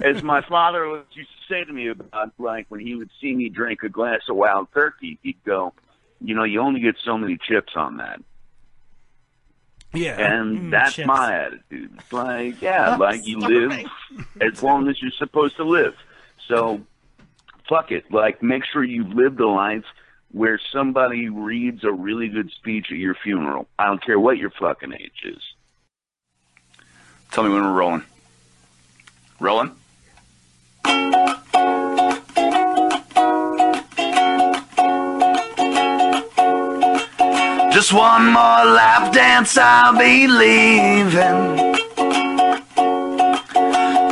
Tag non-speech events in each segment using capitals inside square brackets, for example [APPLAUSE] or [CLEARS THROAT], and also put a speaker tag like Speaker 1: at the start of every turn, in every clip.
Speaker 1: as my father used to say to me about, like when he would see me drink a glass of wild turkey, he'd go, "You know, you only get so many chips on that."
Speaker 2: Yeah.
Speaker 1: And
Speaker 2: Mm,
Speaker 1: that's
Speaker 2: chips.
Speaker 1: my attitude. It's like, yeah,
Speaker 2: Oh,
Speaker 1: like you live as long as you're supposed to live. So fuck it. Like make sure you've lived a life where somebody reads a really good speech at your funeral. I don't care what your fucking age is. Tell me when we're rolling. Rolling? Just one more lap dance, I'll be leaving.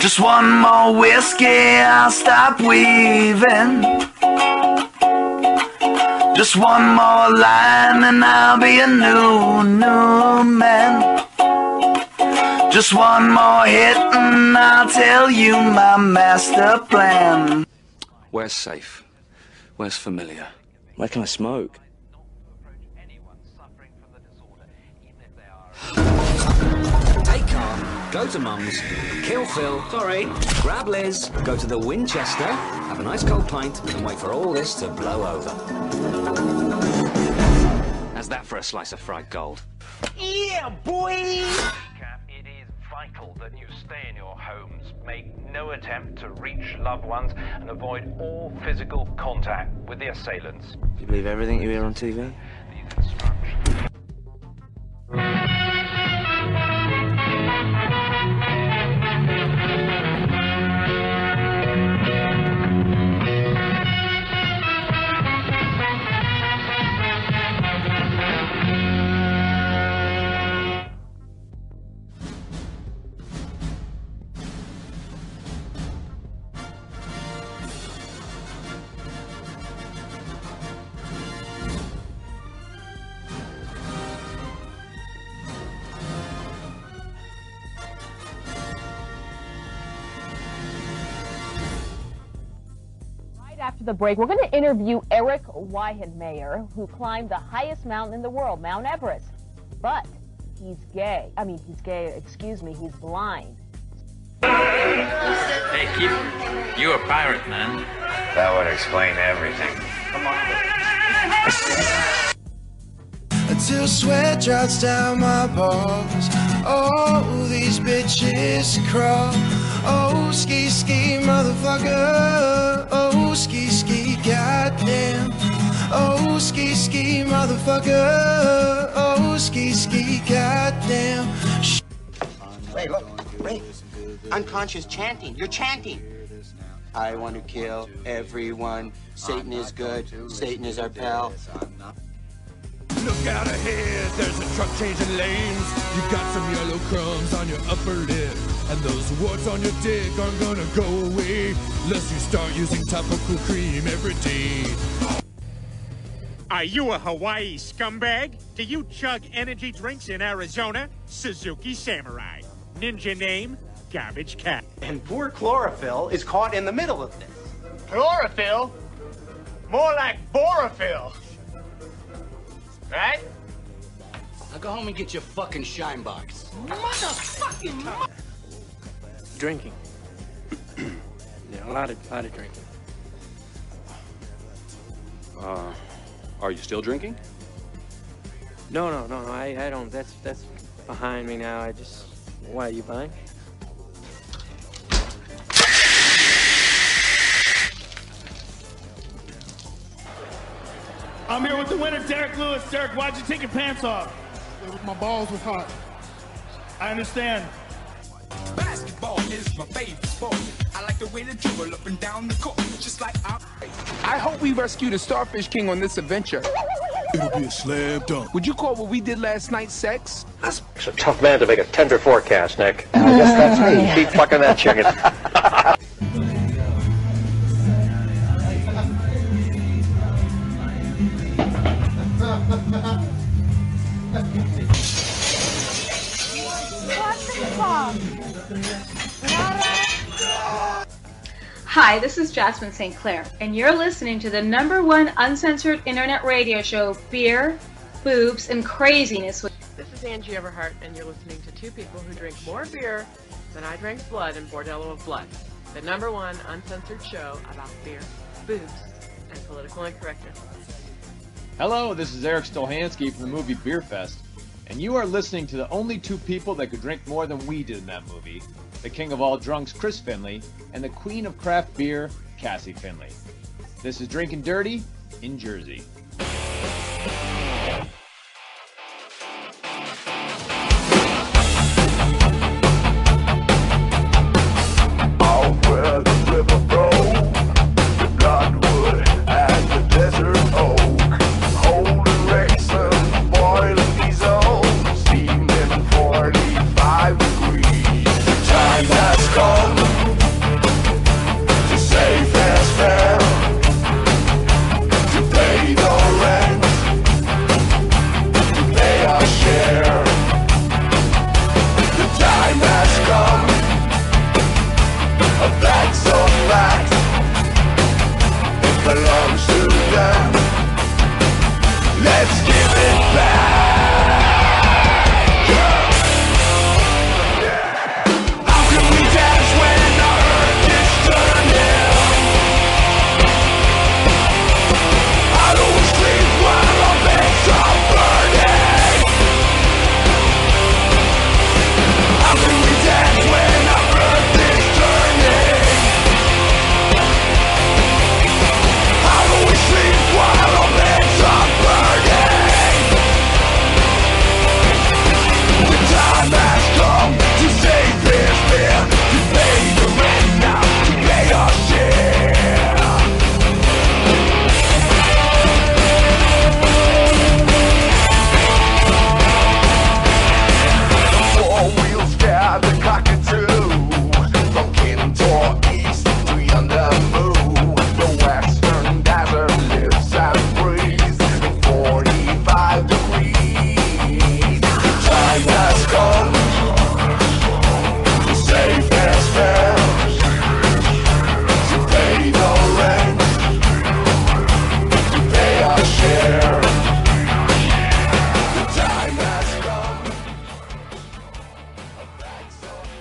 Speaker 1: Just one more whiskey, I'll stop weaving. Just one more line, and I'll be a new, new man. Just one more hit, and I'll tell you my master plan.
Speaker 3: Where's safe? Where's familiar?
Speaker 4: Where can I smoke?
Speaker 5: Take car, go to Mum's, kill Phil, sorry, grab Liz, go to the Winchester, have a nice cold pint, and wait for all this to blow over. How's that for a slice of fried gold?
Speaker 6: Yeah, boy!
Speaker 7: It is vital that you stay in your homes, make no attempt to reach loved ones, and avoid all physical contact with the assailants.
Speaker 4: Do you believe everything you hear on TV?
Speaker 8: Right after the break, we're going to interview Eric Weihenmayer, who climbed the highest mountain in the world, Mount Everest. But he's gay. I mean, he's gay, excuse me, he's blind.
Speaker 9: Hey, keep. You a pirate, man. That would explain everything.
Speaker 10: Until sweat drops down my balls. Oh, these bitches crawl. Oh, ski ski, motherfucker. Oh, ski ski, goddamn. Oh, ski ski, motherfucker. Oh, ski ski, goddamn. Sh-
Speaker 11: Wait, look, wait. Unconscious chanting. You're chanting. I want to kill everyone. Satan is good. Satan is our pal.
Speaker 12: Look out ahead, there's a truck changing lanes. You got some yellow crumbs on your upper lip, and those warts on your dick aren't gonna go away unless you start using topical cream every day.
Speaker 13: Are you a Hawaii scumbag? Do you chug energy drinks in Arizona? Suzuki Samurai. Ninja name, Garbage Cat.
Speaker 11: And poor chlorophyll is caught in the middle of this.
Speaker 14: Chlorophyll? More like borophyll. Right?
Speaker 11: Now go home and get your fucking shine box.
Speaker 6: Motherfucking mo-
Speaker 15: Drinking. [CLEARS THROAT] yeah, a lot of, lot of drinking.
Speaker 3: Uh, are you still drinking?
Speaker 15: No, no, no, no. I, I don't. That's that's behind me now. I just. Why are you buying?
Speaker 16: I'm here with the winner, Derek Lewis. Derek, why'd you take your pants off? My balls was hot. I understand.
Speaker 17: Basketball is my favorite sport. I like the way they dribble up and down the court, just like I.
Speaker 18: I hope we rescue the Starfish King on this adventure.
Speaker 12: It'll be a slam dunk.
Speaker 18: Would you call what we did last night sex? That's
Speaker 19: It's a tough man to make a tender forecast, Nick. I guess that's me. Keep fucking that chicken.
Speaker 20: Hi, this is Jasmine St. Clair, and you're listening to the number one uncensored internet radio show, Beer, Boobs, and Craziness. with-
Speaker 1: This is Angie Everhart, and you're listening to two people who drink more beer than I drank blood in Bordello of Blood.
Speaker 8: the number one uncensored show about beer, boobs, and political incorrectness.
Speaker 21: Hello, this is Eric Stolhansky from the movie Beer Fest, and you are listening to the only two people that could drink more than we did in that movie the king of all drunks, Chris Finley, and the queen of craft beer, Cassie Finley. This is Drinking Dirty in Jersey.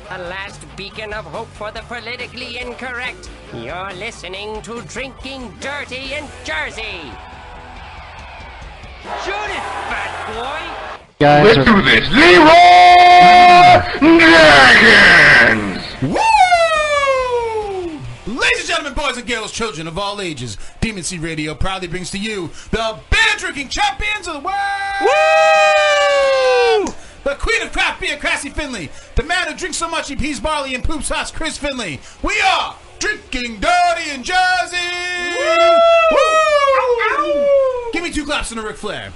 Speaker 10: The last beacon of hope for the politically incorrect. You're listening to Drinking Dirty in Jersey. Shoot it, fat boy!
Speaker 22: Guys Let's do this. Leroy Jenkins!
Speaker 16: Woo! Ladies and gentlemen, boys and girls, children of all ages, Demon Sea Radio proudly brings to you the beer drinking champions of the world! Woo! The queen of craft beer, Crassie Finley. The man who drinks so much he pees barley and poops sauce, Chris Finley. We are drinking dirty in Jersey! Woo! Give me two claps and a Ric Flair.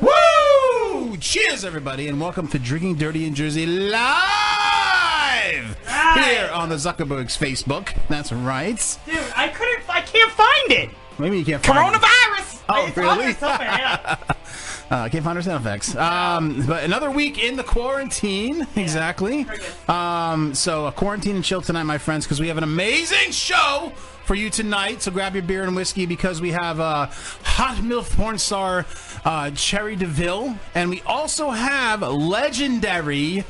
Speaker 16: Woo! Cheers, everybody, and welcome to Drinking Dirty in Jersey live here on the Zuckerberg's Facebook. That's right.
Speaker 23: Dude, I couldn't. I can't find it.
Speaker 16: Maybe you can't find
Speaker 23: Coronavirus.
Speaker 16: Oh,
Speaker 23: it's
Speaker 16: really?
Speaker 23: On there somewhere, yeah.
Speaker 16: [LAUGHS] Uh, can't find our sound effects. Um, but another week in the quarantine, exactly. Um, so a quarantine and chill tonight, my friends, because we have an amazing show for you tonight. So grab your beer and whiskey because we have uh, hot milf porn star uh, Cherry Deville, and we also have legendary,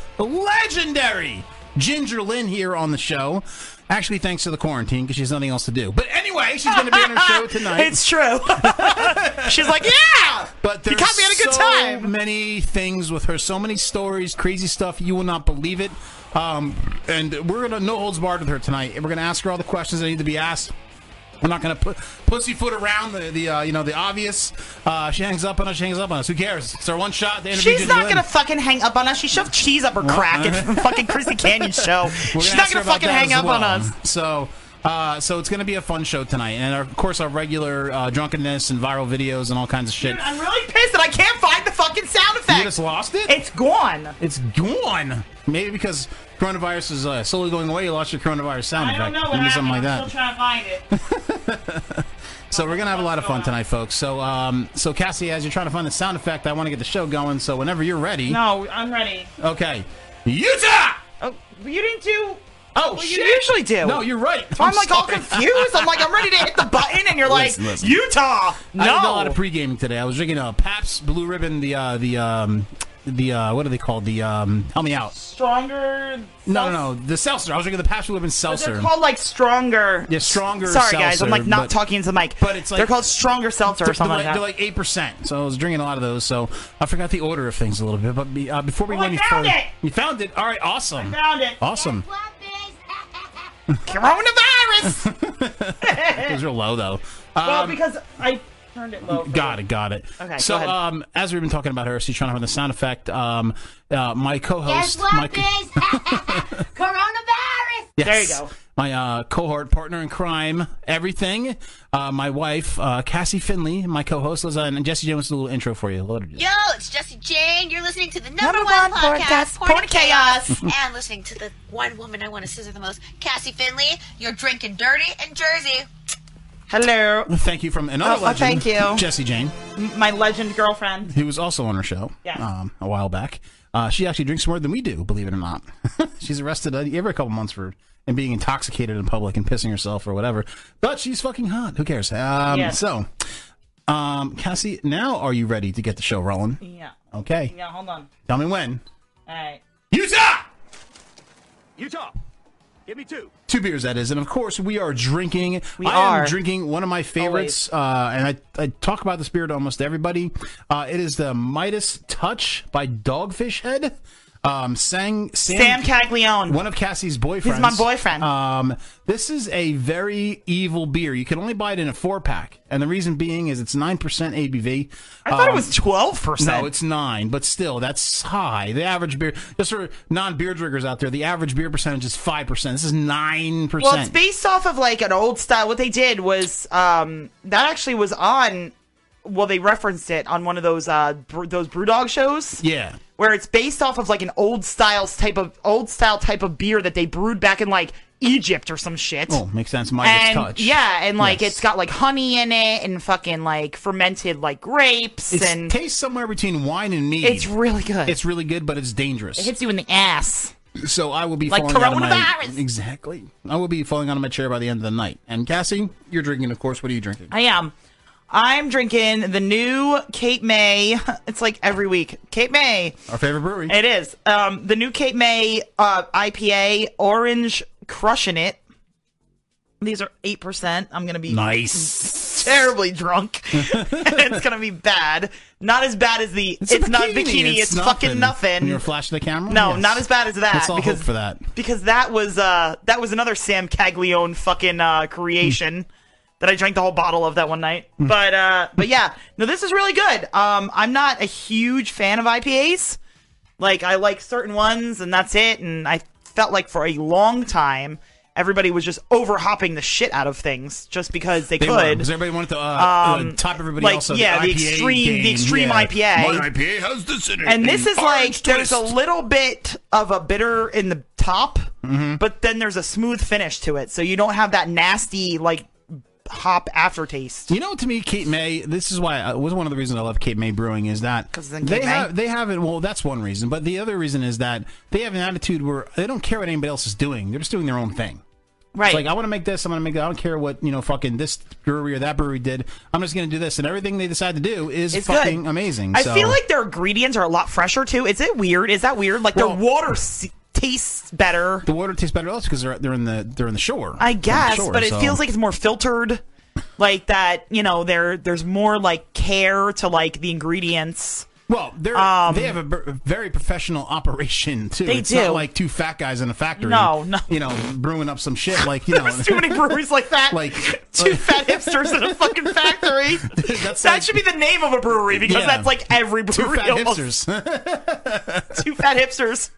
Speaker 16: legendary Ginger Lynn here on the show. Actually, thanks to the quarantine because she has nothing else to do. But anyway, she's going to be on
Speaker 23: [LAUGHS]
Speaker 16: our show tonight.
Speaker 23: [LAUGHS] It's true. She's like, yeah.
Speaker 16: But
Speaker 23: You
Speaker 16: there's
Speaker 23: caught me at a good
Speaker 16: so
Speaker 23: time.
Speaker 16: many things with her, so many stories, crazy stuff. You will not believe it. Um, and we're gonna no holds barred with her tonight. And We're gonna ask her all the questions that need to be asked. We're not gonna put pussyfoot around the, the uh, you know the obvious. Uh, she hangs up on us. She hangs up on us. Who cares? It's our one shot. to interview
Speaker 23: She's not
Speaker 16: Ginger
Speaker 23: gonna
Speaker 16: Lynn.
Speaker 23: fucking hang up on us. She shoved cheese up her crack at the fucking
Speaker 16: [LAUGHS]
Speaker 23: Chrissy Canyon show.
Speaker 16: uh-huh. We're
Speaker 23: She's not
Speaker 16: ask her
Speaker 23: gonna
Speaker 16: about
Speaker 23: fucking
Speaker 16: that
Speaker 23: hang
Speaker 16: as
Speaker 23: up on
Speaker 16: well.
Speaker 23: us.
Speaker 16: So, uh, so it's going to be a fun show tonight, and of course our regular uh, drunkenness and viral videos and all kinds of shit.
Speaker 23: I'm really pissed that I can't find the fucking sound effect. You
Speaker 16: just lost it.
Speaker 23: It's gone.
Speaker 16: It's gone. Maybe because coronavirus is uh, slowly going away, you lost your coronavirus sound
Speaker 23: I don't
Speaker 16: effect.
Speaker 23: know what
Speaker 16: Maybe
Speaker 23: happened.
Speaker 16: something like
Speaker 23: I'm
Speaker 16: that.
Speaker 23: still trying to find it.
Speaker 16: [LAUGHS] So we're gonna have a lot of fun tonight, folks. So, um, so Cassie, as you're trying to find the sound effect, I want to get the show going. So whenever you're ready.
Speaker 23: No, I'm ready.
Speaker 16: Okay. Utah.
Speaker 23: Oh, you didn't do.
Speaker 16: Oh,
Speaker 23: well,
Speaker 16: shit.
Speaker 23: you usually do.
Speaker 16: No, you're right.
Speaker 23: So I'm,
Speaker 16: I'm
Speaker 23: like all
Speaker 16: [LAUGHS] sorry.
Speaker 23: confused. I'm like I'm ready to hit the button, and you're like
Speaker 16: Listen, listen.
Speaker 23: Utah.
Speaker 16: I did a
Speaker 23: No.
Speaker 16: lot of pre-gaming today. I was drinking a Paps Blue Ribbon, uh, the uh, the um, the uh, what are they called? The um, help me out.
Speaker 23: Stronger.
Speaker 16: No, no, no. The seltzer. I was drinking the Passion Lemon seltzer.
Speaker 23: They're called like stronger.
Speaker 16: Yeah, stronger.
Speaker 23: Sorry guys, I'm
Speaker 16: seltzer,
Speaker 23: like not
Speaker 16: but-
Speaker 23: talking into the mic.
Speaker 16: But it's like
Speaker 23: they're called stronger seltzer
Speaker 16: They're-
Speaker 23: or something
Speaker 16: they're
Speaker 23: like that.
Speaker 16: They're like eight percent. So I was drinking a lot of those. So I forgot the order of things a little bit. But be- uh, before we
Speaker 23: Oh,
Speaker 16: go
Speaker 23: I
Speaker 16: any
Speaker 23: found
Speaker 16: further,
Speaker 23: it!
Speaker 16: you found it. All right, awesome.
Speaker 23: I found it.
Speaker 16: Awesome. [LAUGHS]
Speaker 23: Coronavirus.
Speaker 16: it was real low though.
Speaker 23: well,
Speaker 16: Um,
Speaker 23: because I turned it low. for
Speaker 16: Got it, got it.
Speaker 23: Okay,
Speaker 16: so
Speaker 23: go ahead.
Speaker 16: um as we've been talking about her, she's trying to have the sound effect. Um uh, my co-host my co-
Speaker 4: [LAUGHS] Coronavirus!
Speaker 16: Yes. My uh, cohort partner in crime, everything. Uh, my wife, uh, Cassie Finley, my co-host, Liz, and Jesse James. with A little intro for you. Let her do it.
Speaker 4: Yo, it's Jesse Jane. You're listening to the number, one, podcast, Porn, of Chaos, [LAUGHS] and listening to the one woman I want to scissor the most, Cassie Finley. You're drinking dirty in Jersey.
Speaker 23: Hello.
Speaker 16: Thank you from another
Speaker 23: Oh, oh,
Speaker 16: legend,
Speaker 23: thank you.
Speaker 16: Jesse Jane,
Speaker 23: M- My legend girlfriend.
Speaker 16: who was also on our show
Speaker 23: Yeah.
Speaker 16: um, a while back. Uh, she actually drinks more than we do, believe it or not. [LAUGHS] she's arrested uh, every couple months for and being intoxicated in public and pissing herself or whatever. But she's fucking hot. Who cares? Um,
Speaker 23: Yes.
Speaker 16: So, um, Cassie, now are you ready to get the show rolling?
Speaker 23: Yeah.
Speaker 16: Okay.
Speaker 23: Yeah. Hold on.
Speaker 16: Tell me when.
Speaker 23: All right.
Speaker 16: Utah!
Speaker 13: Utah, give me two.
Speaker 16: Two beers, that is, and of course we are drinking.
Speaker 13: We
Speaker 16: I am
Speaker 13: are.
Speaker 16: drinking one of my favorites, uh, and I, I talk about this beer to almost everybody. Uh, it is the Midas Touch by Dogfish Head. Um, sang
Speaker 23: Sam Caglione,
Speaker 16: one of Cassie's boyfriends.
Speaker 23: He's my boyfriend.
Speaker 16: Um, this is a very evil beer. You can only buy it in a four pack, and the reason being is it's nine percent ABV. I
Speaker 23: thought it was 12%.
Speaker 16: Um, No, it's nine, but still, that's high. The average beer, just for non beer drinkers out there, the average beer percentage is five percent. This is nine percent.
Speaker 23: Well, it's based off of like an old style. What they did was um, that actually was on. Well, they referenced it on one of those uh, br- those BrewDog shows.
Speaker 16: Yeah.
Speaker 23: where it's based off of like an old style type of old style type of beer that they brewed back in like Egypt or some shit.
Speaker 16: Oh, makes sense. Midas
Speaker 23: and
Speaker 16: touch.
Speaker 23: yeah, and like
Speaker 16: Yes.
Speaker 23: it's got like honey in it and fucking like fermented like grapes
Speaker 16: It's-
Speaker 23: and
Speaker 16: tastes somewhere between wine and mead.
Speaker 23: It's really good.
Speaker 16: It's really good, but it's dangerous.
Speaker 23: it hits you in the ass.
Speaker 16: so I will be
Speaker 23: Like
Speaker 16: falling out of my
Speaker 23: coronavirus.
Speaker 16: exactly. I will be falling out of my chair by the end of the night. And Cassie, you're drinking, of course. What are you drinking?
Speaker 23: I am. I'm drinking the new Cape May. [LAUGHS] It's like every week. Cape May.
Speaker 16: Our favorite brewery.
Speaker 23: It is. Um, the new Cape May uh, IPA, orange crushing it. These are 8%. I'm going to be
Speaker 16: Nice.
Speaker 23: terribly
Speaker 16: [LAUGHS]
Speaker 23: drunk. [LAUGHS] it's going to be bad. Not as bad as the. It's, not bikini. It's, fucking nothing.
Speaker 16: You're flashing the camera.
Speaker 23: No,
Speaker 16: Yes.
Speaker 23: not as bad as that.
Speaker 16: Let's all
Speaker 23: because
Speaker 16: hope for that.
Speaker 23: because that was uh that was another Sam Caglione fucking uh creation that I drank the whole bottle of that one night.
Speaker 16: Hmm.
Speaker 23: But uh but yeah, no this is really good. Um I'm not a huge fan of IPAs. Like I like certain ones and that's it and I felt like for a long time everybody was just over hopping the shit out of things just because they,
Speaker 16: They were,
Speaker 23: could.
Speaker 16: 'cause everybody wanted to uh, uh,
Speaker 23: Um,
Speaker 16: top everybody
Speaker 23: like,
Speaker 16: else. on
Speaker 23: yeah, the
Speaker 16: IPA
Speaker 23: extreme- the
Speaker 16: game.
Speaker 23: extreme
Speaker 16: Yeah.
Speaker 23: IPA.
Speaker 16: My IPA has this in it.
Speaker 23: and this is like
Speaker 16: orange
Speaker 23: there's a
Speaker 16: twist.
Speaker 23: little bit of a bitter in the top,
Speaker 16: Mm-hmm.
Speaker 23: but then there's a smooth finish to it, so you don't have that nasty like hop aftertaste.
Speaker 16: You know, to me, Cape May. This is why uh, was one of the reasons I love Cape May Brewing is that
Speaker 23: then
Speaker 16: they
Speaker 23: Cape May.
Speaker 16: have they haven't. Well, that's one reason, but the other reason is that they have an attitude where they don't care what anybody else is doing. They're just doing their own thing.
Speaker 23: Right.
Speaker 16: It's like I want to make this. I'm going to make that. I don't care what you know, fucking this brewery or that brewery did. I'm just going to do this, and everything they decide to do is
Speaker 23: It's
Speaker 16: fucking
Speaker 23: good.
Speaker 16: amazing.
Speaker 23: I
Speaker 16: so.
Speaker 23: feel like their ingredients are a lot fresher too. Is it weird? Is that weird? Like
Speaker 16: Well-
Speaker 23: their water s tastes better.
Speaker 16: the water tastes better also because they're they're in the they're in the shore.
Speaker 23: I guess,
Speaker 16: They're on the shore,
Speaker 23: but it
Speaker 16: so-
Speaker 23: feels like it's more filtered. Like that, you know, there there's more like care to like the ingredients.
Speaker 16: Well, they're, they have a b- very professional operation too.
Speaker 23: Um, They
Speaker 16: it's not
Speaker 23: do.
Speaker 16: like two fat guys in a factory.
Speaker 23: No, no.
Speaker 16: You know, brewing up some shit like
Speaker 23: [LAUGHS]
Speaker 16: you know.
Speaker 23: There's too many breweries like that.
Speaker 16: Like uh,
Speaker 23: [LAUGHS] two fat hipsters in a fucking
Speaker 16: [LAUGHS]
Speaker 23: factory. that should be the name of a brewery because
Speaker 16: Yeah.
Speaker 23: that's like every
Speaker 16: [LAUGHS] two
Speaker 23: brewery.
Speaker 16: fat
Speaker 23: almost.
Speaker 16: hipsters. [LAUGHS]
Speaker 23: two fat hipsters.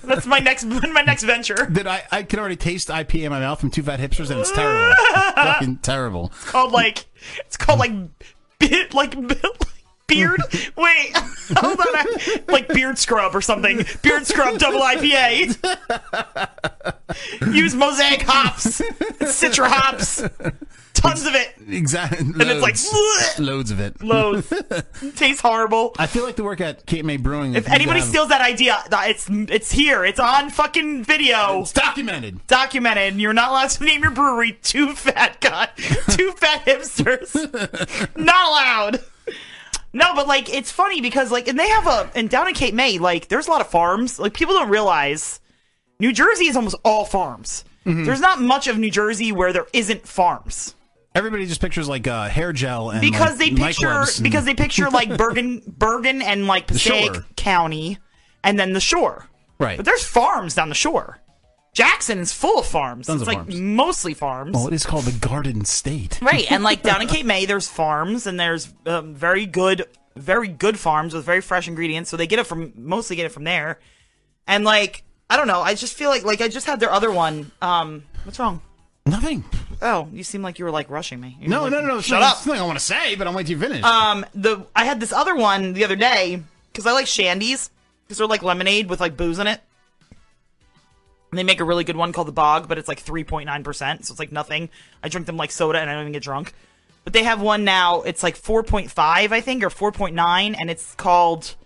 Speaker 23: that's my next [LAUGHS] my next venture.
Speaker 16: Did I? I can already taste IPA in my mouth from two fat hipsters, and it's
Speaker 23: [LAUGHS]
Speaker 16: terrible. Fucking terrible.
Speaker 23: It's called like it's called like bit like [LAUGHS] beard. Wait, [LAUGHS] hold on, I- like beard scrub or something. Beard scrub
Speaker 16: [LAUGHS]
Speaker 23: double IPA. Use mosaic hops, citra hops, tons of it.
Speaker 16: Exactly. And
Speaker 23: it's like,
Speaker 16: loads of it.
Speaker 23: Loads. Tastes horrible.
Speaker 16: I feel like the work at Cape May Brewing.
Speaker 23: If
Speaker 16: you
Speaker 23: anybody
Speaker 16: have-
Speaker 23: steals that idea, th- it's it's here. It's on fucking video. It's
Speaker 16: documented.
Speaker 23: Documented. And you're not allowed to name your brewery [LAUGHS]
Speaker 16: [LAUGHS]
Speaker 23: Two Fat God, Two Fat Hipsters. not allowed. No, but like it's funny because like and they have a and down in Cape May like there's a lot of farms. Like people don't realize New Jersey is almost all farms.
Speaker 16: Mhm.
Speaker 23: There's not much of New Jersey where there isn't farms.
Speaker 16: Everybody just pictures like uh, hair gel and
Speaker 23: because
Speaker 16: like,
Speaker 23: they picture
Speaker 16: nightclubs and-
Speaker 23: because they picture like Bergen Bergen and
Speaker 16: [LAUGHS]
Speaker 23: like
Speaker 16: The
Speaker 23: Passaic
Speaker 16: shore.
Speaker 23: County and then the shore.
Speaker 16: Right.
Speaker 23: But there's farms down the shore. Jackson is full of farms.
Speaker 16: Tons of
Speaker 23: it's like
Speaker 16: farms.
Speaker 23: mostly farms.
Speaker 16: Well, it is called the Garden State.
Speaker 23: Right, and
Speaker 16: [LAUGHS]
Speaker 23: like down in Cape May, there's farms, and there's um, very good, very good farms with very fresh ingredients. So they get it from mostly get it from there. And like, I don't know, I just feel like like I just had their other one. Um, what's wrong?
Speaker 16: Nothing.
Speaker 23: Oh, you seem like you were like rushing me. You
Speaker 16: No,
Speaker 23: were, like,
Speaker 16: no, no, no.
Speaker 23: Shut
Speaker 16: it's
Speaker 23: up.
Speaker 16: Something I want to say, but I'm wait till you finish.
Speaker 23: Um, the I had this other one the other day because I like shandies because they're like lemonade with like booze in it. And they make a really good one called the Bog, but it's like three point nine percent, so it's like nothing. I drink them like soda, and I don't even get drunk. But they have one now. It's like four point five, I think, or four point nine, and it's called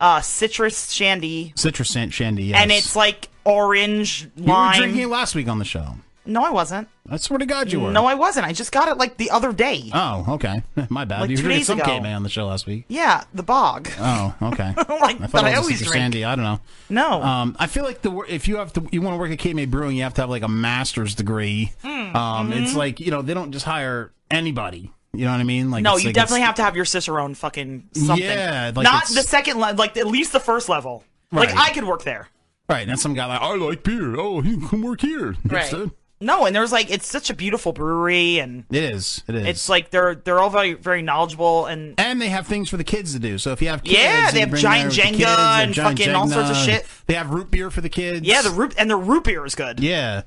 Speaker 23: uh, Citrus Shandy,
Speaker 16: Citrus scent shandy. Yes.
Speaker 23: and it's like orange
Speaker 16: you were
Speaker 23: lime.
Speaker 16: drinking it last week on the show.
Speaker 23: no, I wasn't.
Speaker 16: I swear to God, you were.
Speaker 23: No, I wasn't. I just got it like the other day.
Speaker 16: Oh, okay. [LAUGHS] My bad.
Speaker 23: Like
Speaker 16: you were
Speaker 23: two
Speaker 16: drinking
Speaker 23: days
Speaker 16: some
Speaker 23: ago.
Speaker 16: Cape May on the show last week.
Speaker 23: Yeah, the Bog.
Speaker 16: Oh,
Speaker 23: [LAUGHS]
Speaker 16: okay.
Speaker 23: Like,
Speaker 16: I
Speaker 23: but
Speaker 16: thought it
Speaker 23: I
Speaker 16: was a
Speaker 23: always
Speaker 16: Citrus
Speaker 23: drink.
Speaker 16: Sandy. I don't know.
Speaker 23: No.
Speaker 16: Um, I feel like the wor- if you have to you want to work at Cape May Brewing, you have to have like a master's degree.
Speaker 23: Mm,
Speaker 16: Um,
Speaker 23: mhm.
Speaker 16: it's like you know they don't just hire anybody. You know what I mean? Like
Speaker 23: no,
Speaker 16: it's
Speaker 23: you
Speaker 16: like
Speaker 23: definitely
Speaker 16: it's-
Speaker 23: have to have your Cicerone fucking something.
Speaker 16: Yeah, like
Speaker 23: not
Speaker 16: it's-
Speaker 23: the second level, like at least the first level. Like
Speaker 16: Right.
Speaker 23: I could work there.
Speaker 16: Right, and some guy like I like beer. Oh, you can come work here. That's
Speaker 23: Right.
Speaker 16: it.
Speaker 23: No, and there's like it's such a beautiful brewery, and
Speaker 16: It is. It is.
Speaker 23: it's like they're they're all very very knowledgeable, and
Speaker 16: and they have things for the kids to do. So if you have kids,
Speaker 23: Yeah,
Speaker 16: and
Speaker 23: they
Speaker 16: you
Speaker 23: have
Speaker 16: bring
Speaker 23: giant
Speaker 16: there with the
Speaker 23: Jenga
Speaker 16: kids, they have
Speaker 23: and
Speaker 16: giant
Speaker 23: fucking all sorts of
Speaker 16: Jenga.
Speaker 23: shit.
Speaker 16: They have root beer for the kids.
Speaker 23: yeah, the root and the root beer is good.
Speaker 16: Yeah.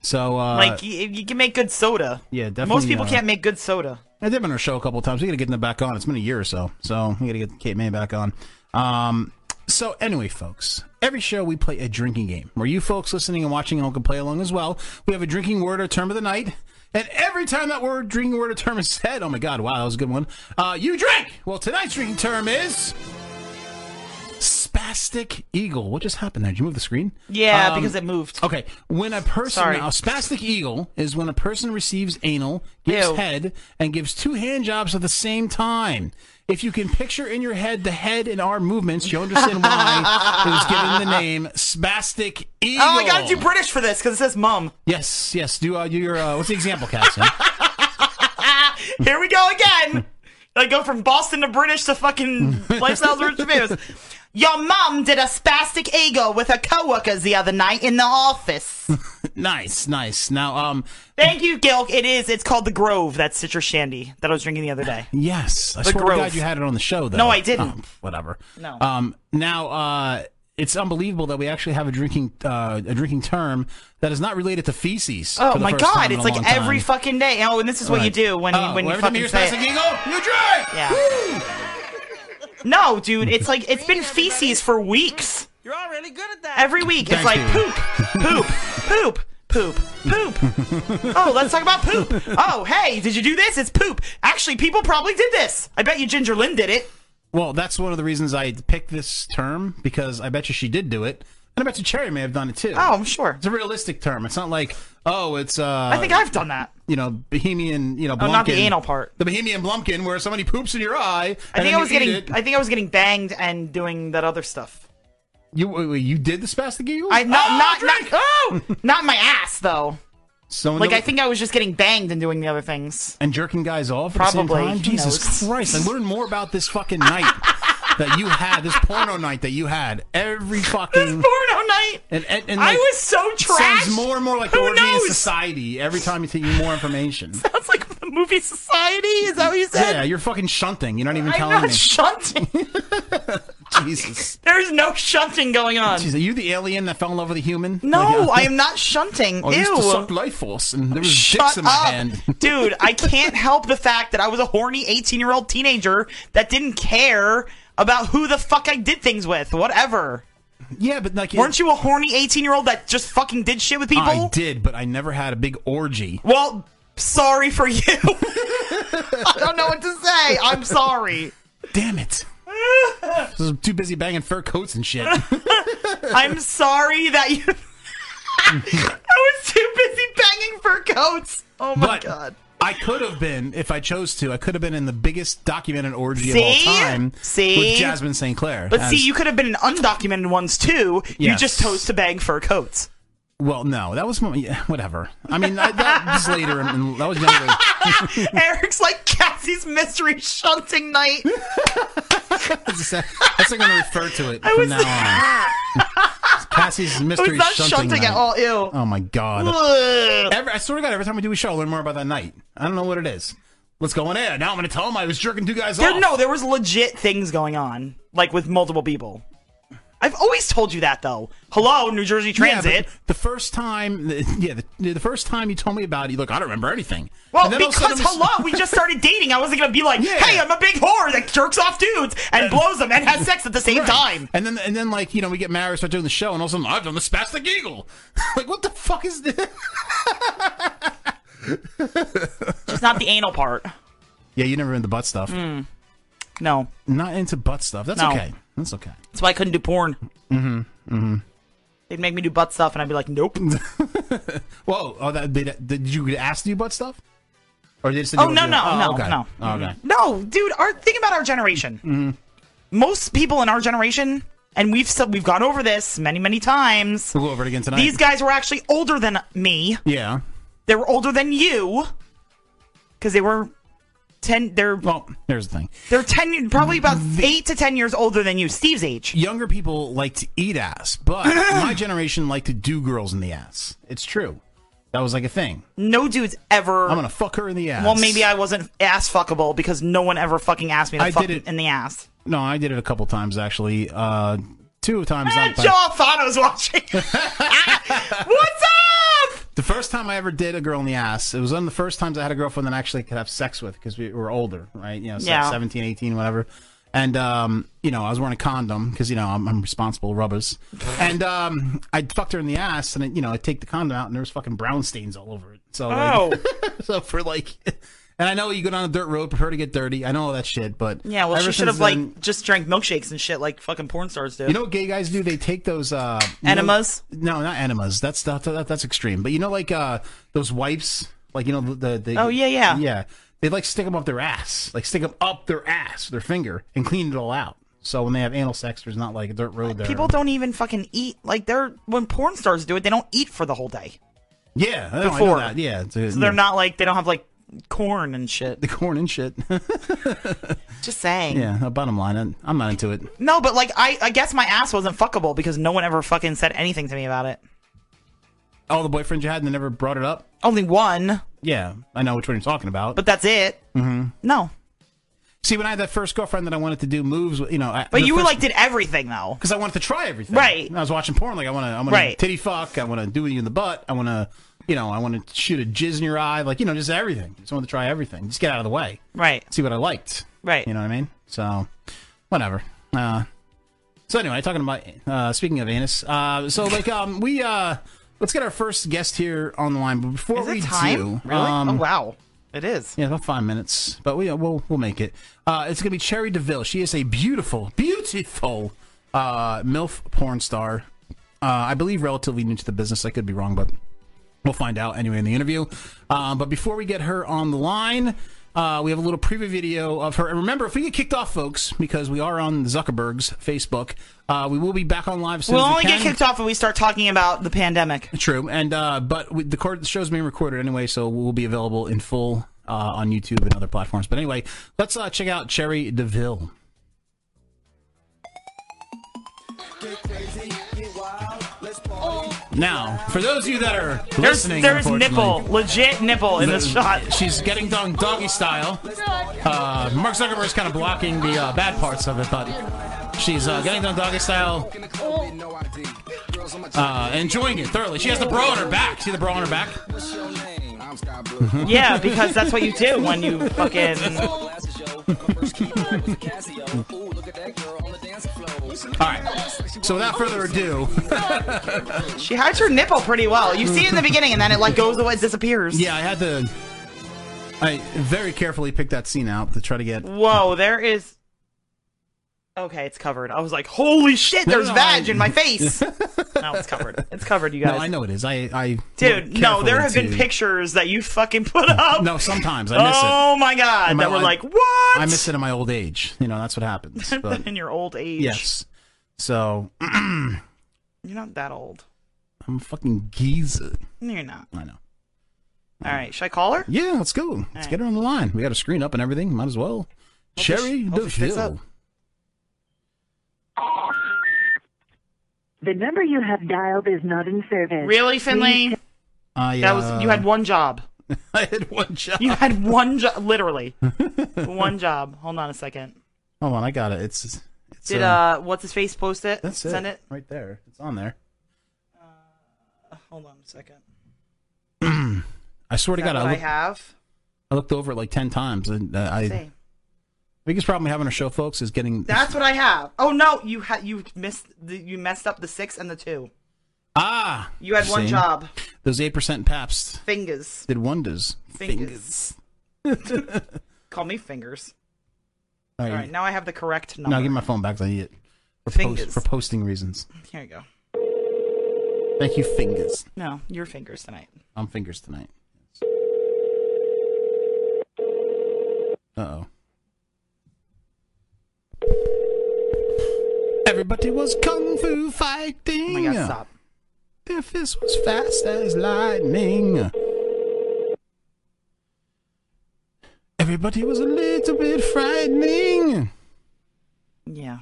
Speaker 16: So uh,
Speaker 23: like you, you can make good soda.
Speaker 16: yeah, definitely.
Speaker 23: Most people
Speaker 16: uh,
Speaker 23: can't make good soda.
Speaker 16: I did been on our show a couple of times. We got to get them back on. It's been a year or so, so we got to get Kate May back on. Um, so anyway, folks, every show we play a drinking game where you folks listening and watching all can play along as well. We have a drinking word or term of the night, and every time that word, drinking word or term is said, oh my god, wow, that was a good one. Uh, you drink. Well, tonight's drinking term is spastic eagle. What just happened there? Did you move the screen?
Speaker 23: Yeah,
Speaker 16: Um,
Speaker 23: because it moved.
Speaker 16: Okay, when a person
Speaker 23: Sorry.
Speaker 16: now, spastic eagle is when a person receives anal, gives
Speaker 23: Ew.
Speaker 16: head, and gives two hand jobs at the same time. If you can picture in your head the head and arm movements, you'll understand why it was given the name spastic eagle.
Speaker 23: Oh, I gotta do British for this because it says mum.
Speaker 16: Yes, yes. Do uh, do your uh, what's the example,
Speaker 23: [LAUGHS]
Speaker 16: Cassie?
Speaker 23: Here we go again. [LAUGHS] I go from Boston to British to fucking lifestyles rich tomatoes. Your mum did a spastic ego with her coworkers the other night in the
Speaker 16: [LAUGHS]
Speaker 23: office.
Speaker 16: nice, nice. Now, um,
Speaker 23: Thank you, Gilk. It is. It's called the Grove. That's citrus shandy that I was drinking the other day.
Speaker 16: Yes, I
Speaker 23: The
Speaker 16: swear
Speaker 23: Grove.
Speaker 16: to God, you had it on the show though.
Speaker 23: No, I didn't.
Speaker 16: Oh, whatever.
Speaker 23: No.
Speaker 16: Um. Now, uh, it's unbelievable that we actually have a drinking uh, a drinking term that is not related to feces.
Speaker 23: Oh
Speaker 16: for the
Speaker 23: my
Speaker 16: first time
Speaker 23: god!
Speaker 16: in
Speaker 23: It's
Speaker 16: a
Speaker 23: like
Speaker 16: long
Speaker 23: every
Speaker 16: time.
Speaker 23: fucking day. Oh, and this is what you
Speaker 16: Right.
Speaker 23: do when
Speaker 16: Oh,
Speaker 23: you when you
Speaker 16: every time
Speaker 23: fucking
Speaker 16: you
Speaker 23: say
Speaker 16: hear
Speaker 23: it.
Speaker 16: Spastic Eagle, you drink.
Speaker 23: Yeah. No, dude, it's like it's been feces for weeks. You're all really good at that. Every week, it's
Speaker 6: Thank
Speaker 23: like
Speaker 6: you.
Speaker 23: poop, poop, poop,
Speaker 16: [LAUGHS]
Speaker 23: poop, poop. oh, let's talk about poop. Oh, hey, did you do this? It's poop. Actually, people probably did this. I bet you Ginger Lynn did it.
Speaker 16: Well, that's one of the reasons I picked this term because I bet you she did do it, and I bet you Cherry may have done it too. Oh,
Speaker 23: I'm sure.
Speaker 16: It's a realistic term. It's not like oh, it's. uh
Speaker 23: I think I've done that.
Speaker 16: You know, Bohemian. You know,
Speaker 23: Oh, not the
Speaker 16: Blumpkin-
Speaker 23: anal part.
Speaker 16: The Bohemian Blumpkin, where somebody poops in your eye.
Speaker 23: I
Speaker 16: and
Speaker 23: think
Speaker 16: then
Speaker 23: I was
Speaker 16: you eat
Speaker 23: getting
Speaker 16: it.
Speaker 23: I think I was getting banged and doing that other stuff.
Speaker 16: You wait, wait, you did the spastic eagle?
Speaker 23: I not not not oh not in my ass though.
Speaker 16: So in
Speaker 23: like
Speaker 16: the-
Speaker 23: I think I was just getting banged and doing the other things.
Speaker 16: and jerking guys off. At the
Speaker 23: Probably.
Speaker 16: same time?
Speaker 23: Who
Speaker 16: Jesus
Speaker 23: knows?
Speaker 16: Christ! I learned more about this fucking
Speaker 23: [LAUGHS]
Speaker 16: night that you had, this porno night that you had every fucking this
Speaker 23: porno night.
Speaker 16: And, and, and
Speaker 23: I
Speaker 16: like,
Speaker 23: was so
Speaker 16: Sounds
Speaker 23: trashed.
Speaker 16: more and more like
Speaker 23: Who
Speaker 16: orgy in
Speaker 23: knows?
Speaker 16: society every time you take you more
Speaker 23: [LAUGHS]
Speaker 16: information.
Speaker 23: Sounds like the movie Society. Is that what you said?
Speaker 16: yeah, you're fucking shunting. You're not even
Speaker 23: I'm
Speaker 16: telling
Speaker 23: not
Speaker 16: me.
Speaker 23: shunting.
Speaker 16: [LAUGHS] Jesus.
Speaker 23: There's no shunting going on.
Speaker 16: Jeez, are you the alien that fell in love with a human?
Speaker 23: No,
Speaker 16: Like, uh,
Speaker 23: I am not shunting.
Speaker 16: Oh, I used to
Speaker 23: Ew.
Speaker 16: suck life force, and there was
Speaker 23: Shut
Speaker 16: dicks in my
Speaker 23: up.
Speaker 16: hand. [LAUGHS]
Speaker 23: [LAUGHS] Dude, I can't help the fact that I was a horny 18 year old teenager that didn't care about who the fuck I did things with. Whatever.
Speaker 16: Yeah, but like.
Speaker 23: Weren't you a horny 18 year old that just fucking did shit with people?
Speaker 16: I did, but I never had a big orgy.
Speaker 23: Well, sorry
Speaker 16: [LAUGHS]
Speaker 23: for you. [LAUGHS] I don't know what to say. I'm sorry.
Speaker 16: Damn
Speaker 23: [LAUGHS]
Speaker 16: it. I was too busy banging fur coats and shit.
Speaker 23: Oh I'm sorry that you. [LAUGHS] I was too busy banging fur coats. Oh my
Speaker 16: But-
Speaker 23: god.
Speaker 16: I could have been if I chose to. I could have been in the biggest documented orgy
Speaker 23: See?
Speaker 16: of all time
Speaker 23: See?
Speaker 16: with Jasmine St. Clair.
Speaker 23: But
Speaker 16: as-
Speaker 23: see, you could have been in undocumented ones too. You
Speaker 16: Yes.
Speaker 23: just chose to bag fur coats.
Speaker 16: [LAUGHS]
Speaker 23: [LAUGHS]
Speaker 16: well, no, that was mo- yeah, whatever. I mean, I, that was later, and, and that was
Speaker 23: [LAUGHS]
Speaker 16: younger.
Speaker 23: Eric's like Cassie's mystery
Speaker 16: [LAUGHS]
Speaker 23: shunting night.
Speaker 16: That's the I'm going to refer to it
Speaker 23: I
Speaker 16: from
Speaker 23: was-
Speaker 16: now on.
Speaker 23: [LAUGHS]
Speaker 16: Cassie's mystery
Speaker 23: not
Speaker 16: shunting,
Speaker 23: shunting at
Speaker 16: night.
Speaker 23: all, ew.
Speaker 16: Oh my god.
Speaker 23: Ugh.
Speaker 16: Every, I swear to God, every time we do a show, I learn more about that night. I don't know what it is. Let's go on air. Now I'm going to tell him I was jerking two guys
Speaker 23: There,
Speaker 16: off.
Speaker 23: no, there was legit things going on, like with multiple people. I've always told you that though. Hello, New Jersey
Speaker 16: Yeah, but
Speaker 23: Transit.
Speaker 16: the first time, the, yeah, the, the first time you told me about it, you look, I don't remember anything.
Speaker 23: Well,
Speaker 16: And then all of a
Speaker 23: because
Speaker 16: sudden I'm-
Speaker 23: hello, we just started dating. I wasn't
Speaker 16: [LAUGHS]
Speaker 23: gonna be like, "Hey, I'm a big whore that jerks off dudes and blows them and has sex at the same
Speaker 16: Right.
Speaker 23: time."
Speaker 16: And then, and then, like you know, we get married, start doing the show, and all of a sudden, I've done the spastic eagle. [LAUGHS] like, what the fuck is this?
Speaker 23: Just not the anal part.
Speaker 16: Yeah, you never into butt stuff.
Speaker 23: Mm. No,
Speaker 16: not into butt stuff. That's
Speaker 23: No.
Speaker 16: okay. That's okay.
Speaker 23: That's why I couldn't do porn.
Speaker 16: Mm-hmm. Mm-hmm.
Speaker 23: They'd make me do butt stuff, and I'd be like, "Nope."
Speaker 16: Whoa! Oh, that, they, did you get asked to do butt stuff? Or they just said
Speaker 23: Oh
Speaker 16: you
Speaker 23: no
Speaker 16: wanna do
Speaker 23: no
Speaker 16: it?
Speaker 23: no
Speaker 16: oh, okay.
Speaker 23: no
Speaker 16: Oh, okay. Mm-hmm.
Speaker 23: no, dude. Our think about our generation. Most people in our generation, and we've said we've gone over this many many times.
Speaker 16: We'll go over it again tonight.
Speaker 23: These guys were actually older than me.
Speaker 16: Yeah.
Speaker 23: They were older than you because they were ten. They're
Speaker 16: well. Here's the thing.
Speaker 23: They're ten, probably about
Speaker 16: Mm-hmm.
Speaker 23: eight to ten years older than you. Steve's age.
Speaker 16: Younger people like to eat ass, [LAUGHS] but my generation liked to do girls in the ass. It's true. That was like a thing.
Speaker 23: No dude's ever.
Speaker 16: I'm gonna fuck her in the ass.
Speaker 23: Well, maybe I wasn't ass fuckable because no one ever fucking asked me to
Speaker 16: I
Speaker 23: fuck
Speaker 16: did it-
Speaker 23: in the ass.
Speaker 16: No, I did it a couple times actually. Uh, two times.
Speaker 23: Eh,
Speaker 16: not
Speaker 23: Joe
Speaker 16: [LAUGHS]
Speaker 23: Alfano's watching. [LAUGHS] What's up?
Speaker 16: The first time I ever did a girl in the ass, it was one of the first times I had a girlfriend that I actually could have sex with because we were older, right? You know, se-
Speaker 23: Yeah.
Speaker 16: 17, 18, whatever. And, um, you know, I was wearing a condom because, you know, I'm, I'm responsible rubbers. and um, I fucked her in the ass and, it, you know, I take the condom out and there was fucking brown stains all over it. So, like-
Speaker 23: Oh.
Speaker 16: [LAUGHS] so for like, [LAUGHS] and I know you go down a dirt road, prefer to get dirty. I know all that shit, but.
Speaker 23: Yeah, well,
Speaker 16: ever
Speaker 23: she should
Speaker 16: since
Speaker 23: have
Speaker 16: then-
Speaker 23: like just drank milkshakes and shit like fucking porn stars do.
Speaker 16: you know what gay guys do? They take those uh you know-
Speaker 23: Enemas?
Speaker 16: no, not enemas. That's that, that, that's extreme. But you know, like uh those wipes, like you know the, the, the
Speaker 23: Oh, yeah, yeah.
Speaker 16: yeah. They like stick them up their ass, like stick them up their ass, their finger, and clean it all out. So when they have anal sex, there's not like a dirt road there.
Speaker 23: people don't even fucking eat. Like they're when porn stars do it, they don't eat for the whole day.
Speaker 16: yeah I know- I know
Speaker 23: before.
Speaker 16: that. yeah,
Speaker 23: So they're not like they don't have like corn and shit.
Speaker 16: The corn and shit. [LAUGHS]
Speaker 23: Just saying.
Speaker 16: yeah. no, Bottom line, I'm- I'm not into it.
Speaker 23: No, but like I, I guess my ass wasn't fuckable because no one ever fucking said anything to me about it.
Speaker 16: Oh, the boyfriend you had and they never brought it up.
Speaker 23: Only one,
Speaker 16: Yeah, I know which one you're talking about.
Speaker 23: but that's it.
Speaker 16: hmm
Speaker 23: No,
Speaker 16: see, when I had that first girlfriend that I wanted to do moves, with, you know, I,
Speaker 23: but
Speaker 16: the
Speaker 23: you were
Speaker 16: first-
Speaker 23: like did everything though.
Speaker 16: because I wanted to try everything.
Speaker 23: Right.
Speaker 16: And I was watching porn. Like I want to, I want
Speaker 23: Right.
Speaker 16: to titty fuck. I want to do you in the butt. I want to, you know, I want to shoot a jizz in your eye. Like you know, just everything. Just wanted to try everything. Just get out of the way.
Speaker 23: Right.
Speaker 16: See what I liked.
Speaker 23: Right.
Speaker 16: You know what I mean? So, whatever. Uh, so anyway, talking about uh, speaking of anus. Uh, so like um, we uh, let's get our first guest here on the line. But before
Speaker 23: Is it
Speaker 16: we
Speaker 23: time?
Speaker 16: do, um,
Speaker 23: Really? Oh,
Speaker 16: wow.
Speaker 23: It is.
Speaker 16: Yeah, about five minutes, but we we'll we'll make it. Uh, it's gonna be Cherry Deville. She is a beautiful, beautiful uh, milf porn star. Uh, I believe relatively new to the business. I could be wrong, but we'll find out anyway in the interview. Um, but before we get her on the line, uh, we have a little preview video of her. And remember, if we get kicked off, folks, because we are on Zuckerberg's Facebook, uh, we will be back on live. as Soon
Speaker 23: We'll
Speaker 16: as we
Speaker 23: only
Speaker 16: can.
Speaker 23: get kicked off when we start talking about the pandemic.
Speaker 16: True, and uh, but we, the, court, the show's being recorded anyway, so we'll be available in full uh, on YouTube and other platforms. But anyway, let's uh, check out Cherry Deville. Now, for those of you that are
Speaker 23: There's
Speaker 16: listening,
Speaker 23: there's
Speaker 16: unfortunately-
Speaker 23: nipple, legit nipple in this
Speaker 16: The- [LAUGHS]
Speaker 23: shot.
Speaker 16: She's getting done doggy style. Uh, Mark Zuckerberg's kind of blocking the uh, bad parts of it, but she's uh, getting done doggy style. Uh, enjoying it thoroughly. She has the bra on her back. See the bra on her back?
Speaker 23: Yeah, because that's what you do when
Speaker 16: [LAUGHS]
Speaker 23: you fucking.
Speaker 16: All right. So without further ado,
Speaker 23: she hides her nipple pretty well. You see it in the beginning, and then it like goes away, it disappears.
Speaker 16: yeah, I had to. I very carefully picked that scene out to try to get.
Speaker 23: Whoa, there is. Okay, it's covered. I was like, holy shit,
Speaker 16: No,
Speaker 23: there's
Speaker 16: no,
Speaker 23: vag
Speaker 16: I-
Speaker 23: in
Speaker 16: [LAUGHS]
Speaker 23: my face. no, it's covered. It's covered, you guys.
Speaker 16: No, I know it is. I, I
Speaker 23: Dude,
Speaker 16: look
Speaker 23: no, there
Speaker 16: carefully
Speaker 23: have been
Speaker 16: to-
Speaker 23: pictures that you fucking put
Speaker 16: [LAUGHS]
Speaker 23: up.
Speaker 16: No, sometimes I miss it.
Speaker 23: Oh my god,
Speaker 16: In my-
Speaker 23: that were
Speaker 16: I-
Speaker 23: like, what?
Speaker 16: I
Speaker 23: [LAUGHS]
Speaker 16: miss it in my old age. You know, that's what happens. But
Speaker 23: in your old age.
Speaker 16: yes, so [CLEARS THROAT] I'm
Speaker 23: You're not that old.
Speaker 16: a fucking geezer.
Speaker 23: No, You're not.
Speaker 16: I know.
Speaker 23: All right, should I call her?
Speaker 16: Yeah, let's go. Let's get her on the line. We got a screen up and everything. Might as well. Sherry
Speaker 23: hope she picks up.
Speaker 16: DeVille.
Speaker 24: The number you have dialed is not in service.
Speaker 23: Really, Finley?
Speaker 16: I, uh,
Speaker 23: That was you had
Speaker 16: [LAUGHS]
Speaker 23: one job.
Speaker 16: I had one job.
Speaker 23: You had one job,
Speaker 16: [LAUGHS]
Speaker 23: literally. one job. Hold on a second.
Speaker 16: Hold on, I got it. It's it's
Speaker 23: Did uh, what's his face post it?
Speaker 16: that's
Speaker 23: Send it. Uh,
Speaker 16: right there. It's on there.
Speaker 23: Hold on a second.
Speaker 16: I swear to
Speaker 23: Is that
Speaker 16: God, I
Speaker 23: what I
Speaker 16: looked, I,
Speaker 23: have.
Speaker 16: looked over it like ten times, and uh, I
Speaker 23: Same.
Speaker 16: biggest problem we have on our show, folks, is getting.
Speaker 23: That's what I have. Oh no, you had you missed the, you messed up the six and the two.
Speaker 16: ah,
Speaker 23: You had one
Speaker 16: see?
Speaker 23: job.
Speaker 16: Those eight percent paps
Speaker 23: Fingers.
Speaker 16: did wonders.
Speaker 23: Fingers. Call me fingers.
Speaker 16: All
Speaker 23: All
Speaker 16: right,
Speaker 23: right, now I have the correct number.
Speaker 16: now give me my phone back. 'cause I need it for, post,
Speaker 23: Fingers.
Speaker 16: for posting reasons.
Speaker 23: Here you go.
Speaker 16: Thank you, fingers.
Speaker 23: No, your fingers tonight.
Speaker 16: I'm fingers tonight. Uh oh. Everybody was kung fu fighting. Oh my God, stop. Their fist was fast as lightning. Everybody was a little bit frightening.
Speaker 23: Yeah.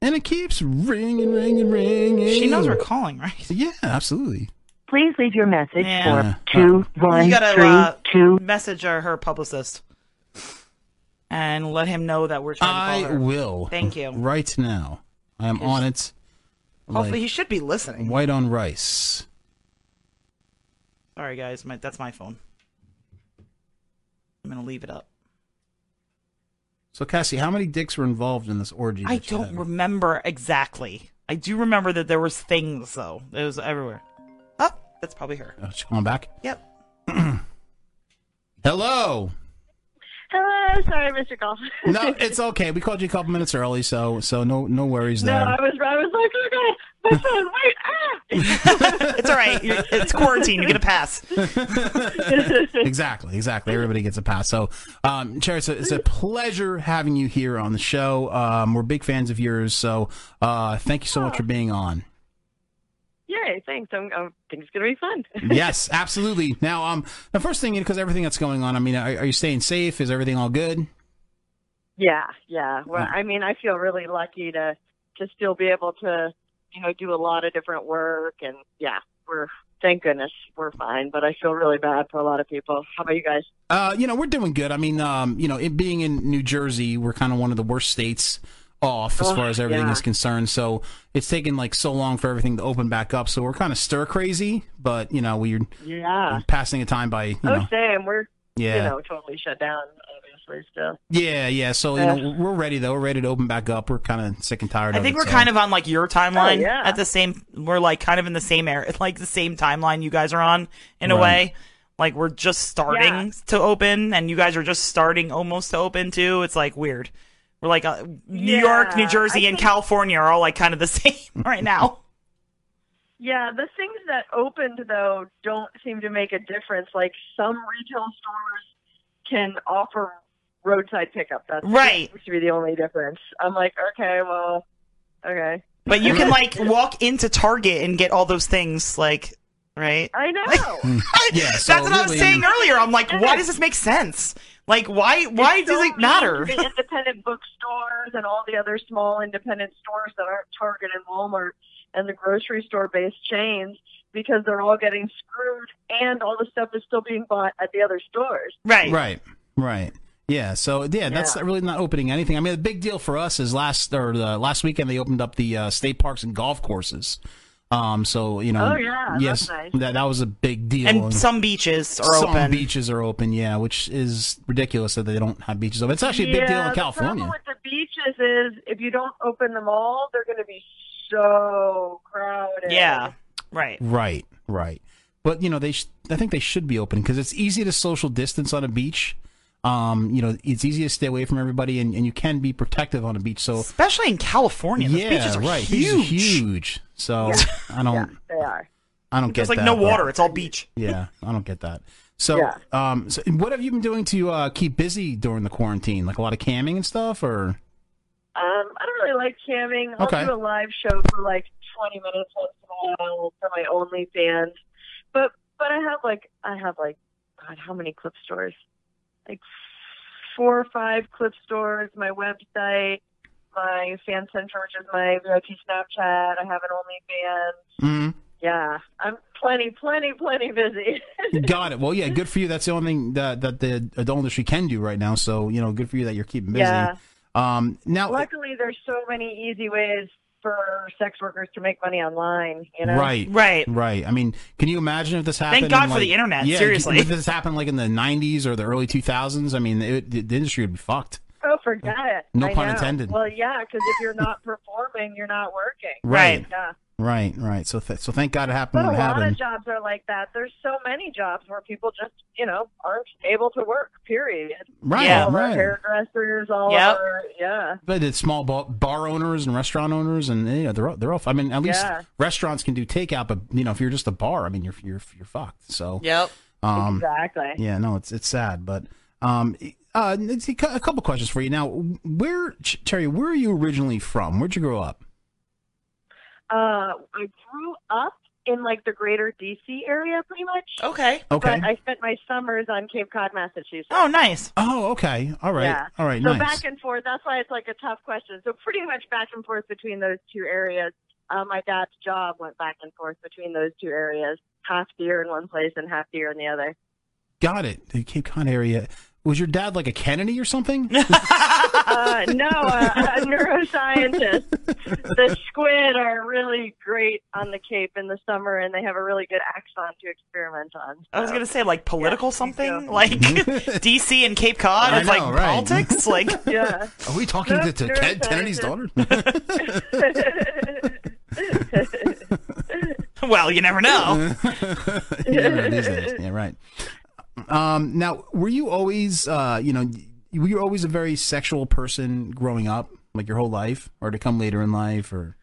Speaker 16: And it keeps ringing, ringing, ringing.
Speaker 23: She knows we're calling, right?
Speaker 16: Yeah, absolutely. Uh,
Speaker 24: Please leave your message
Speaker 23: Yeah.
Speaker 24: for two
Speaker 23: you
Speaker 24: one
Speaker 23: gotta
Speaker 24: three
Speaker 23: uh,
Speaker 24: two.
Speaker 23: message her, her publicist and let him know that we're
Speaker 16: I
Speaker 23: trying to call her.
Speaker 16: will.
Speaker 23: Thank you.
Speaker 16: [LAUGHS] Right now. I am on it.
Speaker 23: Hopefully,
Speaker 16: like
Speaker 23: he should be listening.
Speaker 16: White on rice.
Speaker 23: Sorry, guys, my, that's my phone. I'm gonna leave it up.
Speaker 16: So, Cassie, how many dicks were involved in this orgy?
Speaker 23: I
Speaker 16: that you
Speaker 23: don't
Speaker 16: had?
Speaker 23: remember exactly. I do remember that there was things though. It was everywhere. Oh, that's probably her.
Speaker 16: Oh, she's calling back.
Speaker 23: Yep. [LAUGHS]
Speaker 16: Hello.
Speaker 8: Hello, sorry, Mr. Golf.
Speaker 23: [LAUGHS]
Speaker 16: No, it's okay. We called you a couple minutes early, so so no no worries
Speaker 8: no,
Speaker 16: there.
Speaker 8: I was I was like, oh god, my phone, wait,
Speaker 23: ah! It's all right. You're, it's quarantine. You get a pass.
Speaker 16: exactly, exactly. Everybody gets a pass. So, um, Cherry, it's a, it's a pleasure having you here on the show. Um, we're big fans of yours, so uh, thank you so
Speaker 23: Oh.
Speaker 16: much for being on.
Speaker 8: yay, thanks. I'm, I think it's gonna be fun. [LAUGHS]
Speaker 16: yes, absolutely. Now, um, the first thing because everything that's going on, I mean, are, are you staying safe? Is everything all good?
Speaker 8: Yeah, yeah. Well, I mean, I feel really lucky to to still be able to, you know, do a lot of different work, and yeah, we're thank goodness we're fine. But I feel really bad for a lot of people. How about you guys?
Speaker 16: Uh, you know, we're doing good. I mean, um, you know, it being in New Jersey, we're kind of one of the worst states off as
Speaker 8: Oh,
Speaker 16: far as everything
Speaker 8: yeah.
Speaker 16: is concerned. So it's taken like so long for everything to open back up. So we're kind of stir crazy, but you know, we're
Speaker 8: Yeah.
Speaker 16: passing the time by, you
Speaker 8: Oh,
Speaker 16: know.
Speaker 8: same. We're you
Speaker 16: Yeah.
Speaker 8: know totally shut down, obviously. Still.
Speaker 16: Yeah, yeah. So you know,
Speaker 8: Uh,
Speaker 16: we're ready though. We're ready to open back up. We're kind of sick and tired.
Speaker 23: I
Speaker 16: of
Speaker 23: think
Speaker 16: it,
Speaker 23: we're
Speaker 16: so.
Speaker 23: kind of on like your timeline
Speaker 8: Oh, yeah.
Speaker 23: at the same. We're like kind of in the same air, [LAUGHS] like the same timeline you guys are on in a
Speaker 16: Right.
Speaker 23: way. Like we're just starting to open, and you guys are just starting almost to open too. It's like weird. We're like uh, New York, New
Speaker 8: Yeah,
Speaker 23: Jersey,
Speaker 8: I
Speaker 23: and
Speaker 8: think-
Speaker 23: California are all like kind of the [LAUGHS] same right now.
Speaker 8: Yeah, the things that opened though don't seem to make a difference. Like some retail stores can offer roadside pickup. That's
Speaker 23: Right.
Speaker 8: that seems to be the only difference. I'm like, okay, well, okay.
Speaker 23: But
Speaker 8: [LAUGHS]
Speaker 23: you can like walk into Target and get all those things, like right?
Speaker 8: I
Speaker 23: [LAUGHS]
Speaker 8: know.
Speaker 16: [LAUGHS] yeah, so
Speaker 23: That's what I was
Speaker 16: really- um,
Speaker 23: saying earlier. I'm like, why does this make sense? Like, why? Why
Speaker 8: It's
Speaker 23: does
Speaker 8: so
Speaker 23: it
Speaker 8: mean to
Speaker 23: matter?
Speaker 8: The independent bookstores and all the other small independent stores that aren't Target and Walmart and the grocery store based chains because they're all getting screwed and all the stuff is still being bought at the other stores.
Speaker 23: [LAUGHS] Right.
Speaker 16: Right. Right. Yeah. So yeah, that's
Speaker 8: Yeah.
Speaker 16: really not opening anything. I mean, the big deal for us is last or the last weekend they opened up the uh, state parks and golf courses. Um. So you know.
Speaker 23: Oh, yeah, that's
Speaker 16: Yes.
Speaker 23: nice.
Speaker 16: That that was a big deal.
Speaker 23: And some beaches are
Speaker 16: some
Speaker 23: open.
Speaker 16: beaches are open. Yeah, which is ridiculous that they don't have beaches open. It's actually a big deal
Speaker 8: Yeah,
Speaker 16: in California.
Speaker 8: The problem with the beaches is if you don't open them all, they're going to be so crowded.
Speaker 23: Yeah. Right.
Speaker 16: Right, right. But you know, they sh- I think they should be open because it's easy to social distance on a beach. Um, you know, it's easy to stay away from everybody, and, and you can be protective on a beach. So
Speaker 23: especially in California, those
Speaker 16: yeah,
Speaker 23: beaches are
Speaker 16: right,
Speaker 23: huge.
Speaker 16: Beaches are huge. So I don't,
Speaker 8: They are.
Speaker 16: I don't get.
Speaker 23: There's like
Speaker 16: that,
Speaker 23: no
Speaker 16: but-
Speaker 23: water; it's all beach.
Speaker 16: yeah, I don't get that. So,
Speaker 23: Yeah.
Speaker 16: um, so what have you been doing to uh, keep busy during the quarantine? Like a lot of camming and stuff, or
Speaker 8: Um, I don't really like camming. I'll
Speaker 16: Okay.
Speaker 8: do a live show for like 20 minutes once in a while for my OnlyFans. But but I have like I have like God, how many clip stores? Like four or five clip stores. My website, my fan center, which is my VIP Snapchat. I have an OnlyFans.
Speaker 16: mm-hmm?
Speaker 8: Yeah, I'm plenty, plenty, plenty busy. [LAUGHS]
Speaker 16: got it? Well, yeah, good for you. That's the only thing that that the adult industry can do right now. So, you know, good for you that you're keeping busy.
Speaker 8: Yeah.
Speaker 16: Um, now,
Speaker 8: Luckily, there's so many easy ways for sex workers to make money online. You know,
Speaker 16: Right, right. I mean, can you imagine if this happened?
Speaker 23: God
Speaker 16: in,
Speaker 23: for
Speaker 16: like-
Speaker 23: the internet,
Speaker 16: Yeah,
Speaker 23: seriously.
Speaker 16: if this happened like in the '90s or the early 2000s, I mean, it, the, the industry would be fucked.
Speaker 8: Oh, forget it.
Speaker 16: No
Speaker 8: I
Speaker 16: pun
Speaker 8: know.
Speaker 16: intended.
Speaker 8: Well, yeah, because if you're not performing, you're not working.
Speaker 16: Right.
Speaker 8: Yeah.
Speaker 16: Right, right. So, th- so thank God it happened
Speaker 8: But a
Speaker 16: when it
Speaker 8: lot
Speaker 16: happened.
Speaker 8: of jobs are like that. There's so many jobs where people just, you know, aren't able to work. Period.
Speaker 16: Right,
Speaker 8: All of
Speaker 16: right.
Speaker 8: our hairdressers, all of
Speaker 23: Yep.
Speaker 8: our yeah.
Speaker 16: But it's small bar, bar owners and restaurant owners, and yeah, they're all- they're off. I mean, at least
Speaker 8: Yeah.
Speaker 16: restaurants can do takeout, but you know, if you're just a bar, I mean, you're you're you're fucked. So
Speaker 23: Yep.
Speaker 16: um,
Speaker 8: Exactly.
Speaker 16: Yeah, no, it's it's sad, but um, uh, let's see, a couple questions for you now. Where, Ch- Terry, where are you originally from? Where'd you grow up?
Speaker 8: Uh, I grew up in like the greater DC area, pretty much.
Speaker 23: Okay.
Speaker 16: Okay.
Speaker 8: But I spent my summers on Cape Cod, Massachusetts.
Speaker 23: Oh, nice.
Speaker 16: Oh, okay, all right,
Speaker 8: Yeah.
Speaker 16: all right,
Speaker 8: So
Speaker 16: nice.
Speaker 8: back and forth. That's why it's like a tough question. So pretty much back and forth between those two areas. Uh, my dad's job went back and forth between those two areas, half the year in one place and half the year in the other.
Speaker 16: Got it. The Cape Cod area. Was your dad like a Kennedy or something? [LAUGHS]
Speaker 8: Uh, no, uh, a neuroscientist. The squid are really great on the Cape in the summer, and they have a really good axon to experiment
Speaker 16: [LAUGHS]
Speaker 8: on.
Speaker 23: I was
Speaker 8: So-
Speaker 23: gonna say like political something, like [LAUGHS] DC and Cape Cod.
Speaker 16: I
Speaker 23: It's
Speaker 16: know,
Speaker 23: like
Speaker 16: right. [LAUGHS]
Speaker 23: politics. Like,
Speaker 8: yeah. [LAUGHS]
Speaker 16: Are we talking
Speaker 23: Nope,
Speaker 16: to, to
Speaker 23: you're
Speaker 16: Ted
Speaker 23: right.
Speaker 16: Kennedy's daughter?
Speaker 23: well, you never know.
Speaker 16: yeah, these days. Yeah, right. Um, now, were you always, uh, you know, were you always a very sexual person growing up, like your whole life, or to come later in life, or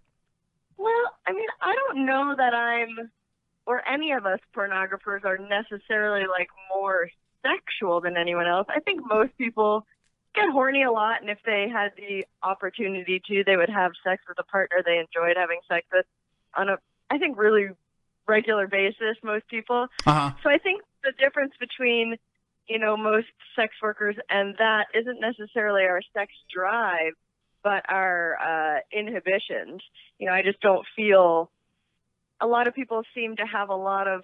Speaker 8: Well, I mean, I don't know that I'm, or any of us pornographers are necessarily like more sexual than anyone else. I think most people get horny a lot, and if they had the opportunity to, they would have sex with a partner they enjoyed having sex with on a, I think, really regular basis, most people.
Speaker 24: Uh-huh.
Speaker 16: uh huh,
Speaker 8: So I think the difference between, you know, most sex workers and that isn't necessarily our sex drive, but our uh, inhibitions. You know, I just don't feel. A lot of people seem to have a lot of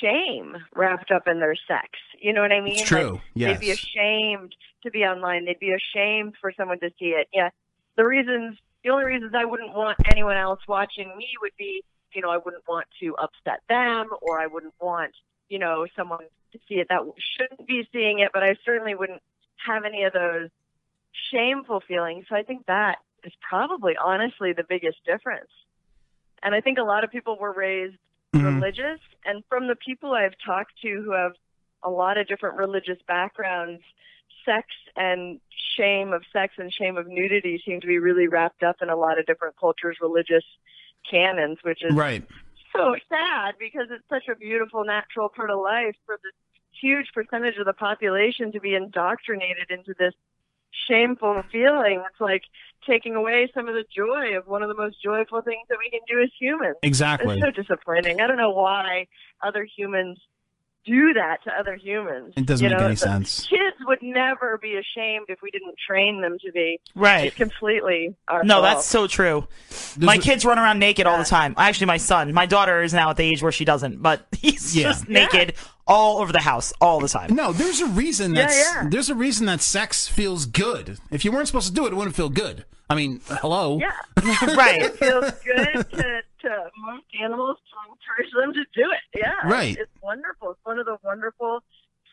Speaker 8: shame wrapped up in their sex. You know what I mean?
Speaker 16: It's true, yes.
Speaker 8: They'd be ashamed to be online. They'd be ashamed for someone to see it. Yeah. The reasons, the only reasons I wouldn't want anyone else watching me would be, you know, I wouldn't want to upset them or I wouldn't want, you know, someone to see it that shouldn't be seeing it, but I certainly wouldn't have any of those shameful feelings. So I think that is probably honestly the biggest difference. And I think a lot of people were raised religious. And from the people I've talked to who have a lot of different religious backgrounds, sex and shame of sex and shame of nudity seem to be really wrapped up in a lot of different cultures' religious canons, which is
Speaker 16: right?
Speaker 8: so sad because it's such a beautiful, natural part of life for this huge percentage of the population to be indoctrinated into this shameful feeling. It's like taking away some of the joy of one of the most joyful things that we can do as humans.
Speaker 16: Exactly.
Speaker 8: It's so disappointing. I don't know why other humans do that to other humans.
Speaker 16: It doesn't
Speaker 8: You
Speaker 16: make
Speaker 8: know,
Speaker 16: any
Speaker 8: it's like,
Speaker 16: sense.
Speaker 8: Kids would never be ashamed if we didn't train them to be.
Speaker 23: Right.
Speaker 8: It's completely our
Speaker 23: No,
Speaker 8: fault.
Speaker 23: that's so true. my kids run around naked all the time. Actually, my son, my daughter is now at the age where she doesn't, but [LAUGHS] he's
Speaker 16: Yeah.
Speaker 23: just naked all over the house all
Speaker 16: [LAUGHS]
Speaker 23: the time.
Speaker 16: No, there's a reason
Speaker 23: Yeah,
Speaker 16: that
Speaker 23: yeah.
Speaker 16: there's a reason that sex feels good. If you weren't supposed to do it, it wouldn't feel good. I mean, hello.
Speaker 8: Yeah.
Speaker 16: Right.
Speaker 8: It feels good to, to most animals to encourage them to do it. Yeah.
Speaker 16: Right.
Speaker 8: It's wonderful. It's one of the wonderful,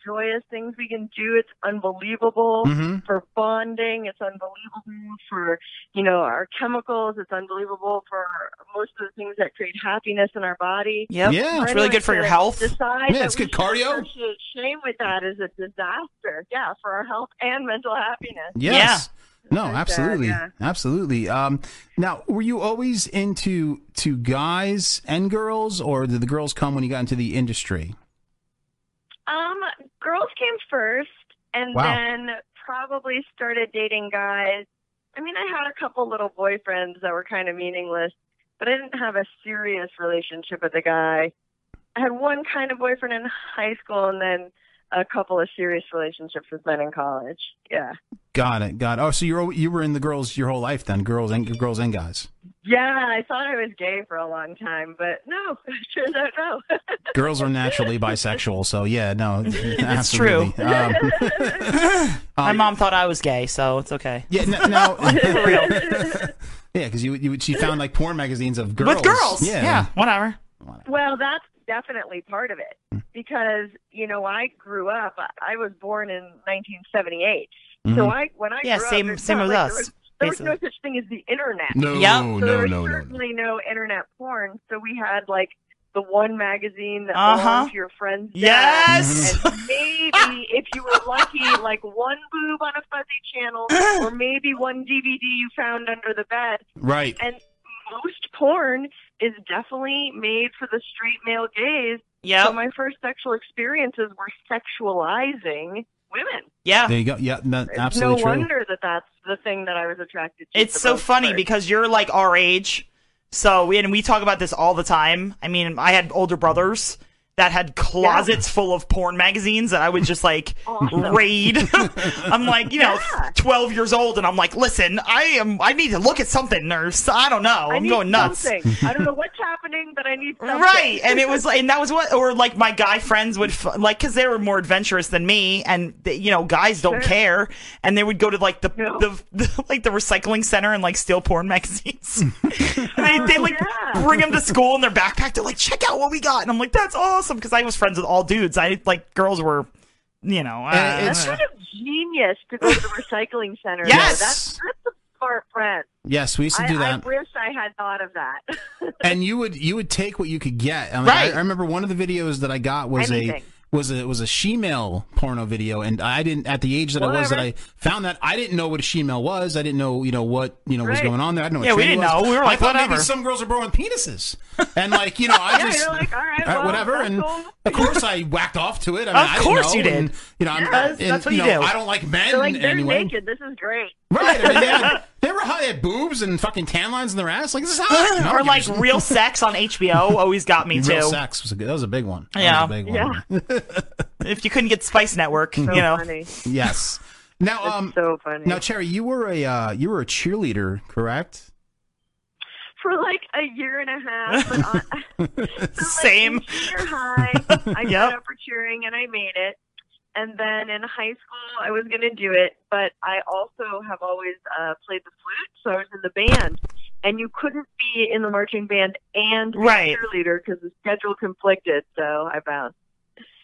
Speaker 8: joyous things we can do. It's unbelievable
Speaker 23: Mm-hmm.
Speaker 16: Mhm.
Speaker 8: for bonding. It's unbelievable for, you know, our chemicals. It's unbelievable for most of the things that create happiness in our body.
Speaker 23: Yep. Yeah.
Speaker 8: For
Speaker 23: It's really
Speaker 8: anyone
Speaker 23: good for
Speaker 8: to
Speaker 23: your health.
Speaker 8: Decide
Speaker 23: Yeah,
Speaker 8: that
Speaker 23: it's
Speaker 8: we
Speaker 23: good
Speaker 8: should
Speaker 23: cardio.
Speaker 8: associate Shame with that is a disaster. Yeah, for our health and mental happiness.
Speaker 16: Yes. No,
Speaker 8: Like that,
Speaker 16: absolutely,
Speaker 8: yeah.
Speaker 16: absolutely. Um, now, were you always into to guys and girls, or did the girls come when you got into the industry?
Speaker 8: Um, girls came first, and
Speaker 16: Wow.
Speaker 8: then probably started dating guys. I mean, I had a couple little boyfriends that were kind of meaningless, but I didn't have a serious relationship with a guy. I had one kind of boyfriend in high school, and then a couple of serious relationships with men in college. Yeah.
Speaker 16: Got it, got it. Oh, so you were you were in the girls your whole life then, girls and girls and guys,
Speaker 8: Yeah, I thought I was gay for a long time, but no, [LAUGHS] turns out no.
Speaker 16: girls
Speaker 8: [LAUGHS]
Speaker 16: are naturally bisexual. So yeah, no,
Speaker 23: It's true.
Speaker 16: [LAUGHS] absolutely. Um, [LAUGHS]
Speaker 23: My mom thought I was gay, so it's okay.
Speaker 16: Yeah, no, now for real. [LAUGHS] yeah, because you, you she found like porn magazines of girls
Speaker 23: With girls.
Speaker 16: Yeah,
Speaker 23: yeah whatever.
Speaker 8: Well, that's definitely part of
Speaker 16: Hmm.
Speaker 8: it because you know I grew up. I- I was born in 1978, so
Speaker 16: Mm-hmm.
Speaker 23: Mhm.
Speaker 8: I when I
Speaker 23: Yeah,
Speaker 8: grew
Speaker 23: same-
Speaker 8: up, it's
Speaker 23: same
Speaker 8: not
Speaker 23: with
Speaker 8: like
Speaker 23: us,
Speaker 8: There was, there was no
Speaker 23: basically.
Speaker 8: such thing as the internet.
Speaker 16: No, Yep.
Speaker 8: So
Speaker 16: no,
Speaker 8: there was
Speaker 16: no, no, no.
Speaker 8: certainly no. internet porn. So we had like the one magazine that
Speaker 23: Uh-huh.
Speaker 8: belonged to your friend's dad,
Speaker 23: Yes. [LAUGHS]
Speaker 8: and maybe if you were lucky, like one boob on a fuzzy
Speaker 23: [LAUGHS]
Speaker 8: channel, or maybe one DVD you found under the bed.
Speaker 16: Right.
Speaker 8: And most porn is definitely made for the straight male gaze.
Speaker 23: Yeah.
Speaker 8: So my first sexual experiences were sexualizing women.
Speaker 23: Yeah.
Speaker 16: There you go. Yeah, no,
Speaker 8: no
Speaker 16: absolutely true.
Speaker 8: wonder that that's the thing that I was attracted to.
Speaker 23: It's
Speaker 8: the
Speaker 23: so
Speaker 8: most
Speaker 23: funny
Speaker 8: part.
Speaker 23: because you're like our age. So, we- and we talk about this all the time. I mean, I had older brothers that had closets full of porn magazines that I would just
Speaker 8: [LAUGHS]
Speaker 23: like raid. I'm like, you know, 12 years old, and I'm like, listen, I am, I need to look at something, or s- I don't know.
Speaker 8: I
Speaker 23: I'm
Speaker 8: need
Speaker 23: going nuts.
Speaker 8: something. I don't know what's happening, but I need something.
Speaker 23: Right, and it was like, and that was what, or like my guy friends would f- like, because they were more adventurous than me, and they, you know, guys don't care, and they would go to like the, the, the like the recycling center and like steal porn magazines. [LAUGHS] And they, they like bring them to school in their backpack. They're like, check out what we got, and I'm like, that's awesome, because I was friends with all dudes. I like girls were, you know, uh,
Speaker 8: that's kind of genius to go to the recycling center. though.
Speaker 23: Yes.
Speaker 8: that's that's a smart friend.
Speaker 16: Yes, we used to
Speaker 8: I,
Speaker 16: do
Speaker 8: I
Speaker 16: that.
Speaker 8: wish I had thought of that. [LAUGHS]
Speaker 16: and you would you would take what you could get. I, mean,
Speaker 8: Right.
Speaker 16: I, I remember one of the videos that I got was
Speaker 8: Anything.
Speaker 16: a was a was a shemale porno video, and I didn't at the age that I was that I
Speaker 23: Whatever.
Speaker 16: found that I didn't know what a shemale was. I didn't know you know what you know was
Speaker 23: Right.
Speaker 16: going on there. I didn't know.
Speaker 23: Yeah,
Speaker 16: what
Speaker 23: we
Speaker 16: training
Speaker 23: didn't
Speaker 16: was.
Speaker 23: know. We were
Speaker 16: I
Speaker 23: like,
Speaker 16: thought maybe
Speaker 23: whatever.
Speaker 16: some girls were growing penises, and like you know I
Speaker 23: [LAUGHS] Yeah,
Speaker 16: just uh,
Speaker 23: you're like, all right, well,
Speaker 16: whatever.
Speaker 23: that's
Speaker 16: And
Speaker 23: cool.
Speaker 16: of course I whacked off to it. I mean,
Speaker 23: Of
Speaker 16: I didn't
Speaker 23: course
Speaker 16: know,
Speaker 23: you did.
Speaker 16: and, you know, I'm-
Speaker 23: Yes,
Speaker 16: and,
Speaker 23: that's what you
Speaker 16: know,
Speaker 23: do.
Speaker 16: I don't like men
Speaker 8: They're like they're
Speaker 16: anyway.
Speaker 8: naked. This is
Speaker 16: [LAUGHS]
Speaker 8: great.
Speaker 16: Right. I
Speaker 23: [LAUGHS]
Speaker 16: mean, they had, they were high at boobs and fucking tan lines in their ass. Like this is
Speaker 23: [LAUGHS]
Speaker 16: hot. I don't
Speaker 23: or
Speaker 16: give a
Speaker 23: like
Speaker 16: shit.
Speaker 23: real sex on HBO always got me too.
Speaker 16: Real sex was a good, that was a big one. That was
Speaker 23: Yeah.
Speaker 16: a big one. [LAUGHS]
Speaker 23: if you couldn't get Spice Network, you know.
Speaker 16: Yes. Now, um,
Speaker 8: so funny.
Speaker 16: Now, Cherry, you were a uh, you were a cheerleader, correct?
Speaker 8: for like a year and a half. But on,
Speaker 23: [LAUGHS] Same.
Speaker 8: junior high,
Speaker 23: [LAUGHS]
Speaker 8: I
Speaker 23: Yep.
Speaker 8: got up for cheering and I made it. And then in high school, I was going to do it, but I also have always uh, played the flute, so I was in the band. And you couldn't be in the marching band and be a
Speaker 16: Right.
Speaker 8: cheerleader because the schedule conflicted, so I bounced.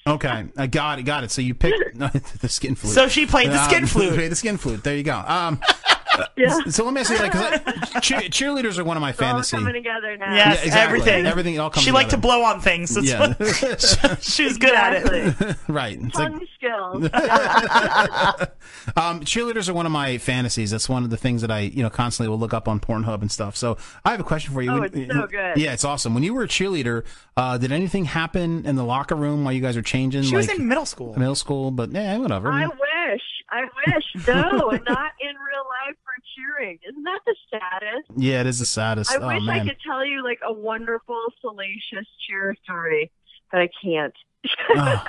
Speaker 16: Okay, I got it, got it. So
Speaker 8: [LAUGHS]
Speaker 16: you picked [LAUGHS] the skin flute.
Speaker 23: So she played
Speaker 16: [LAUGHS]
Speaker 23: the skin
Speaker 16: Um,
Speaker 23: flute.
Speaker 16: Played the skin flute. There you go. Um, So let me ask you, like, 'cause I, cheer, cheerleaders are one of my fantasy.
Speaker 8: Coming together now.
Speaker 23: Yes,
Speaker 16: Yeah, exactly.
Speaker 23: everything.
Speaker 16: Everything, it all comes
Speaker 23: She liked to
Speaker 16: together.
Speaker 23: blow on things. That's
Speaker 16: Yeah. [LAUGHS]
Speaker 23: what- [LAUGHS] she was good at [LAUGHS] it.
Speaker 16: right. It's like-
Speaker 8: Tongue skills.
Speaker 16: um, cheerleaders are one of my fantasies. That's one of the things that I, you know, constantly will look up on Pornhub and stuff. So I have a question for you.
Speaker 8: Oh, it's so good.
Speaker 16: Yeah, it's awesome. When you were a cheerleader, uh, did anything happen in the locker room while you guys were changing?
Speaker 8: She was
Speaker 16: Like,
Speaker 8: in middle school.
Speaker 16: Middle school, but yeah, whatever.
Speaker 8: I wish. I wish.
Speaker 16: [LAUGHS]
Speaker 8: No, not in real life for cheering. Isn't that the saddest?
Speaker 16: yeah, it is the saddest.
Speaker 8: I
Speaker 16: oh
Speaker 8: wish
Speaker 16: man.
Speaker 8: I
Speaker 16: [LAUGHS]
Speaker 8: could tell you like a wonderful, salacious cheer story, but I can't.
Speaker 16: Oh,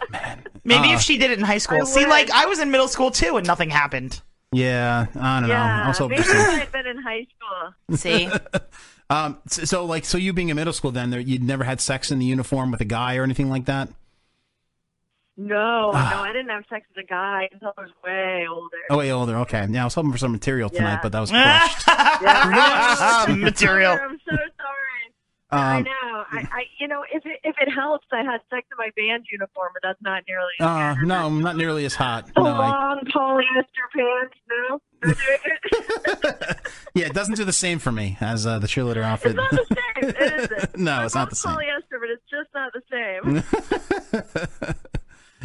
Speaker 23: Maybe
Speaker 16: Uh,
Speaker 23: if she did it in high school.
Speaker 8: I
Speaker 23: See,
Speaker 8: would.
Speaker 23: like I was in middle school too, and nothing happened.
Speaker 16: Yeah, I don't
Speaker 8: [LAUGHS]
Speaker 16: know.
Speaker 8: yeah,
Speaker 16: I was hoping
Speaker 8: maybe
Speaker 16: so.
Speaker 8: if I'd been in high school.
Speaker 16: um, so, so like, so you being in middle school, then there, you'd never had sex in the uniform with a guy or anything like that.
Speaker 8: No, no, I didn't have sex with a guy until I was way older.
Speaker 16: Ah. Oh, way older. Okay, yeah, I was hoping for some material tonight,
Speaker 8: Yeah. [LAUGHS]
Speaker 16: but that was
Speaker 23: [LAUGHS]
Speaker 16: crushed. [LAUGHS]
Speaker 8: Yeah. [LAUGHS]
Speaker 16: Um, material.
Speaker 8: I'm so sorry. I
Speaker 16: Um,
Speaker 8: know. I, I, you know, if it if it helps, I had sex in my band uniform, but that's not nearly
Speaker 16: Uh, no, I'm not nearly as hot.
Speaker 8: the
Speaker 16: No, I-
Speaker 8: long polyester pants.
Speaker 16: [LAUGHS]
Speaker 8: No,
Speaker 16: yeah, it doesn't do the same for me as uh, the cheerleader outfit.
Speaker 8: it isn't.
Speaker 16: No, it's not the same.
Speaker 8: Polyester, but it's just not the same.
Speaker 16: [LAUGHS]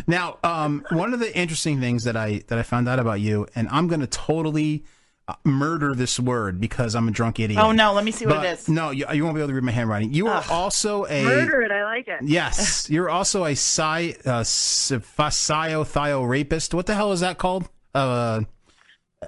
Speaker 16: Now, um, one of the interesting things that I that I found out about you, and I'm going to totally uh, murder this word because I'm a drunk idiot.
Speaker 23: Oh, no, let me see what
Speaker 16: But-
Speaker 23: it is.
Speaker 16: No, you, you won't be able to read my handwriting. You are also a
Speaker 8: Murder it. I like it.
Speaker 16: Yes, you're also a sci uh, physio rapist. What the hell is that called? Uh,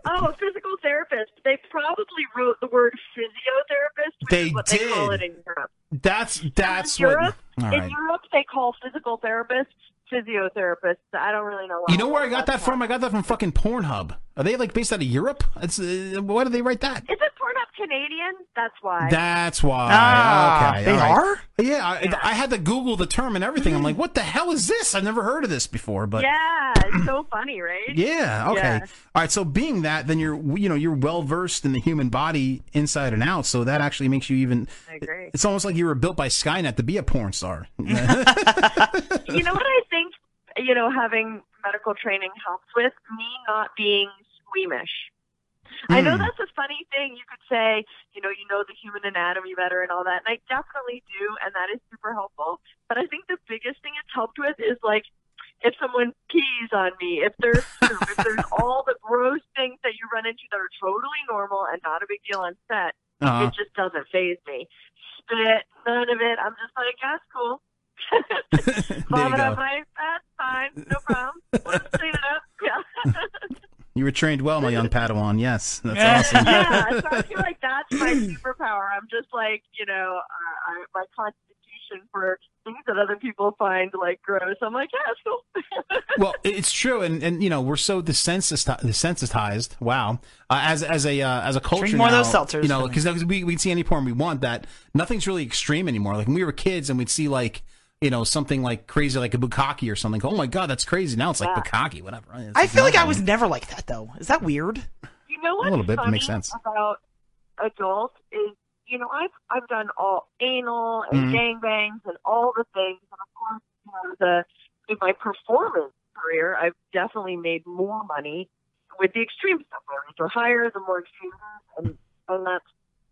Speaker 8: Oh, a physical therapist. They probably wrote the word physiotherapist, which
Speaker 16: They
Speaker 8: is what they
Speaker 16: did.
Speaker 8: call it in Europe.
Speaker 16: that's that's what.
Speaker 8: Europe,
Speaker 16: All
Speaker 8: In
Speaker 16: right.
Speaker 8: Europe, they call physical therapists physiotherapists. I don't really know why.
Speaker 16: You know where I got that from? I got that from fucking Pornhub. Are they like based out of Europe? It's uh, why do they write that?
Speaker 8: Is it porn up Canadian? That's why.
Speaker 16: That's why.
Speaker 23: Ah,
Speaker 16: okay,
Speaker 23: they
Speaker 16: all right.
Speaker 23: are?
Speaker 16: Yeah, I, I had to Google the term and everything. I'm like, what the hell is this? I've never heard of this before. But
Speaker 8: yeah, it's so funny, right?
Speaker 16: Yeah, Okay. All right. So being that, then you're you know you're well versed in the human body inside and out. So that actually makes you even.
Speaker 8: I agree.
Speaker 16: It's almost like you were built by Skynet to be a porn star. [LAUGHS] Uh,
Speaker 8: you know what I think? You know, having medical training helps with me not being squeamish. I know
Speaker 25: Mm.
Speaker 8: that's a funny thing. You could say, you know, you know the human anatomy better and all that, and I definitely do, and that is super helpful. But I think the biggest thing it's helped with is like if someone pees on me, if there's poop, if there's all the gross things that you run into that are totally normal and not a big deal on set,
Speaker 16: Uh-huh.
Speaker 8: it just doesn't phase me. Spit, none of it. I'm just like, that's cool. [LAUGHS] Vomit
Speaker 16: go.
Speaker 8: up, right? That's fine. No
Speaker 16: [LAUGHS]
Speaker 8: problem. We'll just clean it up. Yeah.
Speaker 16: you were trained well, my young Padawan. Yes, that's
Speaker 8: [LAUGHS]
Speaker 16: awesome.
Speaker 8: yeah, so I feel like that's my superpower. I'm just like, you know, uh, I, my constitution for things that other people find like gross. I'm like, yeah, it's cool. [LAUGHS]
Speaker 16: well, it's true, and, and you know we're so desensitized. desensitized wow, uh, as as a uh, as a culture,
Speaker 23: more of
Speaker 16: now,
Speaker 23: those seltzers
Speaker 16: You know,
Speaker 23: for me.
Speaker 16: because we we can see any porn we want. That nothing's really extreme anymore. Like when we were kids, and we'd see like you know something like crazy, like a bukkake or something. Oh my god, that's crazy! Now it's like bukkake, whatever. It's
Speaker 23: I feel like I
Speaker 16: nothing.
Speaker 23: was never like that though. Is that weird?
Speaker 8: You know what's
Speaker 16: A little bit, but
Speaker 8: funny
Speaker 16: makes sense.
Speaker 8: about adult is, you know, I've I've done all anal and
Speaker 16: Mhm.
Speaker 8: gangbangs and all the things, and of course, you know, the in my performance career, I've definitely made more money with the extreme stuff. My rates are higher, the more extreme, it is, and and that's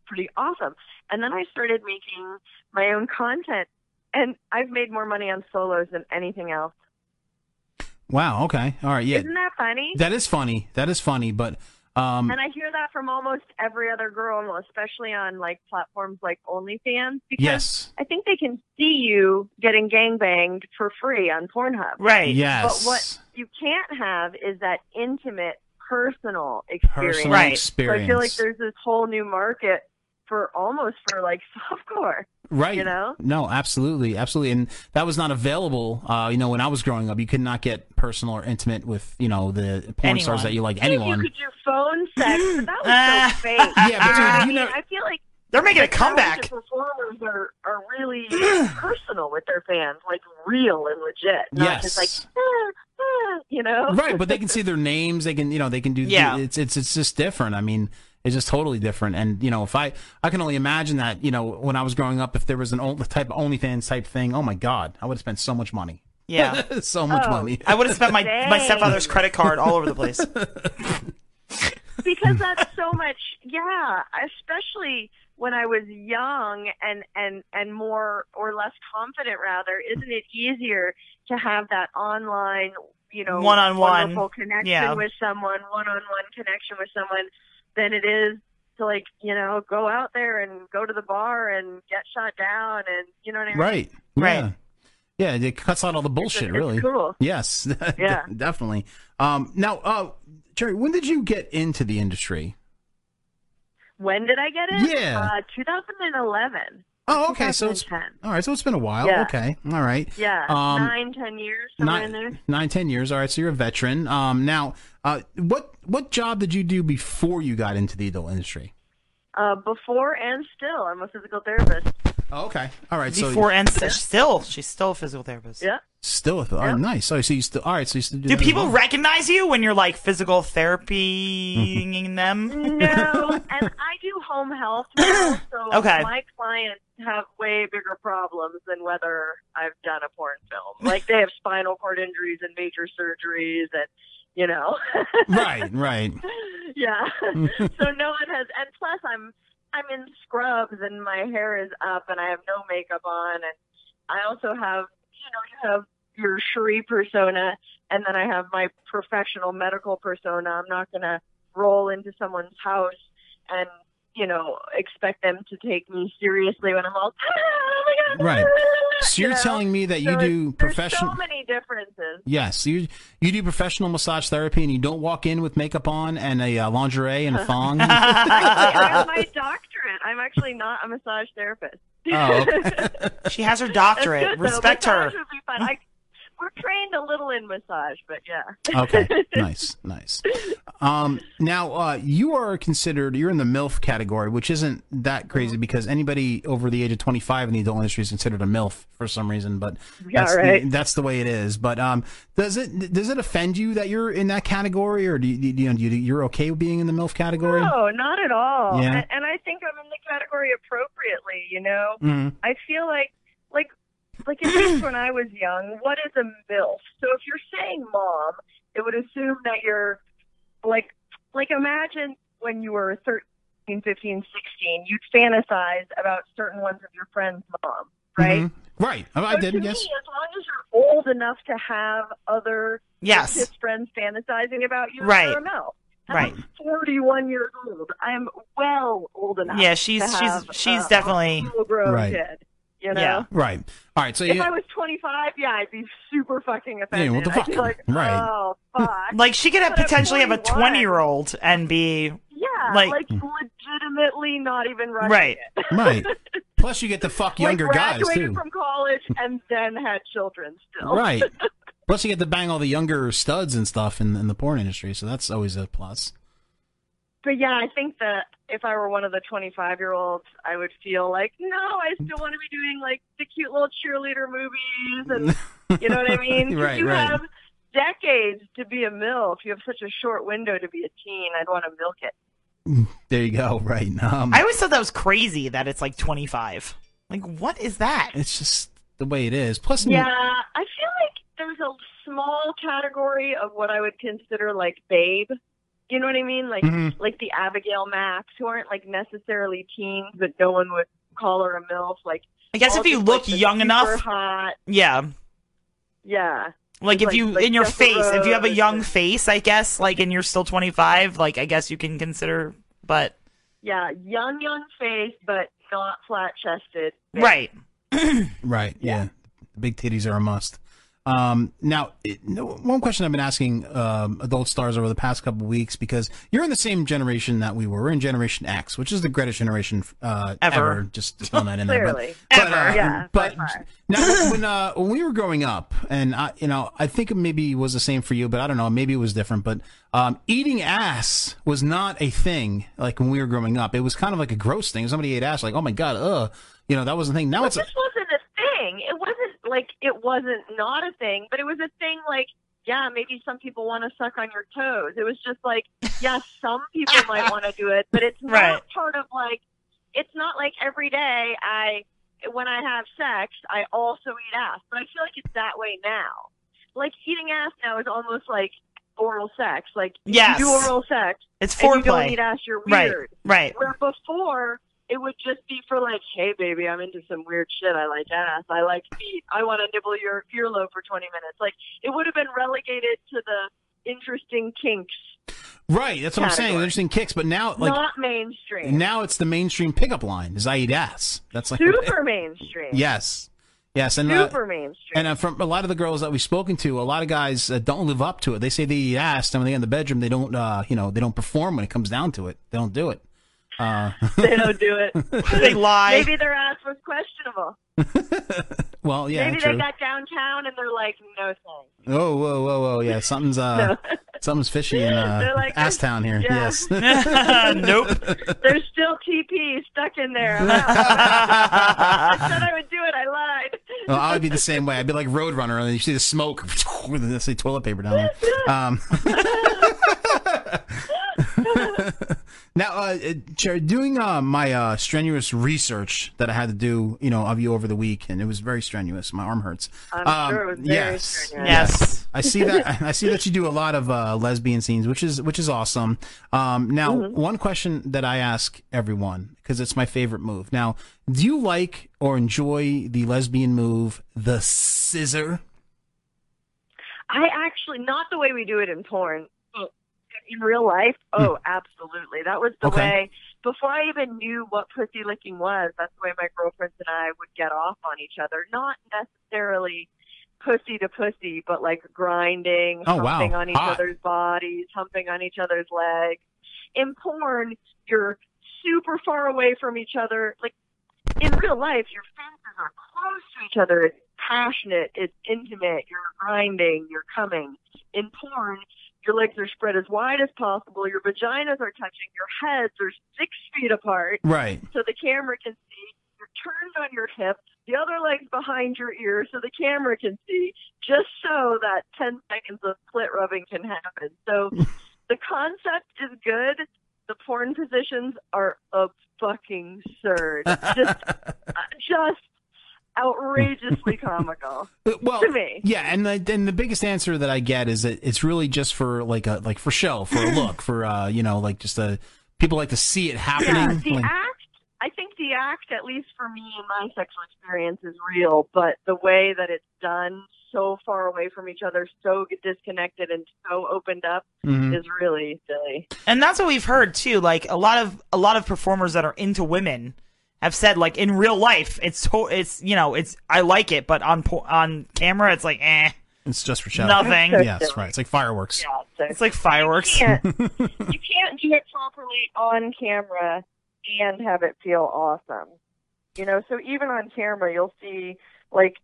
Speaker 8: pretty awesome. And then I started making my own content, and I've made more money on solos than anything else.
Speaker 16: Wow. Okay. All right. Yeah.
Speaker 8: Isn't that funny?
Speaker 16: that is funny. That is funny, but um,
Speaker 8: and I hear that from almost every other girl, well, especially on like platforms like OnlyFans, because
Speaker 16: Yes.
Speaker 8: I think they can see you getting gangbanged for free on Pornhub.
Speaker 16: Right. Yes.
Speaker 8: But what you can't have is that intimate, personal experience.
Speaker 16: Personal Right.
Speaker 8: So I feel like
Speaker 16: experience.
Speaker 8: there's this whole new market for almost for like [LAUGHS] softcore.
Speaker 16: Right.
Speaker 8: You know?
Speaker 16: No, absolutely, absolutely, and that was not available. Uh, you know, when I was growing up, you could not get personal or intimate with you know the porn stars that you like. Anyone. Ah.
Speaker 8: You could do phone sex, but
Speaker 16: [LAUGHS]
Speaker 8: that was so fake.
Speaker 16: Yeah, but dude,
Speaker 8: I
Speaker 16: you
Speaker 8: mean,
Speaker 16: never-
Speaker 8: I feel like
Speaker 23: They're making a
Speaker 8: like, talented
Speaker 23: comeback.
Speaker 8: Performers are, are really personal with their fans, like real and legit. Not just
Speaker 16: Yes.
Speaker 8: like, "Ah, ah," you know?
Speaker 16: right, but they can see their names. They can, you know, they can do.
Speaker 8: Yeah.
Speaker 16: It's it's it's just different. I mean, it's just totally different. And you know, if I I can only imagine that, you know, when I was growing up, if there was an old type of OnlyFans type thing, oh my god, I would have spent so much money.
Speaker 23: [LAUGHS] Yeah.
Speaker 16: [LAUGHS] so much money.
Speaker 23: I would have spent my my
Speaker 8: dang.
Speaker 23: stepfather's credit card all over
Speaker 16: [LAUGHS]
Speaker 23: the place.
Speaker 8: because that's so much yeah especially when i was young and and and more or less confident rather isn't it easier to have that online you know
Speaker 23: One-on-one.
Speaker 8: wonderful connection
Speaker 23: Yeah.
Speaker 8: with someone one-on-one connection with someone than it is to like you know go out there and go to the bar and get shot down and you know what i mean
Speaker 16: Right. Right. Yeah. it cuts out all the bullshit,
Speaker 8: it's
Speaker 16: really.
Speaker 8: cool.
Speaker 16: Yes. [LAUGHS]
Speaker 8: Yeah.
Speaker 16: de- definitely. Um, now, uh, Jerry, when did you get into the industry?
Speaker 8: when did i get it
Speaker 16: Yeah.
Speaker 8: uh, 2011
Speaker 16: Oh, okay. So it's
Speaker 8: 2010.
Speaker 16: all right. So it's been a while.
Speaker 8: Yeah.
Speaker 16: Okay. All right.
Speaker 8: yeah
Speaker 16: Um,
Speaker 8: nine ten years somewhere
Speaker 16: nine-
Speaker 8: in there
Speaker 16: nine, ten years. All right. So you're a veteran. Um, now, uh, what what job did you do before you got into the adult industry?
Speaker 8: Uh, before and still, I'm a physical therapist.
Speaker 16: Oh, okay. All right. so
Speaker 23: Before and st- still, she's still a physical therapist.
Speaker 8: Yeah.
Speaker 16: Still, with, all right, nice. So you still, all right. So you still do.
Speaker 23: Do
Speaker 16: that as [LAUGHS]
Speaker 23: people
Speaker 16: well.
Speaker 23: recognize you when you're like physical
Speaker 16: [LAUGHS]
Speaker 23: therapying them?
Speaker 8: No, and I do home health now, so
Speaker 23: Okay.
Speaker 8: my clients have way bigger problems than whether I've done a porn film. Like they have spinal cord injuries and major surgeries, and you know, [LAUGHS]
Speaker 16: right? Right.
Speaker 8: yeah. so no one has, and plus I'm I'm in scrubs and my hair is up and I have no makeup on and I also have you know you have your Cherie persona and then I have my professional medical persona. I'm not gonna roll into someone's house and you know expect them to take me seriously when I'm all oh my god [LAUGHS]
Speaker 16: Right. So you're
Speaker 8: know?
Speaker 16: telling me that you
Speaker 8: So
Speaker 16: do
Speaker 8: it's-
Speaker 16: profession-
Speaker 8: There's so many differences.
Speaker 16: Yes, you you do professional massage therapy, and you don't walk in with makeup on and a uh, lingerie and a thong.
Speaker 8: [LAUGHS] I have
Speaker 16: [LAUGHS]
Speaker 8: my doctorate. I'm actually not a massage therapist. [LAUGHS]
Speaker 16: Oh,
Speaker 23: she has
Speaker 8: That's
Speaker 23: her
Speaker 8: good,
Speaker 23: doctorate.
Speaker 8: though.
Speaker 23: Respect her.
Speaker 8: Massage would be fun. I, we're trained a little in massage, but yeah.
Speaker 16: okay, nice, nice. Um, now uh, you are considered you're in the MILF category, which isn't that
Speaker 8: Mm-hmm.
Speaker 16: crazy because anybody over the age of 25 in the adult industry is considered a MILF for some reason, but
Speaker 8: Yeah,
Speaker 16: that's,
Speaker 8: right.
Speaker 16: that's the way it is. But um, does it does it offend you that you're in that category, or do you, do you, do you you're okay with being in the MILF category?
Speaker 8: No, not at all.
Speaker 16: Yeah.
Speaker 8: And, and I think I'm in the category appropriately. You know,
Speaker 16: Mhm.
Speaker 8: I feel like, like, like at least when I was young, what is a milf? So if you're saying mom, it would assume that you're like, like imagine when you were 13, 15, 16, you'd fantasize about certain ones of your friends' mom. right?
Speaker 16: Right, I, Mm-hmm. I
Speaker 8: So
Speaker 16: did.
Speaker 8: to
Speaker 16: Yes.
Speaker 8: Me, as long as you're old enough to have other
Speaker 16: Yes.
Speaker 8: cis friends fantasizing about you,
Speaker 23: Right.
Speaker 8: I don't know. I'm
Speaker 23: Right.
Speaker 8: 41 years old. I'm well old enough.
Speaker 23: Yeah, she's-
Speaker 8: to
Speaker 23: she's-
Speaker 8: have,
Speaker 23: she's
Speaker 8: uh,
Speaker 23: definitely-
Speaker 8: a full grown
Speaker 16: Right.
Speaker 8: kid. You know.
Speaker 16: Yeah. Right. All right. So
Speaker 8: if
Speaker 16: you,
Speaker 8: I was 25, yeah, I'd be super fucking
Speaker 16: Yeah,
Speaker 8: offended.
Speaker 16: what the
Speaker 8: I'd be
Speaker 16: fuck?
Speaker 8: like,
Speaker 16: [LAUGHS] Right.
Speaker 8: oh fuck.
Speaker 23: Like she could have
Speaker 8: But at
Speaker 23: potentially have a
Speaker 8: 41,
Speaker 23: twenty year old and be
Speaker 8: Yeah,
Speaker 23: like-
Speaker 8: like, legitimately not even rushing
Speaker 23: Right.
Speaker 8: it. [LAUGHS]
Speaker 16: right. Plus, you get to fuck younger
Speaker 8: like
Speaker 16: guys
Speaker 8: graduated
Speaker 16: too.
Speaker 8: from [LAUGHS] college and then had children still.
Speaker 16: Right. Plus, you get to bang all the younger studs and stuff in, in the porn industry, so that's always a plus.
Speaker 8: But yeah, I think that if I were one of the 25 year olds, I would feel like, no, I still want to be doing like the cute little cheerleader movies.
Speaker 16: [LAUGHS]
Speaker 8: And you know what I mean? 'Cause
Speaker 16: Right,
Speaker 8: you
Speaker 16: right.
Speaker 8: have decades to be a MILF. You have such a short window to be a teen. I'd want to milk it.
Speaker 16: There you go. Right. [LAUGHS] Um,
Speaker 23: I always thought that was crazy that it's like twenty five. Like what is that?
Speaker 16: It's just the way it is. Plus,
Speaker 8: Yeah, I feel like there's a small category of what I would consider like babe. You know what I mean? Like
Speaker 16: Mhm.
Speaker 8: like the Abigail Max, who aren't like necessarily teens, but no one would call her a milf. Like
Speaker 23: I guess
Speaker 8: all
Speaker 23: if you
Speaker 8: just,
Speaker 23: look
Speaker 8: like, the
Speaker 23: young
Speaker 8: super
Speaker 23: enough-
Speaker 8: hot.
Speaker 23: Yeah.
Speaker 8: Yeah.
Speaker 23: Like if
Speaker 8: Like-
Speaker 23: you
Speaker 8: like
Speaker 23: in your
Speaker 8: Jessica
Speaker 23: face, if you have a
Speaker 8: Rose
Speaker 23: young face, I guess, like and you're still twenty five, like I guess you can consider but
Speaker 8: Yeah, young, young face, but not flat chested.
Speaker 23: Right.
Speaker 16: Right. Yeah. The big titties are a must. Um, now, it, no, one question I've been asking um, adult stars over the past couple weeks because you're in the same generation that we were. We're in Generation X, which is the greatest generation uh, Ever. ever. Just to throw that in there. but- Clearly. but, Ever. uh, Yeah, but now, when uh, when we were growing up, and I, you know, I think it maybe was the same for you, but I don't know. Maybe it was different. But um, eating ass was not a thing like when we were growing up. It was kind of like a gross thing. If Somebody ate ass, like oh my god, ugh. You know, that was the thing. Now it's a,
Speaker 8: This wasn't a thing. It wasn't like it wasn't not a thing, but it was a thing like, yeah, maybe some people want to suck on your toes. It was just like, yeah, some people might want to do it, but it's not
Speaker 25: Right.
Speaker 8: part of like, it's not like every day I, when I have sex, I also eat ass. But I feel like it's that way now. Like eating ass now is almost like oral sex. Like
Speaker 23: Yes.
Speaker 8: you do oral sex,
Speaker 23: It's
Speaker 8: and you don't
Speaker 23: foreplay.
Speaker 8: eat ass, you're
Speaker 23: Right,
Speaker 8: weird.
Speaker 23: right.
Speaker 8: Where before it would just be for like, hey baby, I'm into some weird shit. I like ass. I like feet. I want to nibble your earlobe for 20 minutes. Like it would have been relegated to the interesting kinks,
Speaker 16: right. That's what I'm saying. Interesting kicks, but now like
Speaker 8: not mainstream.
Speaker 16: now it's the mainstream pickup line is I eat ass. That's like [LAUGHS]
Speaker 8: Super mainstream.
Speaker 16: Yes. Yes, and uh,
Speaker 8: Super mainstream.
Speaker 16: And uh, from a lot of the girls that we've spoken to, a lot of guys uh, don't live up to it. They say they eat ass, and when they get in the bedroom, they don't, uh, you know, they don't perform when it comes down to it. They don't do it. Uh,
Speaker 8: they don't do
Speaker 16: [LAUGHS]
Speaker 8: it.
Speaker 23: they lie.
Speaker 8: Maybe their ass was questionable.
Speaker 16: well, yeah,
Speaker 8: Maybe
Speaker 16: true.
Speaker 8: they got downtown and they're like, no thanks.
Speaker 16: oh, whoa, whoa, whoa, yeah,
Speaker 8: [LAUGHS]
Speaker 16: something's uh, something's fishy in uh,
Speaker 8: They're like,
Speaker 16: ass town here.
Speaker 8: yeah.
Speaker 16: Yes.
Speaker 23: Uh,
Speaker 8: There's still TP stuck in there. [LAUGHS] I'm out. I said I would do it. I lied.
Speaker 16: Well, Oh, I would be the same way. I'd be like Roadrunner, and you see the smoke [LAUGHS] with the say toilet paper down there. Um, [LAUGHS] now, uh, Jerry, doing uh, my uh, strenuous research that I had to do, you know, of you over the week, and it was very strenuous. My arm hurts.
Speaker 23: I'm sure it was very
Speaker 16: Um, yes,
Speaker 23: strenuous. Yes.
Speaker 16: I see that. [LAUGHS] I see that you do a lot of uh, lesbian scenes, which is which is awesome. Um, now,
Speaker 8: Mm-hmm.
Speaker 16: one question that I ask everyone because it's my favorite move. Now, do you like or enjoy the lesbian move, the scissor?
Speaker 8: I actually not the way we do it in porn, but in real life. Oh, absolutely. That was the
Speaker 16: Hmm. Okay.
Speaker 8: way before I even knew what pussy licking was. That's the way my girlfriends and I would get off on each other. Not necessarily pussy to pussy, but like grinding,
Speaker 25: Oh, wow.
Speaker 8: humping on each
Speaker 25: Hot.
Speaker 8: other's bodies, humping on each other's legs. In porn, you're super far away from each other. Like in real life, your faces are close to each other. It's passionate. It's intimate. You're grinding. You're coming. In porn, your legs are spread as wide as possible. Your vaginas are touching. Your heads are six feet apart.
Speaker 16: Right.
Speaker 8: [LAUGHS] So the camera can see. You're turned on your hip. The other leg's behind your ear so the camera can see, just so that 10 seconds of clit rubbing can happen. So the concept is good. The porn positions are a fucking surge. Just, uh, just outrageously comical.
Speaker 16: Uh, Well,
Speaker 8: to me.
Speaker 16: Yeah, and the, then the biggest answer that I get is that it's really just for like a like for
Speaker 8: [LAUGHS]
Speaker 16: show, for a look, for uh, you know, like just a people like to see it
Speaker 8: Yeah,
Speaker 16: happening.
Speaker 8: the
Speaker 16: like-
Speaker 8: act, I think the act, at least for me and my sexual experience, is real, but the way that it's done so far away from each other, so disconnected and so opened up
Speaker 16: Mm-hmm.
Speaker 23: Mhm.
Speaker 8: is really silly.
Speaker 23: And that's what we've heard too. Like a lot of a lot of performers that are into women have said, like in real life, it's to- it's you know it's I like it, but on po- on camera, it's like eh,
Speaker 16: It's just for show.
Speaker 23: Nothing.
Speaker 8: [LAUGHS]
Speaker 16: Yeah, that's right. It's like fireworks.
Speaker 23: it's like fireworks.
Speaker 8: You can't do it properly on camera and have it feel awesome. You know, so even on camera, you'll see like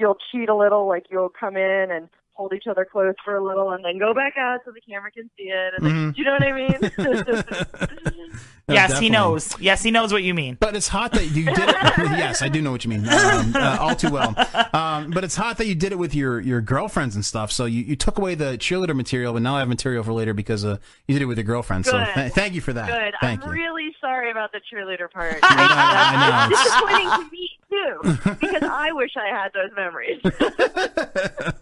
Speaker 8: you'll cheat a little, like you'll come in and hold each other close for a little, and then go back out so the camera can see it. And then, [LAUGHS]
Speaker 16: Mhm.
Speaker 8: you know what I mean? [LAUGHS]
Speaker 16: No,
Speaker 23: yes,
Speaker 16: definitely.
Speaker 23: he knows. Yes, he knows what you mean.
Speaker 16: But it's hot that you did. [LAUGHS] yes, I do know what you mean um, uh, all too well. Um, but it's hot that you did it with your, your girlfriends and stuff. So you, you took away the cheerleader material, but now I have material for later because uh, you did it with your girlfriend. So
Speaker 8: Good.
Speaker 16: th- thank you for that.
Speaker 8: Good.
Speaker 16: Ah, Thank
Speaker 8: I'm
Speaker 16: you.
Speaker 8: really sorry about the cheerleader
Speaker 16: [LAUGHS]
Speaker 8: part.
Speaker 16: I know,
Speaker 8: It's [LAUGHS] disappointing to me too, because I wish I had those memories.
Speaker 16: [LAUGHS]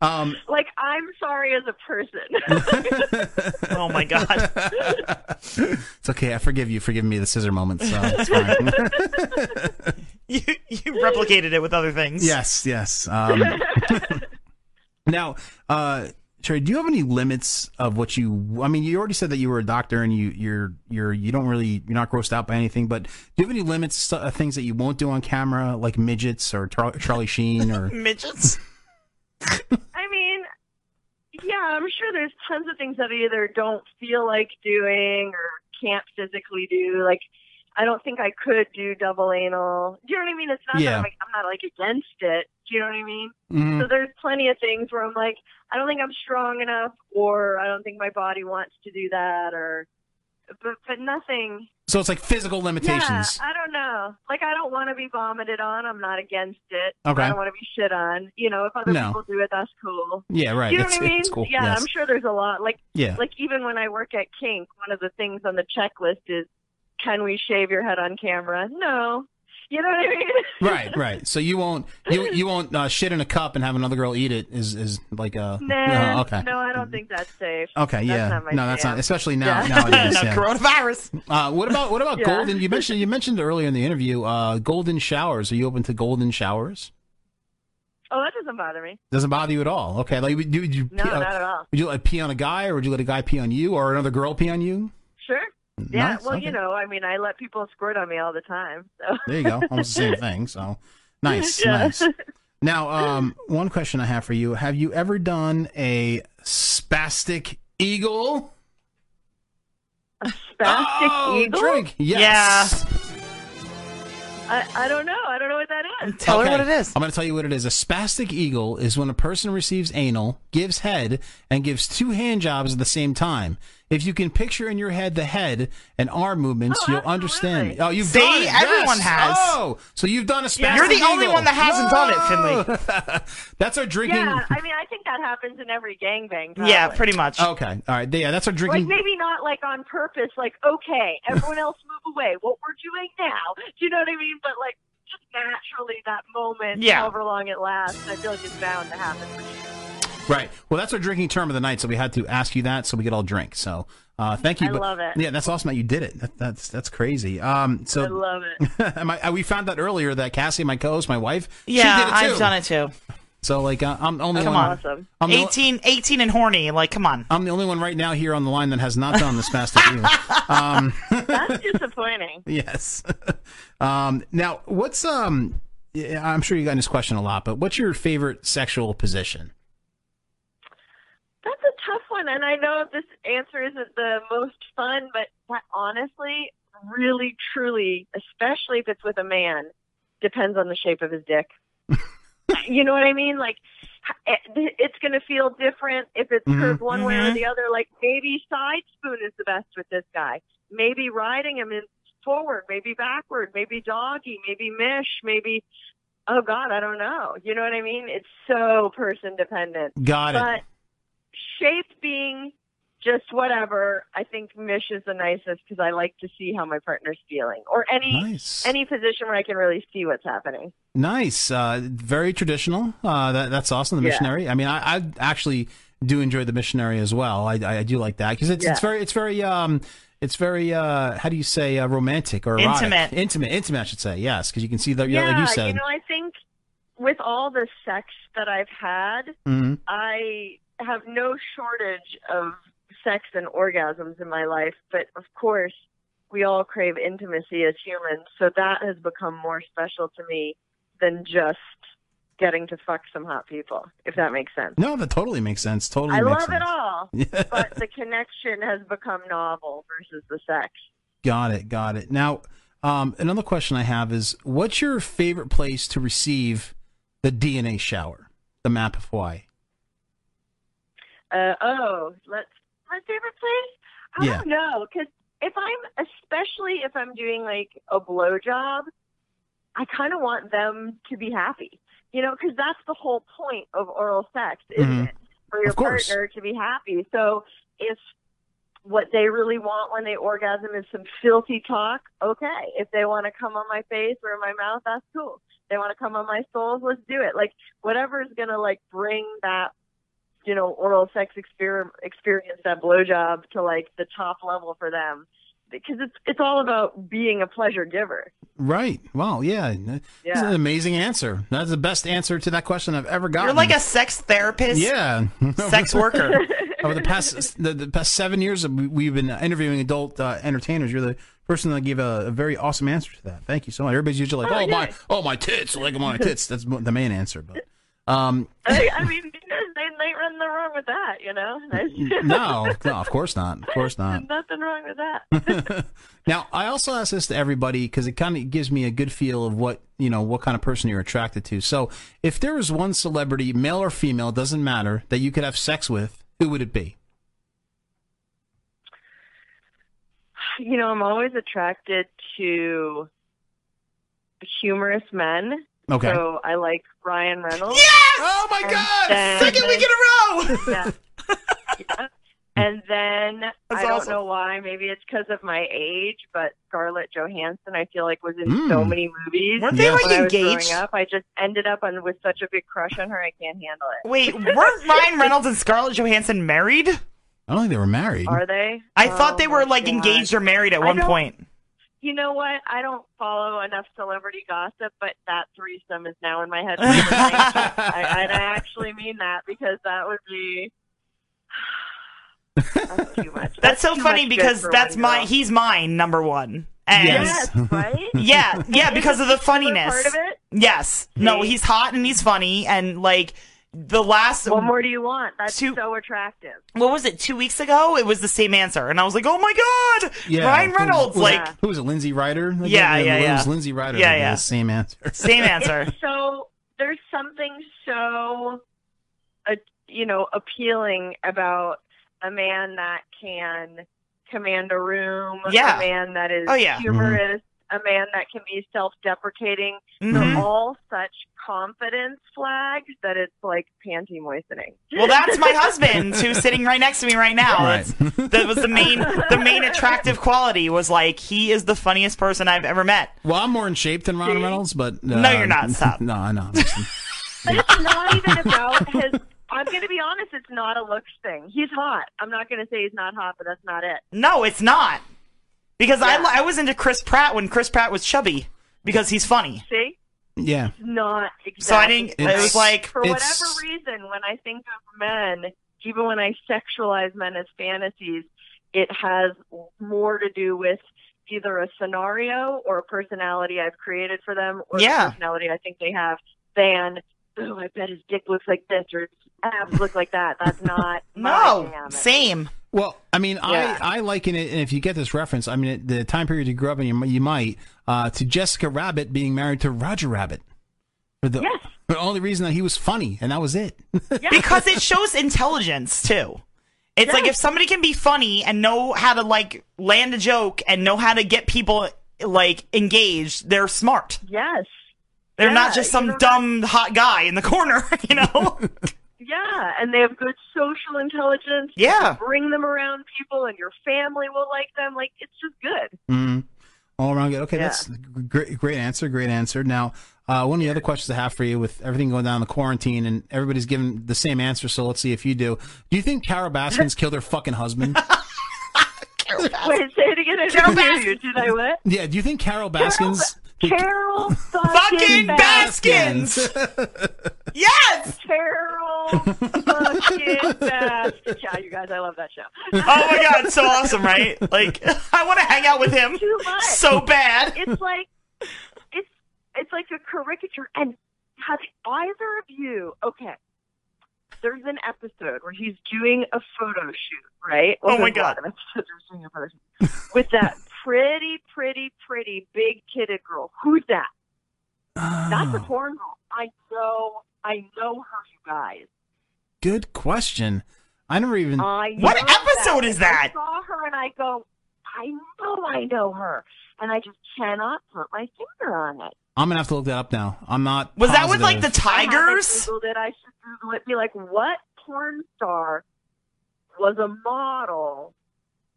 Speaker 16: um,
Speaker 8: Like I'm sorry as a person. [LAUGHS]
Speaker 16: [LAUGHS]
Speaker 23: oh my god.
Speaker 16: it's okay. I forgive you for giving me the scissor moment.
Speaker 8: [LAUGHS]
Speaker 16: So it's fine.
Speaker 23: you replicated it with other things.
Speaker 16: yes, yes.
Speaker 8: [LAUGHS]
Speaker 16: Um, now, uh, Terry, do you have any limits of what you? I mean, you already said that you were a doctor and you you're you're you don't really you're not grossed out by anything. But do you have any limits to uh, things that you won't do on camera, like midgets or Char- Charlie Sheen
Speaker 8: [LAUGHS]
Speaker 16: or?
Speaker 23: midgets.
Speaker 8: I mean, yeah, I'm sure there's tons of things that I either don't feel like doing or can't physically do. Like, I don't think I could do double anal. Do you know what I mean? It's not that
Speaker 25: Yeah.
Speaker 8: I'm, like, I'm not like against it. Do you know what I mean?
Speaker 16: Mm-hmm.
Speaker 25: Mhm.
Speaker 8: So there's plenty of things where I'm like, I don't think I'm strong enough, or I don't think my body wants to do that, or but but nothing.
Speaker 16: So it's like physical limitations.
Speaker 8: Yeah, I don't know. Like, I don't want to be vomited on. I'm not against it.
Speaker 16: Okay.
Speaker 8: I don't want to be shit on. You know, if other
Speaker 16: No.
Speaker 8: people do it, that's cool.
Speaker 16: Yeah, right.
Speaker 8: You know
Speaker 16: It's-
Speaker 8: what I mean?
Speaker 16: it's cool.
Speaker 8: Yeah,
Speaker 16: Yes.
Speaker 8: I'm sure there's a lot. Like,
Speaker 16: Yeah.
Speaker 8: like even when I work at Kink, one of the things on the checklist is, can we shave your head on camera? No. You know what I mean?
Speaker 16: Right, right. So you won't you you won't uh, shit in a cup and have another girl eat it is is like uh
Speaker 8: [LAUGHS] Nah,
Speaker 16: uh, okay.
Speaker 8: No, I don't think that's safe. That's
Speaker 16: Okay, yeah.
Speaker 8: not my
Speaker 16: no, that's
Speaker 8: jam.
Speaker 16: not especially now
Speaker 8: Yeah. [LAUGHS]
Speaker 16: nowadays. [LAUGHS]
Speaker 23: [LAUGHS] No,
Speaker 16: yeah.
Speaker 23: coronavirus.
Speaker 16: Uh, what about what about
Speaker 23: Yeah.
Speaker 16: golden? You mentioned you mentioned earlier in the interview uh, golden showers. Are you open to golden showers?
Speaker 8: Oh, that doesn't bother me.
Speaker 16: Doesn't bother you at all. Okay, like would you, would you
Speaker 8: No,
Speaker 16: pee, uh,
Speaker 8: not at all.
Speaker 16: Would you like pee on a guy, or would you let a guy pee on you, or another girl pee on you?
Speaker 8: Sure. Yeah.
Speaker 16: Nice,
Speaker 8: well,
Speaker 16: okay.
Speaker 8: you know, I mean, I let people squirt on me all the time. So.
Speaker 16: There you go, almost the same thing. So nice,
Speaker 8: Yeah.
Speaker 16: nice. Now, um, one question I have for you: Have you ever done a spastic eagle?
Speaker 8: [LAUGHS] Spastic
Speaker 16: Oh,
Speaker 8: eagle?
Speaker 16: drink. Yes.
Speaker 8: I, I don't know. I don't know what that is.
Speaker 16: Okay, I'm going to tell you what it is. A spastic eagle is when a person receives anal, gives head, and gives two hand jobs at the same time. If you can picture in your head the head and arm movements, you'll understand. Oh, you've
Speaker 23: See?
Speaker 16: done it. Yes.
Speaker 23: Everyone has.
Speaker 16: Oh, so you've done a spastic
Speaker 23: You're the only
Speaker 16: eagle.
Speaker 23: one that hasn't done it,
Speaker 16: Finley. [LAUGHS] That's our drinking.
Speaker 8: Yeah, I mean, I think that happens in every gangbang.
Speaker 16: Um,
Speaker 8: probably.
Speaker 23: much.
Speaker 16: Okay, all right. Yeah, that's our drinking.
Speaker 8: Like maybe not like on purpose. Like okay, everyone else move away. What we're doing now? Do you know what I mean? But like just naturally that moment,
Speaker 16: Yeah.
Speaker 8: however long it lasts, I feel like it's bound to happen.
Speaker 16: Right. Well, that's our drinking term of the night, so we had to ask you that so we could all drink. So uh, thank you.
Speaker 8: I love it.
Speaker 16: Yeah, that's awesome that you did it. That, that's that's crazy. Um, so
Speaker 8: I love it.
Speaker 16: [LAUGHS] am I- uh, we found out earlier that Cassie, my co-host, my wife,
Speaker 23: Yeah,
Speaker 16: she did it too. Um,
Speaker 23: I've done it too.
Speaker 16: So like, uh, I'm the only
Speaker 23: Come
Speaker 16: one.
Speaker 23: on. Awesome.
Speaker 16: I'm the,
Speaker 23: 18, 18 and horny. Like, come on.
Speaker 16: I'm the only one right now here on the line that has not done this past
Speaker 23: [LAUGHS]
Speaker 16: year. Um, [LAUGHS]
Speaker 8: That's disappointing.
Speaker 16: yes. [LAUGHS] Um, now, what's um? yeah, I'm sure you got this question a lot, but what's your favorite sexual position?
Speaker 8: That's a tough one, and I know this answer isn't the most fun, but that honestly, really, truly, especially if it's with a man, depends on the shape of his dick. you know what I mean? Like, h- it- it's going to feel different if it's
Speaker 25: Mhm.
Speaker 8: curved one way or
Speaker 25: Mhm.
Speaker 8: the other. Like, maybe side spoon is the best with this guy. Maybe riding him is forward, maybe backward, maybe doggy, maybe mish, maybe. Oh God, I don't know. You know what I mean? It's so person dependent.
Speaker 16: Got it.
Speaker 8: But shape being just whatever, I think Mish is the nicest because I like to see how my partner's feeling, or any
Speaker 16: Nice.
Speaker 8: any position where I can really see what's happening.
Speaker 16: Nice. Uh, very traditional. Uh, that, that's awesome. The
Speaker 8: Yeah.
Speaker 16: missionary. I mean, I, I actually do enjoy the missionary as well. I, I, I do like that because it's, it's Yeah. very it's very um it's very uh how do you say uh, romantic or erotic?
Speaker 23: Intimate.
Speaker 16: intimate intimate I should say yes because you can see the yeah, like you said
Speaker 8: know, I think with all the sex that I've had,
Speaker 16: Mhm.
Speaker 8: I have no shortage of sex and orgasms in my life. But of course, we all crave intimacy as humans, so that has become more special to me than just getting to fuck some hot people, if that makes sense.
Speaker 16: no that totally makes sense totally
Speaker 8: I
Speaker 16: makes
Speaker 8: love
Speaker 16: sense.
Speaker 8: it all,
Speaker 16: [LAUGHS]
Speaker 8: but the connection has become novel versus the sex.
Speaker 16: Got it. Got it. Now, um, another question I have is what's your favorite place to receive the DNA shower, the map of Hawaii?
Speaker 8: Uh, oh, let's my favorite place. I
Speaker 16: Yeah.
Speaker 8: don't know because if I'm especially if I'm doing like a blowjob, I kind of want them to be happy. You know, because that's the whole point of oral sex is
Speaker 25: Mhm.
Speaker 8: for your
Speaker 25: Of course.
Speaker 8: partner to be happy. So if what they really want when they orgasm is some filthy talk, okay. If they want to come on my face or in my mouth, that's cool. They want to come on my soles, let's do it. Like whatever's gonna like bring that you know oral sex exper- experience, that blowjob to like the top level for them, because it's it's all about being a pleasure giver. [LAUGHS]
Speaker 16: Right. Wow. Yeah. That's
Speaker 8: Yeah.
Speaker 16: an amazing answer. That's the best answer to that question I've ever gotten.
Speaker 23: You're like a sex therapist.
Speaker 16: yeah [LAUGHS]
Speaker 23: Sex worker.
Speaker 16: Over the past the, the past seven years, we- we've been interviewing adult uh, entertainers. You're the person that gave a, a very awesome answer to that. Thank you so much. Everybody's usually like,
Speaker 8: Oh,
Speaker 16: "Oh, my,
Speaker 8: yes.
Speaker 16: oh my tits, like my tits." That's the main answer, but [LAUGHS] um,
Speaker 8: I, I mean, they they run the wrong with that, you know. [LAUGHS] There's-
Speaker 16: no, no, of course not, of course not.
Speaker 8: there's nothing wrong with that.
Speaker 16: Now, I also ask this to everybody because it kind of gives me a good feel of what you know, what kind of person you're attracted to. So, if there was one celebrity, male or female, doesn't matter, that you could have sex with, who would it be?
Speaker 8: you know, I'm always attracted to humorous men.
Speaker 16: Okay.
Speaker 8: So I like Ryan Reynolds.
Speaker 23: Yes!
Speaker 16: Oh my
Speaker 23: God! Second week in
Speaker 8: a row. Yeah. Yeah. And then I don't
Speaker 23: awesome.
Speaker 8: know why. Maybe it's because of my age, but Scarlett Johansson, I feel like, was in
Speaker 25: Mm.
Speaker 8: so many movies.
Speaker 25: Weren't they,
Speaker 8: when
Speaker 25: like,
Speaker 8: I was growing
Speaker 25: engaged?
Speaker 8: Up, I just ended up on, with such a big crush on her. I can't handle it. [LAUGHS]
Speaker 23: Wait, weren't Ryan Reynolds and Scarlett Johansson married?
Speaker 16: [LAUGHS] I don't think they were married.
Speaker 8: Are they?
Speaker 23: I
Speaker 8: Oh
Speaker 23: thought they were
Speaker 8: my
Speaker 23: like
Speaker 8: God.
Speaker 23: engaged or married at
Speaker 8: I
Speaker 23: one
Speaker 8: don't-
Speaker 23: point.
Speaker 8: You know what? I don't follow enough celebrity gossip, but that threesome is now in my head. I, and I actually mean that because that would be. [SIGHS]
Speaker 23: That's so
Speaker 8: Too
Speaker 23: funny
Speaker 8: much good
Speaker 23: because
Speaker 8: for
Speaker 23: that's
Speaker 8: one
Speaker 23: my
Speaker 8: girl.
Speaker 23: he's mine number one. And
Speaker 8: Yes, right?
Speaker 23: Yeah, [LAUGHS] yeah,
Speaker 8: [LAUGHS]
Speaker 23: because of the funniness.
Speaker 8: part of it?
Speaker 23: Yes. No, he's hot and he's funny and like the last
Speaker 8: What more do you want? That's so attractive.
Speaker 23: what was it, two weeks ago? It was the same answer. And I was like, Oh my god
Speaker 16: Yeah,
Speaker 23: Ryan Reynolds,
Speaker 16: who, who-
Speaker 23: like
Speaker 16: who was it? Lindsay Ryder. Like,
Speaker 23: Yeah, yeah,
Speaker 16: It
Speaker 23: yeah.
Speaker 16: was Lindsay Ryder.
Speaker 23: Yeah,
Speaker 16: Yeah,
Speaker 23: yeah.
Speaker 16: yeah. Same answer.
Speaker 23: Same answer.
Speaker 8: It's so there's something so, uh, you know, appealing about a man that can command a room.
Speaker 25: Yeah.
Speaker 8: A man that is
Speaker 25: Oh, yeah.
Speaker 8: humorous. a man that can be self-deprecating.
Speaker 23: Mhm.
Speaker 25: Mm-hmm.
Speaker 8: They're all such confidence flags that it's like panty moistening.
Speaker 23: Well, that's my husband who's sitting right next to me right now.
Speaker 8: Right.
Speaker 23: That's, that was the main the main attractive quality was like he is the funniest person I've ever met.
Speaker 16: Well, I'm more in shape than Ron Reynolds, but uh,
Speaker 23: No, you're not.
Speaker 16: [LAUGHS]
Speaker 23: Stop.
Speaker 16: No, I know.
Speaker 8: But it's not even about his. I'm going to be honest. It's not a looks thing. He's hot. I'm not going to say he's not hot, but that's not it.
Speaker 23: No, it's not. Because I li- I was into Chris Pratt when Chris Pratt was chubby because he's funny.
Speaker 8: See,
Speaker 16: [LAUGHS] Yeah.
Speaker 8: it's not exactly.
Speaker 23: So I didn't- it was
Speaker 8: that.
Speaker 23: like-
Speaker 8: for whatever
Speaker 23: it's-
Speaker 8: reason, when I think of men, even when I sexualize men as fantasies, it has more to do with either a scenario or a personality I've created for them, or
Speaker 23: Yeah.
Speaker 8: the personality I think they have, than oh, I bet his dick looks like this or his abs look like that. That's
Speaker 23: [LAUGHS]
Speaker 8: not my
Speaker 23: No,
Speaker 8: jam.
Speaker 23: same.
Speaker 16: Well, I mean,
Speaker 8: Yeah.
Speaker 16: I, I liken it, and if you get this reference, I mean, it, the time period you grew up in, you, mi- you might, uh, to Jessica Rabbit being married to Roger Rabbit. For the, for the only reason that he was funny, and that was it. [LAUGHS]
Speaker 23: Because it shows intelligence too. It's like if somebody can be funny and know how to like land a joke and know how to get people like engaged, they're smart.
Speaker 8: Yes.
Speaker 23: They're not
Speaker 8: Yeah,
Speaker 23: just
Speaker 8: you
Speaker 23: some
Speaker 8: don't
Speaker 23: dumb hot guy in the corner, [LAUGHS]
Speaker 8: [LAUGHS]
Speaker 23: you know?
Speaker 8: Yeah, and they have good social intelligence. You
Speaker 23: Yeah.
Speaker 8: can bring them around people, and your family will like them. Like it's just good.
Speaker 16: Mm. All around good. Okay,
Speaker 8: Yeah.
Speaker 16: that's great. Great answer. Great answer. Now, uh, one of the other questions I have for you, with everything going down in the quarantine, and everybody's giving the same answer, so let's see if you do. Do you think Carol Baskins killed her
Speaker 8: [LAUGHS]
Speaker 16: fucking husband?
Speaker 8: Wait, say it again. I
Speaker 23: Carol
Speaker 8: didn't hear you. Did I what?
Speaker 16: yeah. Do you think Carol Baskins?
Speaker 8: Carol
Speaker 23: Fucking
Speaker 8: fucking
Speaker 23: Baskins!
Speaker 16: [LAUGHS]
Speaker 23: yes!
Speaker 8: Carol
Speaker 23: [LAUGHS]
Speaker 8: fucking Baskins. Yeah, you guys, I love that show.
Speaker 23: Oh my god, it's so awesome, right? Like [LAUGHS] I wanna hang out with him
Speaker 8: Too much.
Speaker 23: so bad.
Speaker 8: It's like it's it's like a caricature. And have either of you? Okay, there's an episode where he's doing a photo shoot, right?
Speaker 23: Oh my
Speaker 8: there's a lot
Speaker 23: God.
Speaker 8: of episodes where he's doing a photo shoot. with
Speaker 23: [LAUGHS]
Speaker 8: that pretty, pretty, pretty big kidded girl. Who's that?
Speaker 23: Ah.
Speaker 8: That's a porn girl. I know. I know her, you guys.
Speaker 16: Good question. I never even.
Speaker 8: I know that.
Speaker 16: is
Speaker 8: I saw her and I go, I know I know her, and I just cannot put my finger on it.
Speaker 16: I'm gonna have to look that up now. I'm not.
Speaker 23: Was that with, like,
Speaker 16: positive.
Speaker 23: the Tigers?
Speaker 8: I haven't Googled it. I should Google it. Be like, what porn star was a model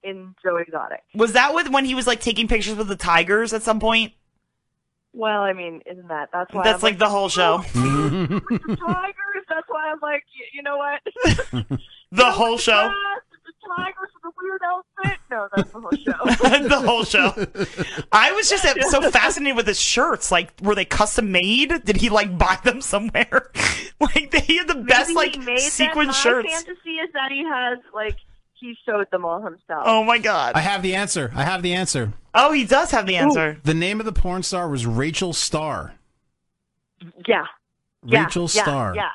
Speaker 8: in Joe Exotic?
Speaker 23: Was that with when he was like taking pictures with the tigers at some point?
Speaker 8: Well, I mean, isn't that that's why
Speaker 23: That's
Speaker 8: I'm
Speaker 23: like the whole show.
Speaker 8: the tigers. That's why I'm like, you, you know what? [LAUGHS]
Speaker 23: The whole show.
Speaker 8: the tigers with a weird outfit. No, that's the whole show.
Speaker 23: [LAUGHS] the whole show. I was just uh,
Speaker 8: [LAUGHS]
Speaker 23: so fascinated with his shirts. Like, were they custom made? Did he like buy them somewhere? [LAUGHS] like, they, he had the best
Speaker 8: Maybe
Speaker 23: like
Speaker 8: he made them.
Speaker 23: sequin
Speaker 8: My
Speaker 23: shirts.
Speaker 8: fantasy is that he has like he sewed them all himself.
Speaker 23: Oh my god!
Speaker 16: I have the answer. I have the answer.
Speaker 23: Oh, he does have the answer.
Speaker 16: The name of the porn star was Rachel Starr.
Speaker 8: Yeah.
Speaker 16: Rachel
Speaker 23: yeah,
Speaker 16: Starr.
Speaker 23: yeah.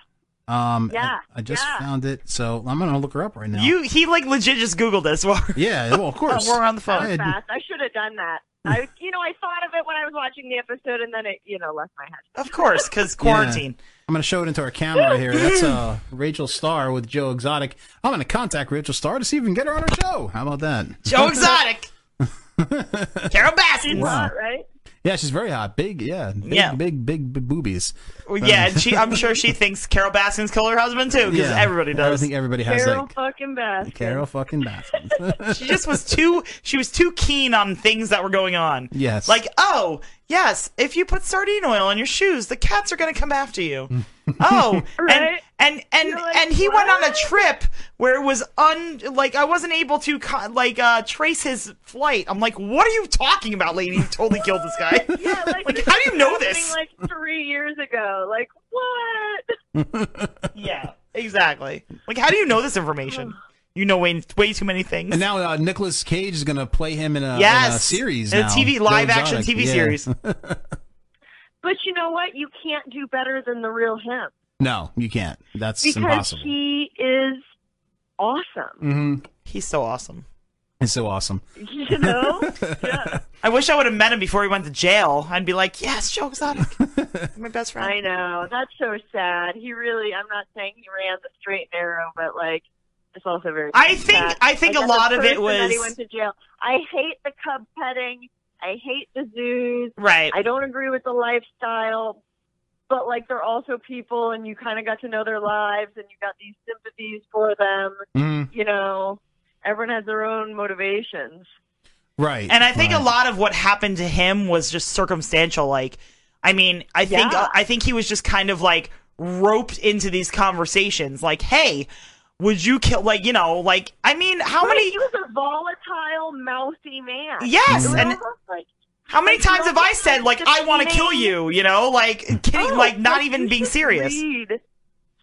Speaker 16: Um,
Speaker 23: Yeah,
Speaker 16: I, I just found it, so I'm gonna look her up right now.
Speaker 23: You he like legit just googled this. [LAUGHS]
Speaker 16: yeah, well, of course.
Speaker 23: we're on the phone.
Speaker 8: That was fast. I should have done
Speaker 16: [LAUGHS]
Speaker 8: that. I, you know, I thought of it when I was watching the episode, and then it, you know, left my head.
Speaker 23: Of course, because quarantine.
Speaker 16: Yeah. I'm gonna show it into our camera here. That's
Speaker 23: [LAUGHS]
Speaker 16: uh, Rachel Starr with Joe Exotic. I'm gonna contact Rachel Starr to see if we can get her on our show. How about that?
Speaker 23: Joe Exotic. Carol
Speaker 8: She's
Speaker 23: Baskins.
Speaker 8: hot, right?
Speaker 16: [LAUGHS] Yeah, she's very hot. Big, yeah, big,
Speaker 23: Yeah.
Speaker 16: big, big, big boobies.
Speaker 23: Well, Yeah, and she. I'm sure she thinks Carol Baskins killed her husband too, because
Speaker 16: Yeah.
Speaker 23: everybody
Speaker 16: I
Speaker 23: does.
Speaker 16: think everybody has
Speaker 8: Carol
Speaker 16: like
Speaker 8: fucking Bass.
Speaker 16: Carol fucking Baskins.
Speaker 23: [LAUGHS] she just was too she was too keen on things that were going on.
Speaker 16: Yes.
Speaker 23: Like, oh, yes, if you put sardine oil on your shoes, the cats are going to come after you.
Speaker 16: [LAUGHS]
Speaker 23: oh,
Speaker 6: Right?
Speaker 23: and and and, and he went on a trip where it was un like I wasn't able to co- like uh trace his flight. I'm like, "What are you talking about, lady? You totally killed this guy."
Speaker 8: [LAUGHS] Yeah, like,
Speaker 23: how do you know
Speaker 8: happening,
Speaker 23: this?
Speaker 8: Like three years ago. Like what? [LAUGHS]
Speaker 23: yeah, exactly. Like, how do you know this information? You know way, way too many things.
Speaker 16: And now uh, Nicolas Cage is going to play him in a, in a
Speaker 23: Yes.
Speaker 16: series.
Speaker 23: In a
Speaker 16: now.
Speaker 23: TV
Speaker 16: Joe
Speaker 23: live action
Speaker 16: Exotic.
Speaker 23: TV
Speaker 16: Yeah. [LAUGHS]
Speaker 23: series.
Speaker 8: But you know what? You can't do better than the real him
Speaker 16: no, you can't. That's
Speaker 8: because
Speaker 16: impossible.
Speaker 8: he is awesome.
Speaker 16: Mm-hmm.
Speaker 23: He's so awesome.
Speaker 16: It's so awesome.
Speaker 8: [LAUGHS] You know?
Speaker 23: I wish I would have met him before he went to jail. I'd be like, yes, Joe Exotic. My best friend.
Speaker 8: I know. That's so sad. He really. I'm not saying he ran the straight and narrow, but like. It's also very.
Speaker 23: I think-
Speaker 8: sad.
Speaker 23: I think
Speaker 8: Like,
Speaker 23: a
Speaker 8: as
Speaker 23: lot of it
Speaker 8: person that he
Speaker 23: was-
Speaker 8: went to jail. I hate the cub petting I hate the zoos.
Speaker 23: Right.
Speaker 8: I don't agree with the lifestyle, but like they're also people, and you kind of got to know their lives, and you got these sympathies for them.
Speaker 16: Mm,
Speaker 8: You know, everyone has their own motivations.
Speaker 16: Right.
Speaker 23: And I think a lot of what happened to him was just circumstantial. Like, I mean, I think
Speaker 6: Yeah.
Speaker 23: I think he was just kind of like roped into these conversations. Like, hey, would you kill? Like, you know, like I mean, how
Speaker 8: Right,
Speaker 23: many?
Speaker 8: He was a volatile, mouthy man.
Speaker 23: Yes,
Speaker 8: It was
Speaker 23: and-
Speaker 8: almost like
Speaker 23: How many
Speaker 8: like, you
Speaker 23: times have
Speaker 8: know,
Speaker 23: I said like I want to kill you? You know, like kidding,
Speaker 8: Oh,
Speaker 23: like not
Speaker 8: like,
Speaker 23: even
Speaker 8: you
Speaker 23: being
Speaker 8: should
Speaker 23: serious.
Speaker 8: read.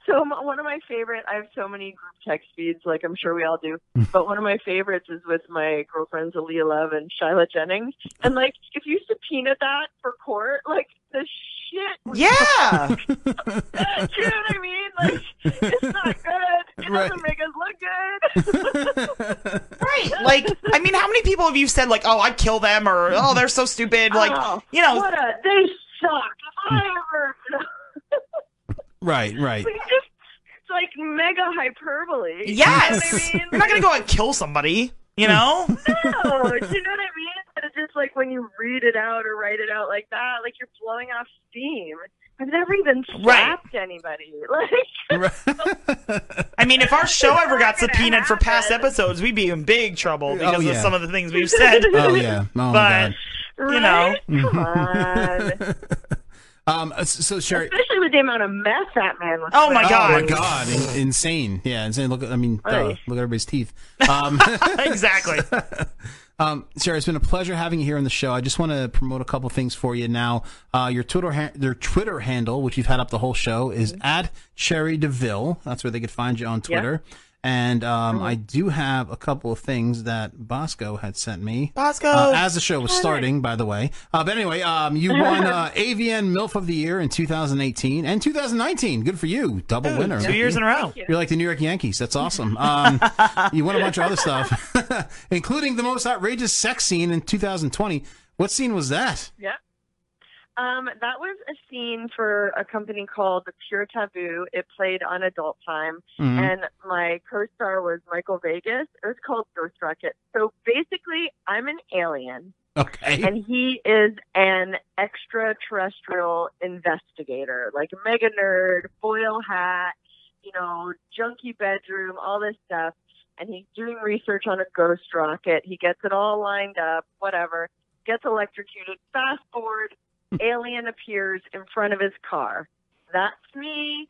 Speaker 8: So m- one of my favorite, I have so many group text feeds, like I'm sure we all do.
Speaker 23: Hmm.
Speaker 8: but one of my favorites is with my girlfriends Aaliyah Love and Shyla Jennings. And like, if you subpoena that for court, like the shit. was- [LAUGHS]
Speaker 23: Yeah. [LAUGHS]
Speaker 8: you know what I mean? Like, it's not good. It doesn't make us look good. [LAUGHS]
Speaker 23: right. Like, I mean, how many people have you said like, oh, I'd kill them, or oh, they're so stupid? Like,
Speaker 8: Oh,
Speaker 23: you know,
Speaker 8: what a, they suck. If I ever,
Speaker 16: [LAUGHS]
Speaker 8: [LAUGHS]
Speaker 16: Right,
Speaker 23: [LAUGHS]
Speaker 16: right.
Speaker 8: it's like mega hyperbole.
Speaker 23: Yes.
Speaker 8: You know what I mean?
Speaker 23: You're not gonna go out and kill somebody,
Speaker 16: Hmm.
Speaker 23: you know?
Speaker 8: [LAUGHS] no, do you know what I mean? But it's just like when you read it out or write it out like that, like you're blowing off steam. I've never even slapped anybody. [LAUGHS] Like,
Speaker 23: I
Speaker 8: [LAUGHS]
Speaker 23: mean, if our show ever got subpoenaed for past episodes, we'd be in big trouble because
Speaker 16: Oh, yeah.
Speaker 23: of some of the things
Speaker 8: [LAUGHS]
Speaker 23: we've said.
Speaker 16: Oh, yeah. Oh, my
Speaker 23: but you know,
Speaker 16: Come [LAUGHS]
Speaker 8: on.
Speaker 16: um, s- so
Speaker 23: [LAUGHS]
Speaker 16: Sherry.
Speaker 8: especially with the amount of meth that man was. putting out.
Speaker 16: Oh my god! In- insane. Yeah, insane. Look, at- I mean, uh,
Speaker 8: Right.
Speaker 16: look at everybody's teeth.
Speaker 23: [LAUGHS]
Speaker 16: Um, [LAUGHS]
Speaker 23: exactly.
Speaker 16: Um, Sarah, it's been a pleasure having you here on the show. I just want to promote a couple things for you now. Uh, your Twitter, ha- their Twitter handle, which you've had up the whole show, is
Speaker 23: Mm-hmm.
Speaker 16: at Cherry Deville. That's where they could find you on
Speaker 6: Yeah.
Speaker 16: Twitter. And
Speaker 23: Mm-hmm.
Speaker 16: um, I do have a couple of things that Bosco had sent me.
Speaker 23: Bosco!
Speaker 16: Uh, as the show was starting, by the way. Uh, but anyway, um, you
Speaker 23: [LAUGHS]
Speaker 16: won uh, AVN MILF of the Year in 2018 and 2019. Good for you. Double
Speaker 23: Dude,
Speaker 16: winner.
Speaker 23: two years in a row. Thank you.
Speaker 16: You're like the New York Yankees. That's awesome. Um, you won a bunch of other stuff, [LAUGHS] including the most outrageous sex scene in 2020. What scene was that?
Speaker 8: Yeah. Um, that was a scene for a company called The Pure Taboo. It played on Adult Time,
Speaker 16: Mhm.
Speaker 8: and my co-star was Michael Vegas. It was called Ghost Rocket. So basically, I'm an alien.
Speaker 16: Okay.
Speaker 8: [LAUGHS] And he is an extraterrestrial investigator, like a mega nerd, foil hat, you know, junky bedroom, all this stuff. And he's doing research on a ghost rocket. He gets it all lined up, whatever. Gets electrocuted. Fast forward, alien appears in front of his car. That's me.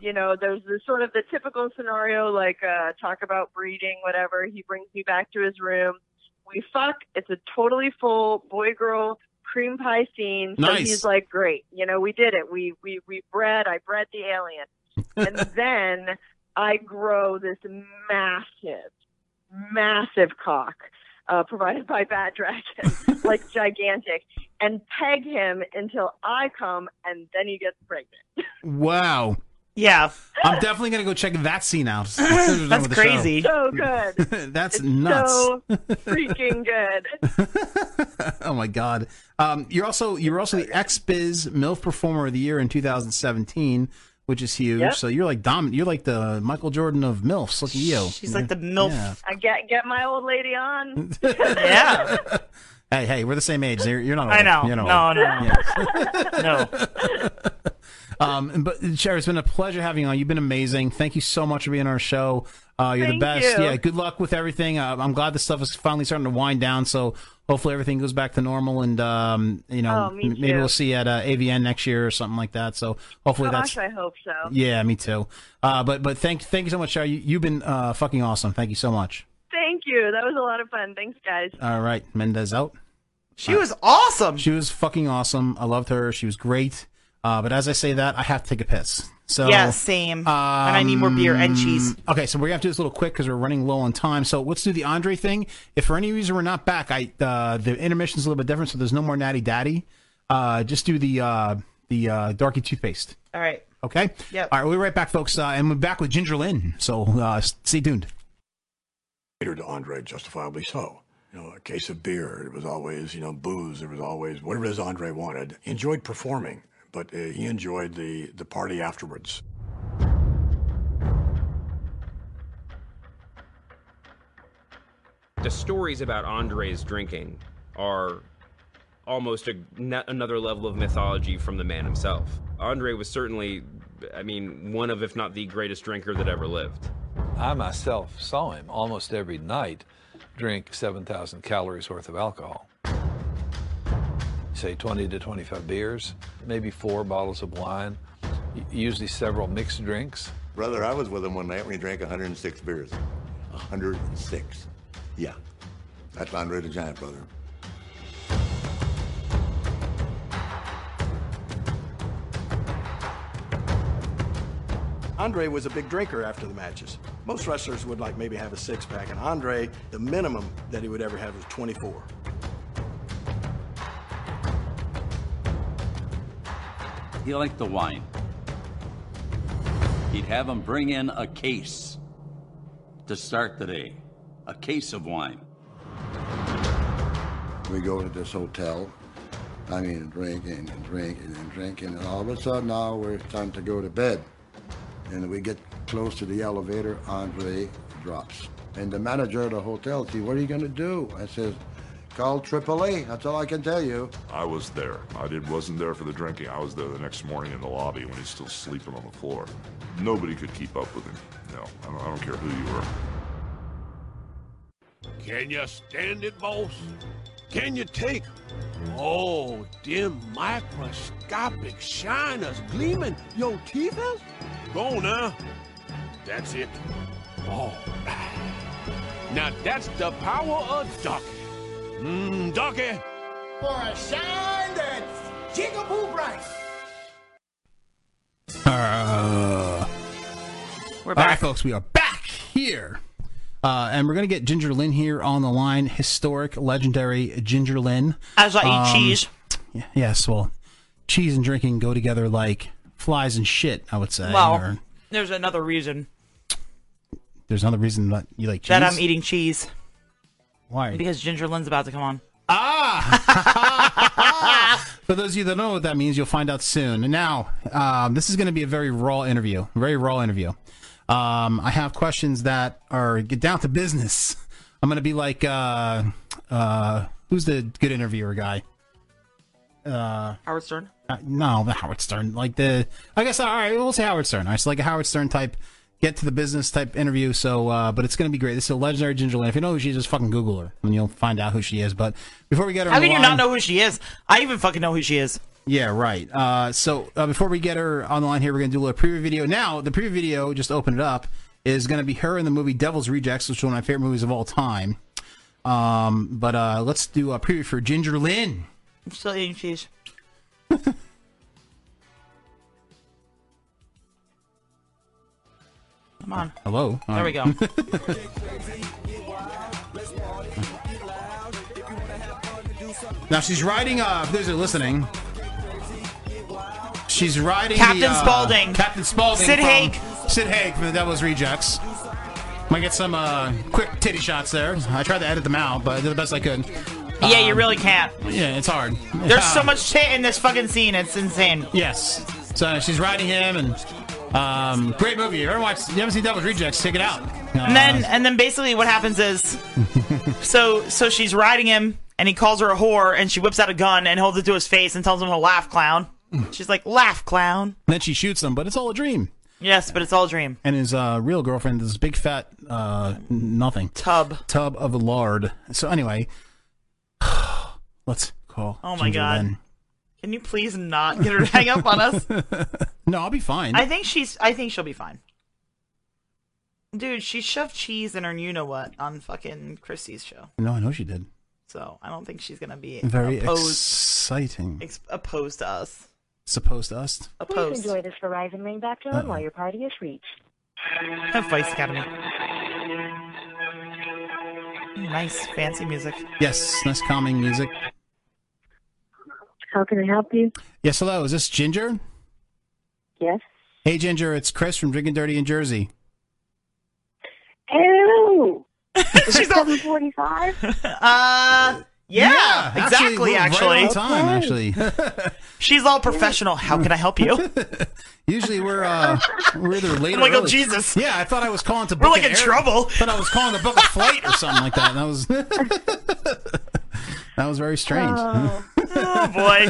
Speaker 8: you know, there's the sort of the typical scenario, like uh, talk about breeding, whatever. He brings me back to his room. We fuck. It's a totally full boy girl cream pie scene. So
Speaker 6: Nice.
Speaker 8: he's like, great. You know, we did it. We we we bred. I bred the alien, and then I grow this massive, massive cock. Uh, provided by Bad Dragon, like gigantic, and peg him until I come, and then he gets pregnant.
Speaker 16: Wow.
Speaker 23: Yeah.
Speaker 16: I'm definitely going to go check that scene out.
Speaker 8: That's crazy. So good.
Speaker 16: [LAUGHS] That's
Speaker 8: It's
Speaker 16: nuts.
Speaker 8: So freaking good.
Speaker 16: [LAUGHS] oh my god. Um, you're also you were also the X Biz MILF Performer of the Year in 2017, which is huge.
Speaker 8: Yep.
Speaker 16: So you're like dom- You're like the Michael Jordan of MILFs. Look at you.
Speaker 23: She's like the MILF.
Speaker 16: Yeah.
Speaker 8: I get get my old lady on.
Speaker 23: [LAUGHS]
Speaker 16: Hey, hey, we're the same age. You're, you're not. Old.
Speaker 23: I know.
Speaker 16: You're not
Speaker 23: No,
Speaker 16: old.
Speaker 23: no,
Speaker 16: Yeah.
Speaker 23: [LAUGHS] no.
Speaker 16: Um, but Sherry, it's been a pleasure having you on. You've been amazing. Thank you so much for being on our show. Uh, you're the
Speaker 6: Thank
Speaker 16: best.
Speaker 6: you.
Speaker 16: Yeah. Good luck with everything. Uh, I'm glad this stuff is finally starting to wind down. So hopefully everything goes back to normal, and um, you know,
Speaker 8: Oh, me
Speaker 16: m- maybe
Speaker 8: too.
Speaker 16: we'll see you at uh, AVN next year or something like that. So hopefully
Speaker 8: Gosh,
Speaker 16: that's.
Speaker 8: I hope so.
Speaker 16: Yeah, me too. Uh, but but thank thank you so much, Sherry. You, you've been uh, fucking awesome. Thank you so much.
Speaker 8: Thank you. That was a lot of fun. Thanks, guys.
Speaker 16: All right, Mendez out.
Speaker 23: She was awesome.
Speaker 16: She was fucking awesome. I loved her. She was great. Uh, but as I say that, I have to take a piss. So
Speaker 23: yeah, same. and I need more beer and cheese.
Speaker 16: Um, Okay, so we're gonna have to do this a little quick because we're running low on time. So let's do the Andre thing. If for any reason we're not back, I uh, the intermission's a little bit different, so there's no more Natty Daddy. Uh, just do the uh, the uh, Darky toothpaste.
Speaker 23: All right.
Speaker 16: Okay.
Speaker 23: Yep.
Speaker 16: All right, we'll be right back, folks, uh, and we're back with Ginger Lynn. So uh, stay tuned.
Speaker 25: catered to Andre, justifiably so. You know, a case of beer. It was always, you know, booze. It was always whatever it is Andre wanted. He enjoyed performing, but uh, he enjoyed the the party afterwards.
Speaker 7: The stories about Andre's drinking
Speaker 26: are almost a, n- another level of mythology from the man himself. Andre was certainly, I mean, one of, if not the greatest drinker that ever lived.
Speaker 7: I myself saw him almost every night drink 7,000 calories worth of alcohol. Say 20 to 25 beers, maybe four bottles of wine, u- usually several mixed drinks.
Speaker 27: Brother, I was with him one night when he drank 106 beers. 106. Yeah. That's Andre the Giant, brother.
Speaker 11: Andre was a big drinker after the matches. Most wrestlers would like maybe have a six pack, and Andre, the minimum that he would ever have was 24.
Speaker 14: He liked the wine. He'd have him bring in a case to start the day, a case of wine.
Speaker 27: We go to this hotel. I mean, drinking and drinking and drinking, and all of a sudden now we're it's time to go to bed. And we get close to the elevator, Andre drops. And the manager of the hotel says, What are you going to do? I says, Call AAA. That's all I can tell you.
Speaker 28: I was there. I did, wasn't there for the drinking. I was there the next morning in the lobby when he's still sleeping on the floor. Nobody could keep up with him. No, I don't, I don't care who you were.
Speaker 29: Can you stand it, boss? Can you take? Oh, dim microscopic shiners gleaming your teeth is? Go now. That's it. All right. Now that's the power of Donkey. Mmm, Donkey.
Speaker 17: For a shine that's jigaboo bright.
Speaker 16: Uh,
Speaker 23: We're
Speaker 16: All right, folks, we are back here. Uh, and we're going to get Ginger Lynn here on the line. Historic, legendary Ginger Lynn.
Speaker 23: As I eat
Speaker 16: um,
Speaker 23: cheese.
Speaker 16: y- Yes, well, cheese and drinking go together like flies and shit, I would say.
Speaker 23: Well,
Speaker 16: or-
Speaker 23: there's another reason
Speaker 16: there's another reason that you like cheese.
Speaker 23: that I'm eating cheese.
Speaker 16: Why?
Speaker 23: Because Ginger Lynn's about to come on.
Speaker 16: For those of you that don't know what that means, you'll find out soon. And now, um, this is going to be a very raw interview. Very raw interview. Um, I have questions that are get down to business. I'm going to be like, uh, uh, who's the good interviewer guy? Uh,
Speaker 23: Howard Stern.
Speaker 16: uh, no, the Howard Stern. Like the, I guess. All right, we'll say Howard Stern. All right, so like a Howard Stern type, get to the business type interview. So, uh, but it's going to be great. This is a legendary Ginger Lynn. If you know who she is, just fucking Google her, and you'll find out who she is. But before we get her,
Speaker 23: How
Speaker 16: on the
Speaker 23: can you
Speaker 16: line-
Speaker 23: not know who she is? I even fucking know who she is.
Speaker 16: yeah, right. Uh, so uh, before we get her on the line here, we're going to do a little preview video. Now, the preview video, just open it up, is going to be her in the movie Devil's Rejects, which is one of my favorite movies of all time. Um, but uh, let's do a preview for Ginger Lynn.
Speaker 23: I'm still eating cheese. Come on.
Speaker 16: Hello.
Speaker 23: There we go.
Speaker 16: [LAUGHS] now she's riding. Uh, if those are listening. She's riding the,
Speaker 23: Captain
Speaker 16: uh,
Speaker 23: Spaulding.
Speaker 16: Captain Spaulding.
Speaker 23: Sid
Speaker 16: from-
Speaker 23: Haig.
Speaker 16: Sid Haig from the Devil's Rejects. Might get some uh, quick titty shots there. I tried to edit them out, but I did the best I could.
Speaker 23: Yeah, you
Speaker 16: Um,
Speaker 23: really can't.
Speaker 16: Yeah, it's hard.
Speaker 23: There's so
Speaker 16: Um,
Speaker 23: much tit in this fucking scene. It's insane.
Speaker 16: Yes. So she's riding him, and um, great movie. If you ever watched, you haven't seen Devil's Rejects, check it out. Uh,
Speaker 23: And then and then basically what happens [LAUGHS] is so so she's riding him and he calls her a whore and she whips out a gun and holds it to his face and tells him to laugh clown. She's like, "Laugh clown."
Speaker 16: then she shoots him, but it's all a dream.
Speaker 23: Yes, but it's all a dream.
Speaker 16: And his uh, real girlfriend is this big fat uh, nothing
Speaker 23: tub
Speaker 16: tub of lard. So anyway, [SIGHS] let's call.
Speaker 23: Oh my
Speaker 16: Ginger
Speaker 23: God.
Speaker 16: Lynn.
Speaker 23: Can you please not [LAUGHS] get her to hang up on us?
Speaker 16: [LAUGHS] No, I'll be fine.
Speaker 23: [LAUGHS] I think she's I think she'll be fine. Dude, she shoved cheese in her you know what on fucking Chrissy's show.
Speaker 16: no, I know she did.
Speaker 23: So I don't think she's gonna be
Speaker 16: Very
Speaker 23: opposed
Speaker 16: exciting.
Speaker 23: ex- opposed to us.
Speaker 16: Supposed to us.
Speaker 24: Please enjoy this Verizon ringback tone while your party is reached.
Speaker 23: Vice Academy. Nice fancy music. [LAUGHS]
Speaker 16: Yes, nice calming music.
Speaker 24: How can I help you?
Speaker 16: Yes, hello. Is this Ginger?
Speaker 24: Yes.
Speaker 16: Hey, Ginger. It's Chris from Drinking Dirty in Jersey.
Speaker 24: Hello. She's [LAUGHS] seven forty-five.
Speaker 16: [LAUGHS]
Speaker 23: Uh, yeah, exactly.
Speaker 16: we're right
Speaker 23: Actually,
Speaker 16: on time. Actually,
Speaker 23: she's all professional. How can I
Speaker 16: [LAUGHS]
Speaker 23: help you?
Speaker 16: usually we're uh, we're either late.
Speaker 23: I'm
Speaker 16: or
Speaker 23: like, oh,
Speaker 16: early.
Speaker 23: Jesus.
Speaker 16: Yeah, I thought I was calling to.
Speaker 23: We're
Speaker 16: Book
Speaker 23: like
Speaker 16: an
Speaker 23: in
Speaker 16: air-
Speaker 23: trouble.
Speaker 16: But I was calling to book a flight or something like [LAUGHS] that, and I was. That was very strange.
Speaker 24: Uh.
Speaker 16: [LAUGHS]
Speaker 23: Oh. boy.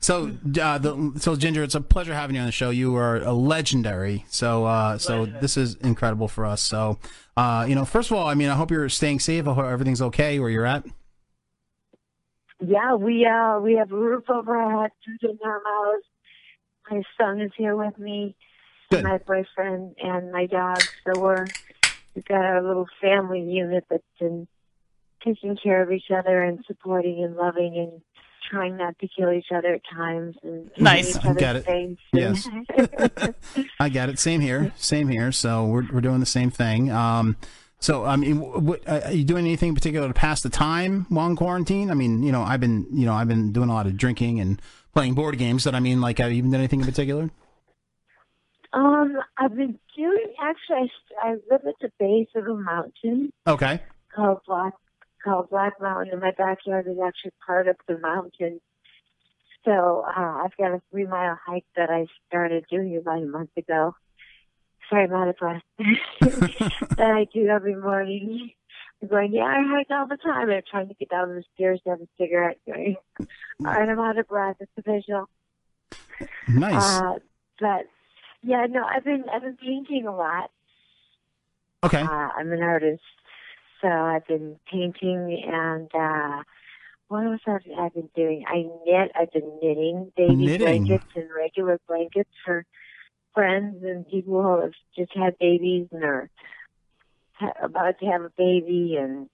Speaker 16: so, uh, the, so Ginger, it's a pleasure having you on the show. You are a legendary. So, uh, so this is incredible for us. So, uh, you know, first of all, I mean, I hope you're staying safe. I hope everything's okay where you're at.
Speaker 24: Yeah, we uh we have a roof over our head, food in our mouths. My son is here with me,
Speaker 16: Good.
Speaker 24: my boyfriend, and my dog. So we're we've got our little family unit that's been taking care of each other and supporting and loving and trying not to kill each other at times and keeping
Speaker 16: Nice.
Speaker 24: each
Speaker 16: I
Speaker 24: other's
Speaker 16: get it.
Speaker 24: Face.
Speaker 16: Yes.
Speaker 24: [LAUGHS]
Speaker 16: [LAUGHS] I got it. Same here. Same here. So we're we're doing the same thing. Um, so I mean, wh- what, uh, are you doing anything in particular to pass the time while in quarantine? I mean, you know, I've been you know I've been doing a lot of drinking and playing board games. But I mean, like, have you been doing anything in particular?
Speaker 24: um, I've been doing actually. I, I live at the base of a mountain
Speaker 16: Okay.
Speaker 24: called Black called Black Mountain, and my backyard is actually part of the mountain. So uh, I've got a three mile hike that I started doing about a month ago. Sorry, I'm out of breath. [LAUGHS] that I do every morning. I'm going, yeah, I hike all the time. I'm trying to get down the stairs to have a cigarette. [LAUGHS] Going, all right, I'm out of breath. It's a visual.
Speaker 16: Nice.
Speaker 24: Uh, but yeah, no, I've been I've been painting a lot.
Speaker 16: Okay.
Speaker 24: Uh, I'm an artist, so I've been painting and uh, what else have I been doing? I knit. I've been knitting baby
Speaker 16: Knitting.
Speaker 24: blankets and regular blankets for friends and people who have just had babies and are ha- about to have a baby and.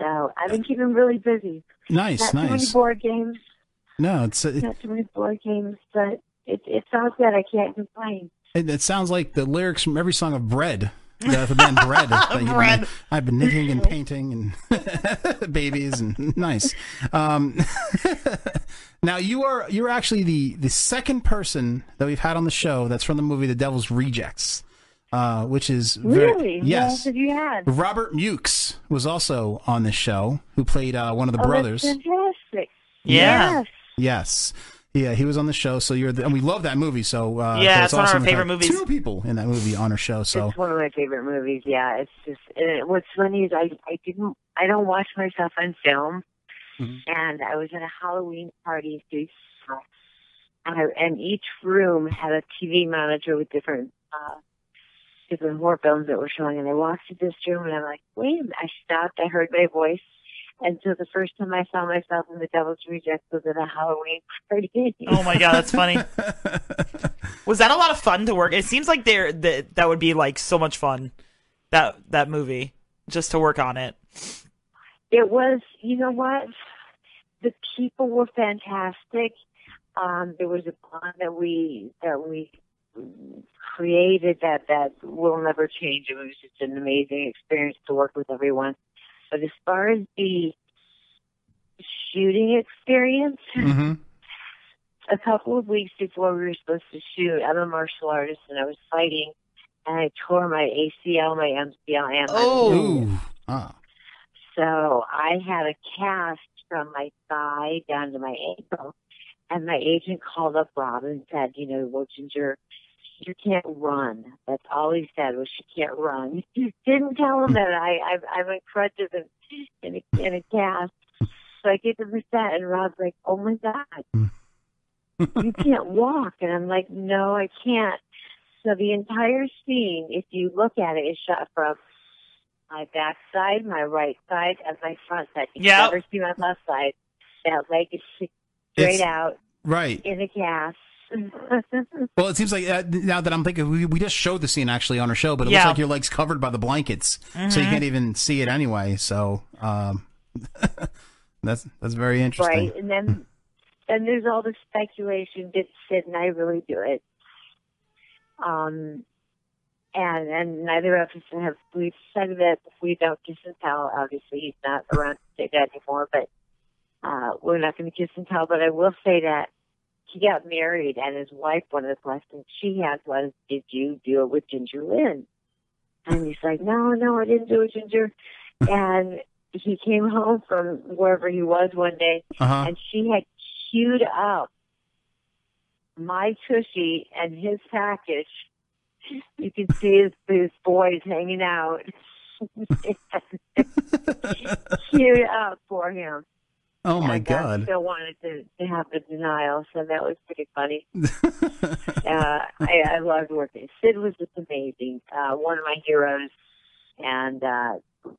Speaker 24: So I've been keeping really busy.
Speaker 16: Nice,
Speaker 24: Not Too many
Speaker 16: nice.
Speaker 24: board games.
Speaker 16: No, it's it,
Speaker 24: Not too many board games, but it, it sounds good. I can't complain.
Speaker 16: it, it sounds like the lyrics from every song of Bread. The the band
Speaker 24: [LAUGHS]
Speaker 16: Bread. that you've
Speaker 24: Bread.
Speaker 16: been- I've been knitting and painting and [LAUGHS] babies and nice. Um, [LAUGHS] now you are you're actually the the second person that we've had on the show that's from the movie The Devil's Rejects, uh, which is very,
Speaker 24: Really? What else
Speaker 16: yes.
Speaker 24: have you had?
Speaker 16: Robert Mukes was also on this show, who played uh, one of the
Speaker 24: oh,
Speaker 16: brothers.
Speaker 24: That's fantastic.
Speaker 16: Yeah.
Speaker 24: Yes.
Speaker 16: Yes. Yeah, he was on the show, so you're the, and we love that movie. So uh,
Speaker 24: Yeah,
Speaker 16: so
Speaker 24: it's one of our
Speaker 16: awesome to have
Speaker 24: favorite movies.
Speaker 16: Two people in that movie on our show, so
Speaker 24: It's one of my favorite movies. Yeah, it's just and it, what's funny is I I didn't I don't watch myself on film,
Speaker 16: Mhm.
Speaker 24: and I was at a Halloween party, so I, and each room had a TV monitor with different uh, different horror films that were showing. And I walked to this room, and I'm like, wait, a minute. I stopped. I heard my voice. And so the first time I saw myself in The Devil's Rejects was at a Halloween [LAUGHS] party.
Speaker 23: Oh my god, that's funny. Was that a lot of fun to work? It seems like there that that would be like so much fun. That that movie just to work on it.
Speaker 24: It was, you know what? The people were fantastic. Um, there was a bond that we that we created that that will never change. It was just an amazing experience to work with everyone. But as far as the shooting experience,
Speaker 16: [LAUGHS] Mm-hmm.
Speaker 24: a couple of weeks before we were supposed to shoot, I'm a martial artist and I was fighting, and I tore my ACL, my MCL, and my
Speaker 16: Oh. Ah.
Speaker 24: so I had a cast from my thigh down to my ankle. And my agent called up Rob and said, you know, well, Ginger, you can't run. That's all he said was she can't run. [LAUGHS] He didn't tell him that I, I I'm in crutches and in a, in a cast. So I get to the set and Rob's like, oh my god, [LAUGHS] you can't walk. And I'm like, no, I can't. So the entire scene, if you look at it, is shot from my back side, my right side, and my front side. You
Speaker 16: Yep.
Speaker 24: never see my left side. That leg is straight
Speaker 16: It's-
Speaker 24: out
Speaker 16: right.
Speaker 24: in a cast. [LAUGHS]
Speaker 16: Well, it seems like uh, now that I'm thinking, we, we just showed the scene actually on our show, but it looks
Speaker 24: Yeah.
Speaker 16: like your legs covered by the blankets, so you
Speaker 24: Mhm.
Speaker 16: can't even see it anyway. So um, [LAUGHS] that's that's very interesting.
Speaker 24: right, and then then there's all the speculation. Did Sid and I really do it? Um, and and neither of us have we've said that we don't kiss and tell. Obviously, he's not around to say that anymore, but uh, we're not going to kiss and tell. But I will say that he got married, and his wife. One of the questions she had was, "Did you do it with Ginger Lynn?" And he's like, "No, no, I didn't do it, Ginger." and he came home from wherever he was one day,
Speaker 16: Uh-huh.
Speaker 24: and she had queued up my tushy [LAUGHS] and his package. You can see his, his boys hanging out, [LAUGHS] queued up for him.
Speaker 16: [LAUGHS] Oh my
Speaker 24: And I
Speaker 16: god. [LAUGHS]
Speaker 24: still wanted to, to have the denial, so that was pretty funny.
Speaker 16: [LAUGHS]
Speaker 24: uh, I, I loved working. Sid was just amazing. Uh, one of my heroes, and uh,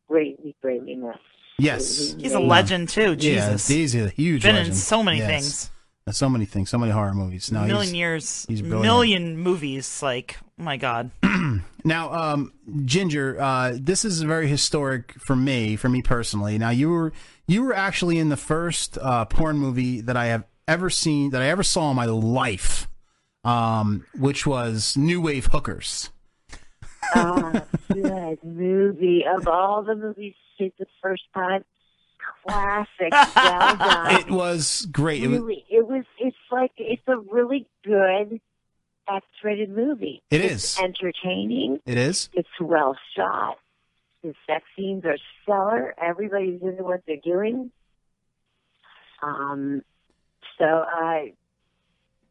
Speaker 24: greatly, greatly missed.
Speaker 16: Yes,
Speaker 23: He's a legend, too. Jesus.
Speaker 16: yeah, he's a huge.
Speaker 23: Been in
Speaker 16: legend.
Speaker 23: so many
Speaker 16: Yes.
Speaker 23: things.
Speaker 16: Uh, So many things. So many horror movies. No,
Speaker 23: million
Speaker 16: he's,
Speaker 23: years,
Speaker 16: He's brilliant.
Speaker 23: million movies. Like, oh my god.
Speaker 16: Now, um, Ginger, uh, this is very historic for me, for me personally. Now, you were you were actually in the first uh, porn movie that I have ever seen that I ever saw in my life, um, which was New Wave Hookers.
Speaker 24: Oh, good movie. Of all the movies you did the first time, classic. Well done.
Speaker 16: It was great. It was,
Speaker 24: really, it was. It's like it's a really good X-rated movie.
Speaker 16: It
Speaker 24: it's
Speaker 16: is.
Speaker 24: entertaining.
Speaker 16: it is.
Speaker 24: It's well shot. The sex scenes are stellar. Everybody's into what they're doing. Um, so I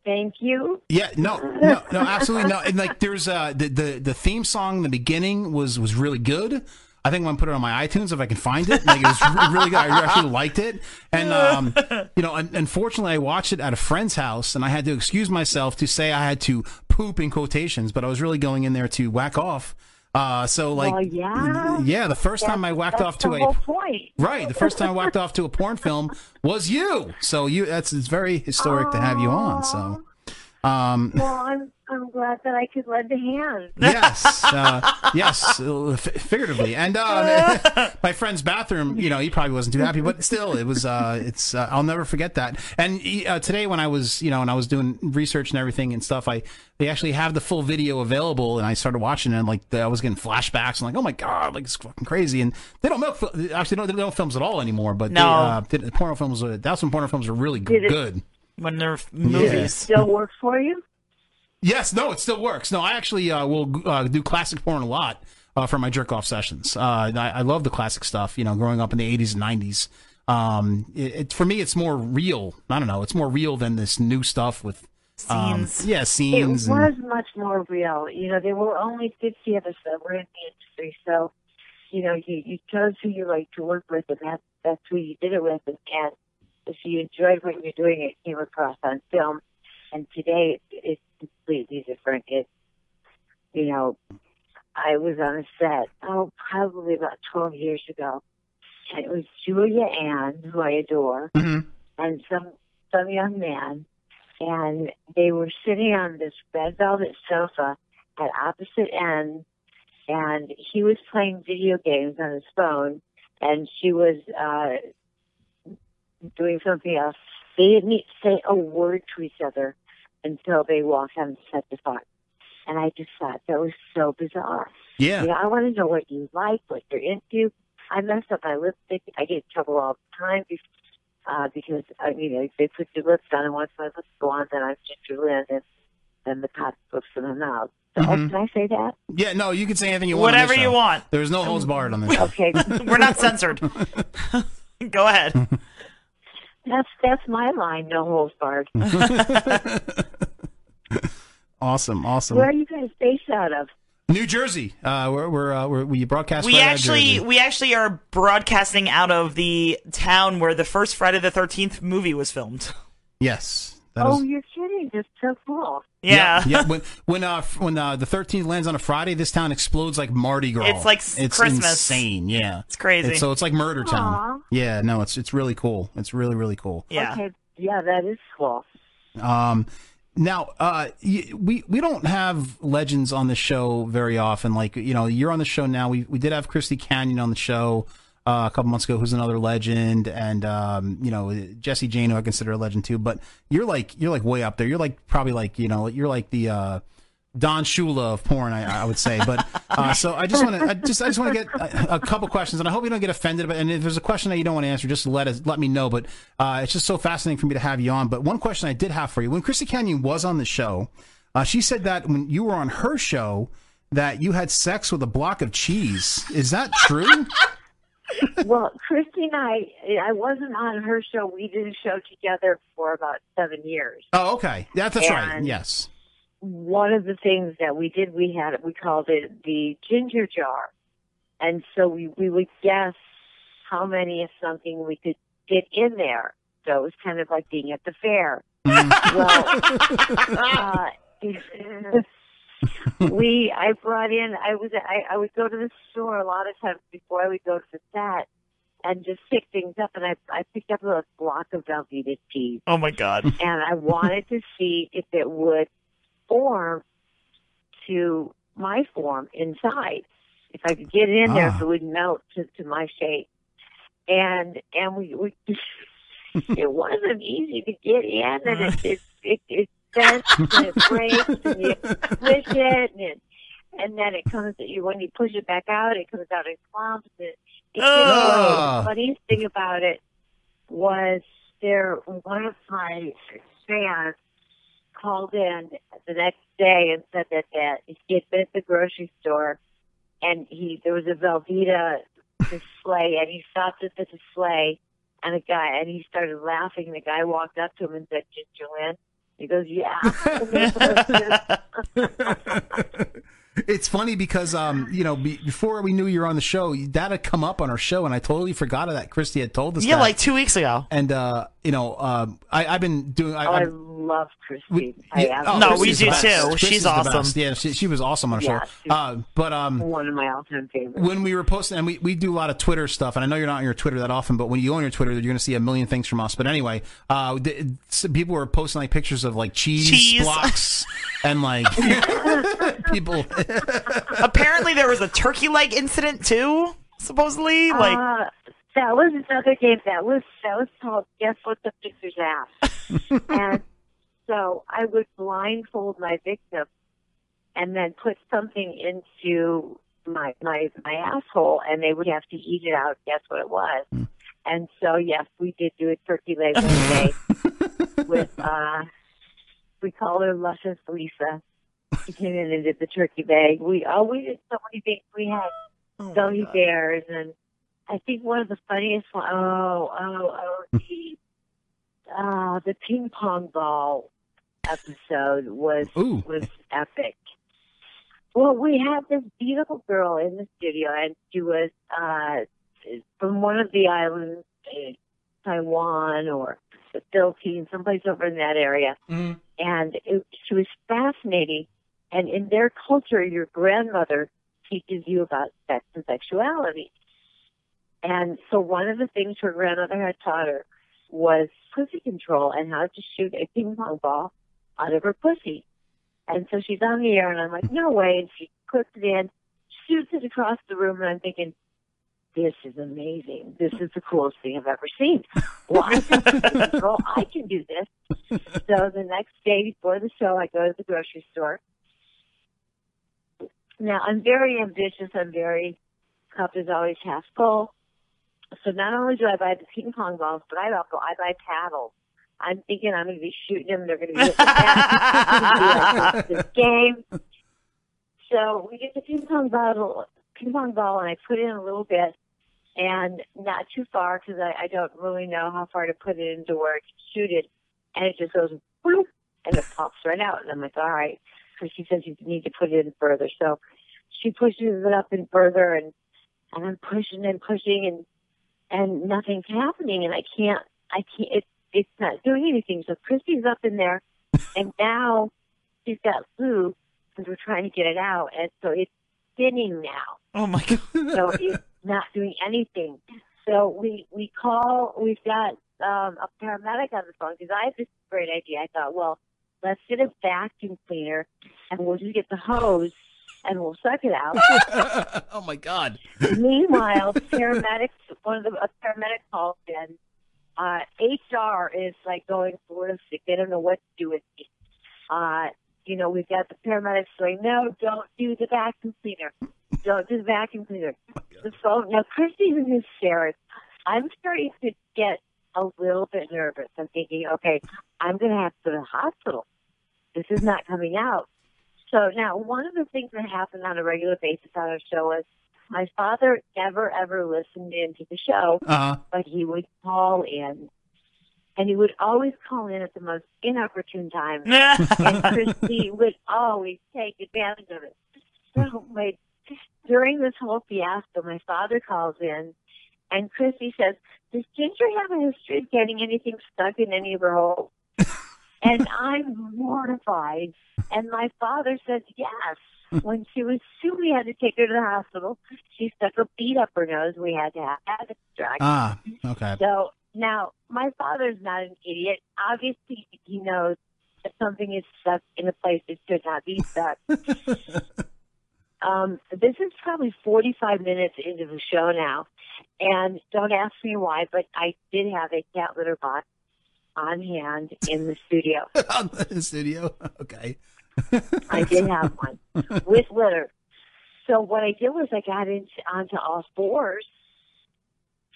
Speaker 24: thank you.
Speaker 16: Yeah, no, no, no, absolutely no. And like, there's uh, the the the theme song in the beginning was was really good. I think I'm gonna put it on my iTunes if I can find it. Like, it was re- really good. I actually liked it. And um, you know, un- unfortunately, I watched it at a friend's house, and I had to excuse myself to say I had to poop in quotations, but I was really going in there to whack off. Uh, so like,
Speaker 24: well, yeah,
Speaker 16: yeah, the first time I whacked
Speaker 24: That's
Speaker 16: off to
Speaker 24: the
Speaker 16: a
Speaker 24: whole point.
Speaker 16: right, the first time I whacked off to a porn film was you. So you, that's it's very historic to have you on. So. Um,
Speaker 24: Well, I'm I'm glad that I could lend a hand.
Speaker 16: yes, uh, yes, uh, f- figuratively. And uh, [LAUGHS] my friend's bathroom, you know, he probably wasn't too happy, but still, it was. Uh, it's. Uh, I'll never forget that. And uh, today, when I was, you know, and I was doing research and everything and stuff, I they actually have the full video available, and I started watching it. And, like I was getting flashbacks, and like, oh my god, like it's fucking crazy. And they don't make fil- actually no, they don't make films at all anymore. But
Speaker 23: No.
Speaker 16: they, uh, did, porno films. Were, that's when porno films were really
Speaker 24: Did it-
Speaker 16: good.
Speaker 23: When they're
Speaker 24: Did it still work for you?
Speaker 16: Yes, no, it still works. No, I actually uh, will uh, do classic porn a lot uh, for my jerk off sessions. Uh, and I, I love the classic stuff. You know, growing up in the '80s and '90s, um, it, it, for me, it's more real. I don't know, it's more real than this new stuff with um,
Speaker 24: Scenes.
Speaker 16: Yeah,
Speaker 24: It
Speaker 16: scenes.
Speaker 24: was
Speaker 16: and-
Speaker 24: much more real. You know, there were only 50 of us that were in the industry, so you know, you, you chose who you like to work with, and that that's who you did it with. And, and if you enjoyed what you're doing, it came across on film. And today, it's, it's completely different. It's you know, I was on a set, oh, probably about 12 years ago, and it was Julia Ann, who I adore, and some some young man, and they were sitting on this red velvet sofa at opposite ends, and he was playing video games on his phone, and she was uh, doing something else. They didn't say a word to each other until they walked on set to fuck. And I just thought that was so bizarre.
Speaker 16: Yeah.
Speaker 24: You know, I want to know what you like, what you're into. I mess up my lipstick. I get in trouble all the time be- uh, because, uh, you know, they put your lips on, and once my lips go on, then I'm Ginger Lynn, and then the cop looks in the mouth. So, oh,
Speaker 16: Mhm.
Speaker 24: can I say that?
Speaker 16: [LAUGHS] Yeah, no, you can say anything you want. on
Speaker 23: Whatever
Speaker 16: this
Speaker 23: you
Speaker 16: show.
Speaker 23: want.
Speaker 16: There's no holds barred on this. show.
Speaker 24: Okay.
Speaker 23: [LAUGHS] We're not censored. Go ahead.
Speaker 24: That's that's my line, no holds barred.
Speaker 16: Awesome, awesome.
Speaker 24: Where are you guys based out of?
Speaker 16: New Jersey. Uh, we're we're, uh, we're we broadcast.
Speaker 23: we
Speaker 16: right out of
Speaker 23: actually
Speaker 16: Jersey.
Speaker 23: we actually are broadcasting out of the town where the first Friday the Thirteenth movie was filmed.
Speaker 16: yes. that is-
Speaker 24: Oh, you're kidding. That's so cool.
Speaker 23: Yeah.
Speaker 16: Yep,
Speaker 23: [LAUGHS]
Speaker 16: yep. When when uh f- when uh, the 13th lands on a Friday, this town explodes like Mardi Gras.
Speaker 23: It's like s-
Speaker 16: it's
Speaker 23: Christmas.
Speaker 16: insane. Yeah, it's
Speaker 23: crazy.
Speaker 16: so it's like Murder Town.
Speaker 24: Aw.
Speaker 16: Yeah, no, it's it's really cool. It's really really cool.
Speaker 23: [LAUGHS]
Speaker 24: Okay. Yeah, that is cool.
Speaker 16: Um, now, uh, y- we we don't have legends on the show very often. Like you know, you're on the show now. We we did have Christy Canyon on the show uh, a couple months ago, who's another legend, and um, you know Jesse Jane, who I consider a legend too. But you're like you're like way up there. You're like probably like you know you're like the uh, Don Shula of porn, I, I would say. But
Speaker 23: [LAUGHS]
Speaker 16: uh, so I just want to I just I just want to get a, a couple questions, and I hope you don't get offended. But and if there's a question that you don't want to answer, just let us let me know. But uh, it's just so fascinating for me to have you on. But one question I did have for you: when Chrissy Canyon was on the show, uh, she said that when you were on her show, that you had sex with a block of cheese. Is that
Speaker 23: [LAUGHS]
Speaker 16: true?
Speaker 24: well, Christy and I, I wasn't on her show. We did a show together for about seven years.
Speaker 16: oh, okay. That's, that's right.
Speaker 24: And-
Speaker 16: Yes.
Speaker 24: One of the things that we did, we had, we called it the ginger jar. And so we, we would guess how many of something we could get in there. So it was kind of like being at the fair. well, [LAUGHS] uh, [LAUGHS] we I brought in I was I, I would go to the store a lot of times before I would go to the set and just pick things up and I I picked up a block of Velveeta cheese
Speaker 23: Oh my god.
Speaker 24: and I wanted to see if it would form to my form inside. If I could get it in there, if it would melt to, to my shape. And and we, we [LAUGHS] it wasn't easy to get in and it it it, it bends and it breaks and you push it and it, and then it comes you when you push it back out it comes out and clumps it, it
Speaker 1: Ugh.
Speaker 24: the funniest thing about it was there one of my fans called in the next day and said that that he had been at the grocery store and he there was a Velveeta display and he stopped at the display and a guy and he started laughing and the guy walked up to him and said, Did you win? He goes,
Speaker 16: [LAUGHS]
Speaker 24: Oh, Yeah.
Speaker 16: It's funny because um, you know, be, before we knew you were on the show, that had come up on our show, and I totally forgot of that. Christy had told us,
Speaker 23: Yeah,
Speaker 16: that.
Speaker 23: like two weeks ago.
Speaker 16: And uh, you know, um, I, I've been doing. I,
Speaker 24: oh, I
Speaker 16: I've-
Speaker 24: love Christine.
Speaker 16: we-
Speaker 24: I
Speaker 16: yeah,
Speaker 24: absolutely-
Speaker 16: oh, Christy's the best. Christy's the
Speaker 23: awesome.
Speaker 16: best. Yeah, she, she was awesome on our
Speaker 24: Yeah,
Speaker 16: show. Uh, but um,
Speaker 24: one of my all-time favorites.
Speaker 16: When we were posting, and we, we do a lot of Twitter stuff, and I know you're not on your Twitter that often, but when you go on your Twitter, you're going to see a million things from us. But anyway, uh, th- some people were posting like pictures of like cheese,
Speaker 23: Cheese. [LAUGHS]
Speaker 16: blocks and like [LAUGHS] people.
Speaker 23: Apparently there was a turkey leg incident too, supposedly. Like
Speaker 24: Uh, that was another game that was that was called Guess What the Victor's Ass. and so I would blindfold my victim and then put something into my my my asshole and they would have to eat it out, guess what it was. And so yes, we did do a turkey leg one day with uh we called her Luscious Lisa. She came in and did the turkey leg. We oh we did so many things. We had gummy bears and I think one of the funniest one oh oh oh the uh, the ping pong ball episode was was epic. Well, we had this beautiful girl in the studio, and she was uh, from one of the islands, eh, Taiwan or the Philippines, someplace over in that area. And it, she was fascinating. And in their culture, your grandmother teaches you about sex and sexuality. And so one of the things her grandmother had taught her was pussy control and how to shoot a ping pong ball out of her pussy. And so she's on the air, and I'm like, no way. And she clips it in, shoots it across the room, and I'm thinking, this is amazing. This is the coolest thing I've ever seen. Well, I can do this, girl. I can do this. So the next day before the show, I go to the grocery store. Now, I'm very ambitious. I'm very, cup is always half full. So not only do I buy the ping pong balls, but I also I buy paddles. I'm thinking I'm going to be shooting them. They're going to be hit the back. [LAUGHS] this game. So we get the ping pong bottle, ping pong ball, and I put in a little bit, and not too far because I, I don't really know how far to put it into where I can shoot it, and it just goes bloop, and it pops right out. And I'm like, all right, because she says you need to put it in further. So she pushes it up and further, and and I'm pushing and pushing and and nothing's happening and I can't I can't it, it's not doing anything. So Christy's up in there and now she's got flu because we're trying to get it out and so it's spinning now.
Speaker 23: Oh my god.
Speaker 16: [LAUGHS]
Speaker 24: so it's not doing anything. So we we call we've got um a paramedic on the phone because I had this great idea. I thought, well, let's get a vacuum cleaner and we'll just get the hose and we'll suck it out.
Speaker 16: oh my god.
Speaker 24: Meanwhile, paramedics, one of the a paramedic calls in. Uh, HR is like going ballistic. They don't know what to do with me. Uh, you know, we've got the paramedics saying, no, don't do the vacuum cleaner. Don't do the vacuum cleaner. The phone. Now, Christy's in hysterics. I'm starting to get a little bit nervous. I'm thinking, okay, I'm going to have to go to the hospital. This is not coming out. So now, one of the things that happened on a regular basis on our show was my father never ever listened in to the show,
Speaker 16: Uh-huh.
Speaker 24: but he would call in, and he would always call in at the most inopportune time, and Christy would always take advantage of it. So my during this whole fiasco, my father calls in, and Chrissy says, "Does Ginger have a history of getting anything stuck in any of her holes?" and I'm mortified. And my father says, "Yes." When she was two, we had to take her to the hospital. She stuck a bead up her nose. We had to have it extracted.
Speaker 16: Ah, okay.
Speaker 24: So now, my father's not an idiot. Obviously, he knows that something is stuck in a place it should not be stuck. um, this is probably 45 minutes into the show now, and don't ask me why, but I did have a cat litter box on hand in the studio.
Speaker 16: [LAUGHS] On the studio. [LAUGHS]
Speaker 23: [LAUGHS]
Speaker 16: Okay.
Speaker 24: I did have one with litter. So what I did was I got into onto all fours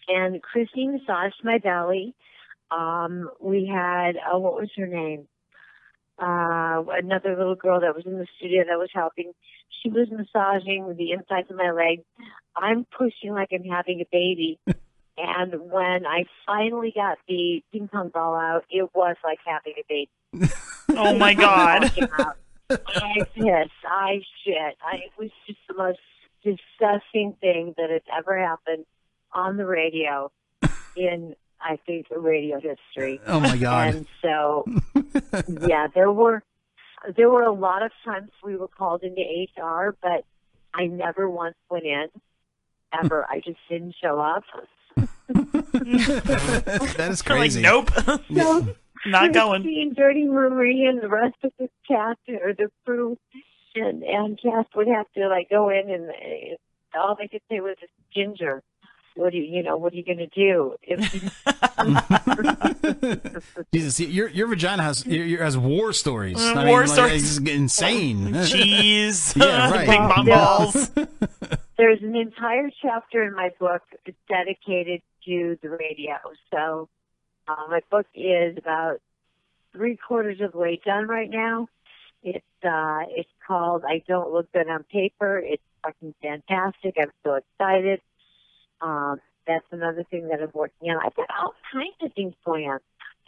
Speaker 24: and Christine massaged my belly. Um, we had oh, what was her name? Uh, another little girl that was in the studio that was helping. She was massaging the insides of my legs. I'm pushing like I'm having a baby. and when I finally got the ping pong ball out, it was like having a baby.
Speaker 23: Oh [LAUGHS] my god.
Speaker 24: I shit. I shit. I, it was just the most disgusting thing that has ever happened on the radio in I think radio history.
Speaker 16: Oh, my God.
Speaker 24: And so yeah, there were there were a lot of times we were called into HR, but I never once went in. Ever. I just didn't show up.
Speaker 16: That is
Speaker 23: They're like,
Speaker 16: crazy. [LAUGHS]
Speaker 23: nope.
Speaker 24: So
Speaker 23: [LAUGHS] Not going.
Speaker 24: Christy and Dirty Marie and the rest of the cast or the crew and and cast would have to like go in and uh, all they could say was "It's ginger. What do you you know? What are you going to do?
Speaker 23: [LAUGHS]
Speaker 24: [LAUGHS] If,
Speaker 16: [LAUGHS] Jesus, your your vagina has your, your, has war stories.
Speaker 24: Mm,
Speaker 16: I
Speaker 24: war
Speaker 16: mean,
Speaker 24: stories.
Speaker 16: Like,
Speaker 24: [LAUGHS]
Speaker 16: it's insane. [LAUGHS]
Speaker 23: Jeez.
Speaker 16: yeah, right.
Speaker 23: Big
Speaker 16: [LAUGHS]
Speaker 23: mom balls.
Speaker 24: There's an entire chapter in my book dedicated to the radio. So uh, my book is about three quarters of the way done right now. It's uh, it's called I Don't Look Good on Paper. It's fucking fantastic. I'm so excited. Um, that's another thing that I'm working on. I've got all kinds of things going on.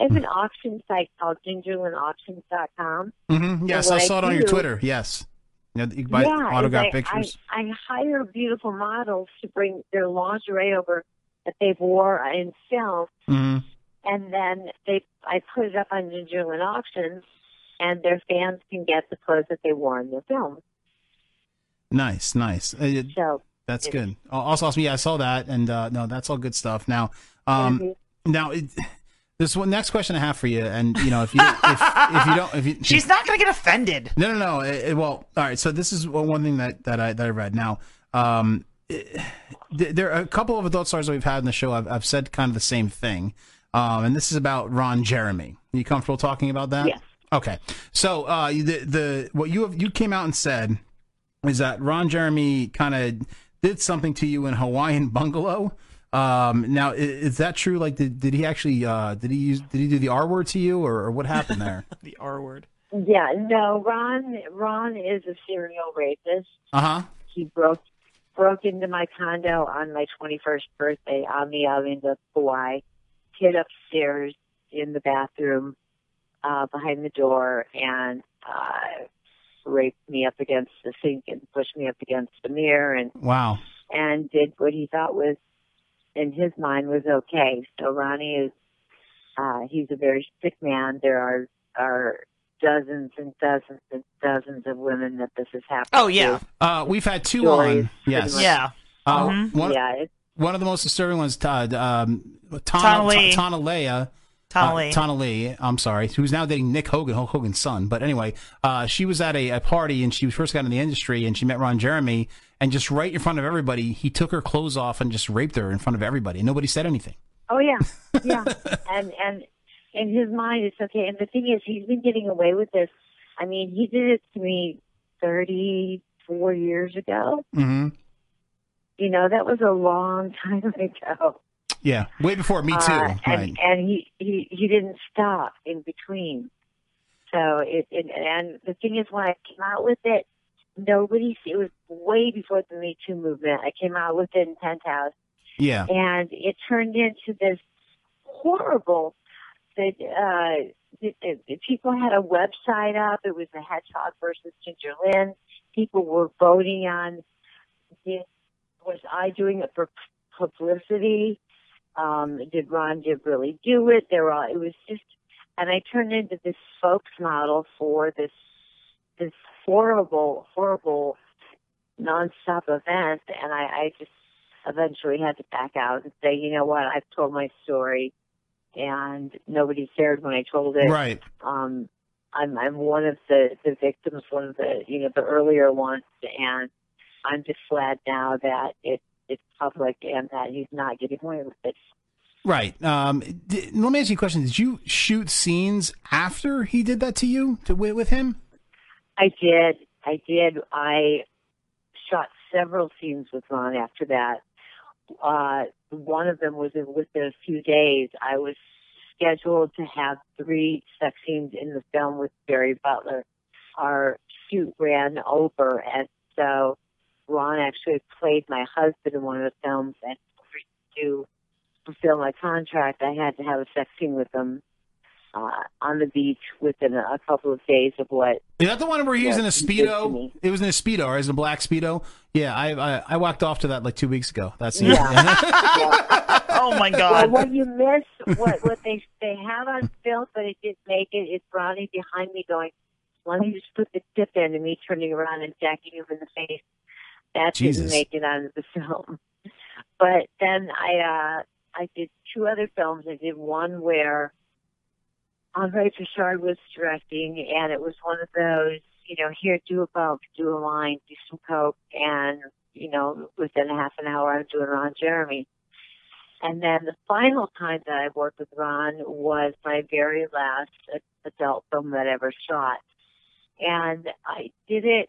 Speaker 24: I have an auction site called gingerlinauctions.com.
Speaker 16: hmm Yes, I
Speaker 24: what I
Speaker 16: saw it on your
Speaker 24: do-
Speaker 16: Twitter. Yes, you, know, you can buy
Speaker 24: yeah,
Speaker 16: autograph
Speaker 24: it's like
Speaker 16: pictures.
Speaker 24: I, I hire beautiful models to bring their lingerie over that they've wore in film,
Speaker 16: hmm
Speaker 24: and then they I put it up on Gingerland auctions, and their fans can get the clothes that they wore in the film.
Speaker 16: Nice, nice. Uh, it-
Speaker 24: So
Speaker 16: that's good. Al- Also, awesome. Yeah, I saw that, and uh, no, that's all good stuff. Now, um,
Speaker 24: Mm-hmm.
Speaker 16: now it, this one next question I have for you, and you know, if you if, if you don't,
Speaker 24: [LAUGHS]
Speaker 16: if you,
Speaker 23: She's not going to get offended.
Speaker 16: No, no, no. It- it- well, all right. So this is one one thing that that I that I read. Now, um, it- th- there are a couple of adult stars that we've had in the show. I've, I've said kind of the same thing, um, and this is about Ron Jeremy. you comfortable talking about that?
Speaker 24: Yes.
Speaker 16: Okay. So uh, you- the the what you have you came out and said is that Ron Jeremy kind of did something to you in Hawaiian [LAUGHS] Bungalow. Um, now i- is that true? Like, did, did he actually uh, did he use did he do the R word to you, or, or what happened there?
Speaker 23: The R word.
Speaker 24: yeah, no, Ron Ron is a serial rapist.
Speaker 16: uh huh.
Speaker 24: He broke broke into my condo on my 21st birthday on the island of Hawaii, hid upstairs in the bathroom uh, behind the door, and uh, raped me up against the sink and pushed me up against the mirror and
Speaker 16: Wow.
Speaker 24: and did what he thought was in his mind was okay. So Ronnie is uh he's a very sick man. There are are dozens and dozens and dozens of women that this has happened.
Speaker 23: Oh,
Speaker 24: to.
Speaker 16: Uh, we've had two
Speaker 24: Stories,
Speaker 16: on. Yes.
Speaker 24: pretty much. Yeah. Mhm.
Speaker 16: Uh,
Speaker 23: Mm-hmm.
Speaker 16: one,
Speaker 24: Mm-hmm. Yeah, it's-
Speaker 16: one of the most disturbing ones, Todd. Um,
Speaker 23: Tana Lee.
Speaker 16: Tana, Tana Leia.
Speaker 23: Tana
Speaker 16: uh,
Speaker 23: Lee. [LAUGHS]
Speaker 16: Tana Lee, I'm sorry, who's now dating Nick Hogan, Hulk Hogan's son. But anyway, uh, she was at a, a party and she was first got in the industry and she met Ron Jeremy and just right in front of everybody, he took her clothes off and just raped her in front of everybody. And nobody said anything.
Speaker 24: Oh yeah,
Speaker 16: [LAUGHS]
Speaker 24: yeah. and and in his mind, it's okay. And the thing is, he's been getting away with this. I mean, he did it to me thirty four years ago.
Speaker 16: Mm-hmm.
Speaker 24: You know, that was a long [LAUGHS] time ago.
Speaker 16: Yeah, way before Me Too.
Speaker 24: Uh, and
Speaker 16: right.
Speaker 24: and he, he he didn't stop in between. So it, it and the thing is, when I came out with it, nobody. It was way before the Me Too movement. I came out with it in Penthouse.
Speaker 16: Yeah.
Speaker 24: And it turned into this horrible that uh, the, the, the people had a website up. It was the Hedgehog versus Ginger Lynn. People were voting on did was I doing it for publicity? Um, did Ron Dib really do it? There all it was just, and I turned into this spokesmodel for this this horrible, horrible nonstop event, and I, I just eventually had to back out and say, you know what, I've told my story, and nobody cared when I told it.
Speaker 16: Right.
Speaker 24: Um, I'm I'm one of the the victims, one of the you know the earlier ones, and I'm just glad now that it it's public and that he's not getting away with it.
Speaker 16: Right. Um, d let me ask you a question. Did you shoot scenes after he did that to you to wi- with him?
Speaker 24: I did. I did. I shot several scenes with Ron after that. Uh, one of them was in, within a few days. I was scheduled to have three sex scenes in the film with Barry Butler. Our shoot ran over, and so Ron actually played my husband in one of the films. And to fulfill my contract, I had to have a sex scene with him uh, on the beach within a, a couple of days of what
Speaker 16: Is that the one where he was in a
Speaker 24: he did to
Speaker 16: speedo?
Speaker 24: me.
Speaker 16: It was in a speedo, right? It was in a black speedo. Yeah, I I, I walked off to that like two weeks ago. That's
Speaker 24: oh
Speaker 16: my God.
Speaker 24: [LAUGHS] Well, what you miss, what what they they have on film, but it didn't make it, is Ronnie behind me going, "Let me just put the tip in," and me turning around and jacking him in the face. That didn't
Speaker 1: Jesus.
Speaker 24: make it onto the film. But then I uh I did two other films. I did one where Andre Pichard was directing, and it was one of those, you know, here do a bump, do a line, do some coke, and you know, within half an hour I'm doing Ron Jeremy. And then the final time that I worked with Ron was my very last a- adult film that I ever shot. And I did it